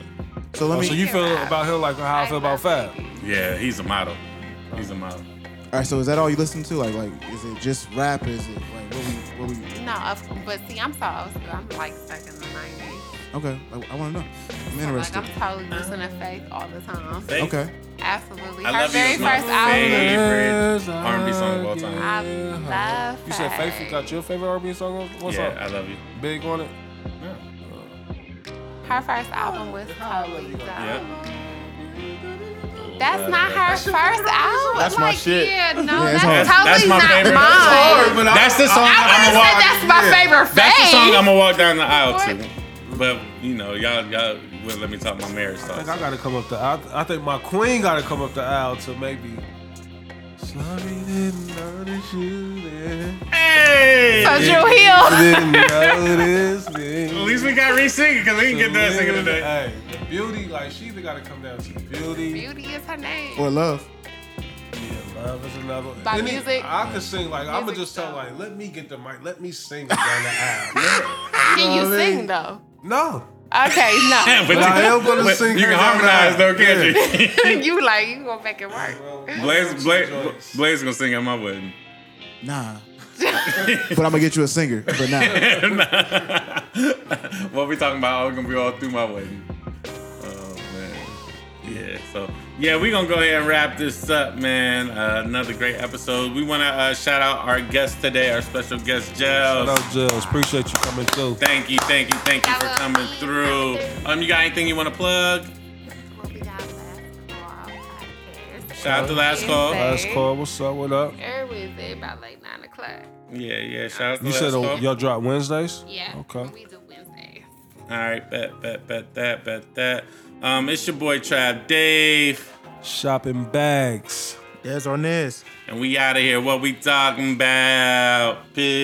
So let
Oh,
me.
so you feel about him like how I feel about Fab?
Yeah, he's a model. He's a model.
all right. So is that all you listen to? Like, like, is it just rap? Is it like what we, what we?
No, of course. But see, I'm so old school. I'm like stuck in the 90s.
Okay, like, I want to know. I'm
Like,
interested.
I'm totally listening to Faith all the time.
Faith.
Okay.
Absolutely.
I
Her
love you.
very
is
first
my
album.
favorite R&B song of all time.
I love
You said
Faith.
Faithful got your favorite R&B song? on- What's
yeah,
up?
I love you.
Big on it.
Her first album was totally dope.
Yeah.
That's not her first album.
That's my
like,
shit.
Yeah, no,
Yeah,
that's,
it's
That's, that's
totally
my
not
favorite.
mine.
hard, but I-
that's the song
I
I'm
I
wouldn't
gonna walk.
said that's my
yeah.
favorite Faith.
That's the song I'm gonna walk down the aisle
What?
to. But you know, y'all, y'all will let me talk my marriage
I think
talk.
I gotta come up the. I, I think my queen gotta come up the aisle to maybe. Sorry, didn't notice you then.
Hey,
So
at
Drew Hill.
Didn't notice
[LAUGHS]
then.
least we got re-singing because we didn't get that singing today.
Hey, the beauty, like she either gotta come down to the beauty.
Beauty is her name.
Or love.
Yeah, love is another.
By
Any-
music.
I could sing like I'ma
Music
just tell
style.
like, let me get the mic, let me sing down
[LAUGHS]
the aisle.
Can you
what I mean?
sing though?
no,
Okay, no.
[LAUGHS] But
I am gonna
but
sing
You
her
can
down
harmonize
the aisle.
though, can't you?
[LAUGHS] you like you gonna make it work.
Blaze, Blaze, Blaze gonna sing at my wedding. [LAUGHS]
[LAUGHS]
Nah. but I'm gonna get you a singer. But nah.
what we talking about? I'm gonna be all through my wedding. Oh man, yeah. So yeah, we gonna go ahead and wrap this up, man. Uh, another great episode. We wanna uh, shout out our guest today, our special guest,
Shout
Gels.
out Jels, appreciate you coming through.
Thank you, thank you, thank you for
Hello.
coming through. Um, you got anything you wanna plug?
What we got last call podcast.
Shout out to Last Call.
Last call, what's up? What up?
Every Wednesday about like nine o'clock.
Yeah, yeah. Shout out to
You
Last
said
Call.
oh, y'all drop Wednesdays.
Yeah.
Okay.
We do Wednesdays.
All right, bet, bet, bet that, bet that. Um, it's your boy Trav Dave.
Shopping bags.
There's Arnez.
And we out of here. What we talking about? Peace.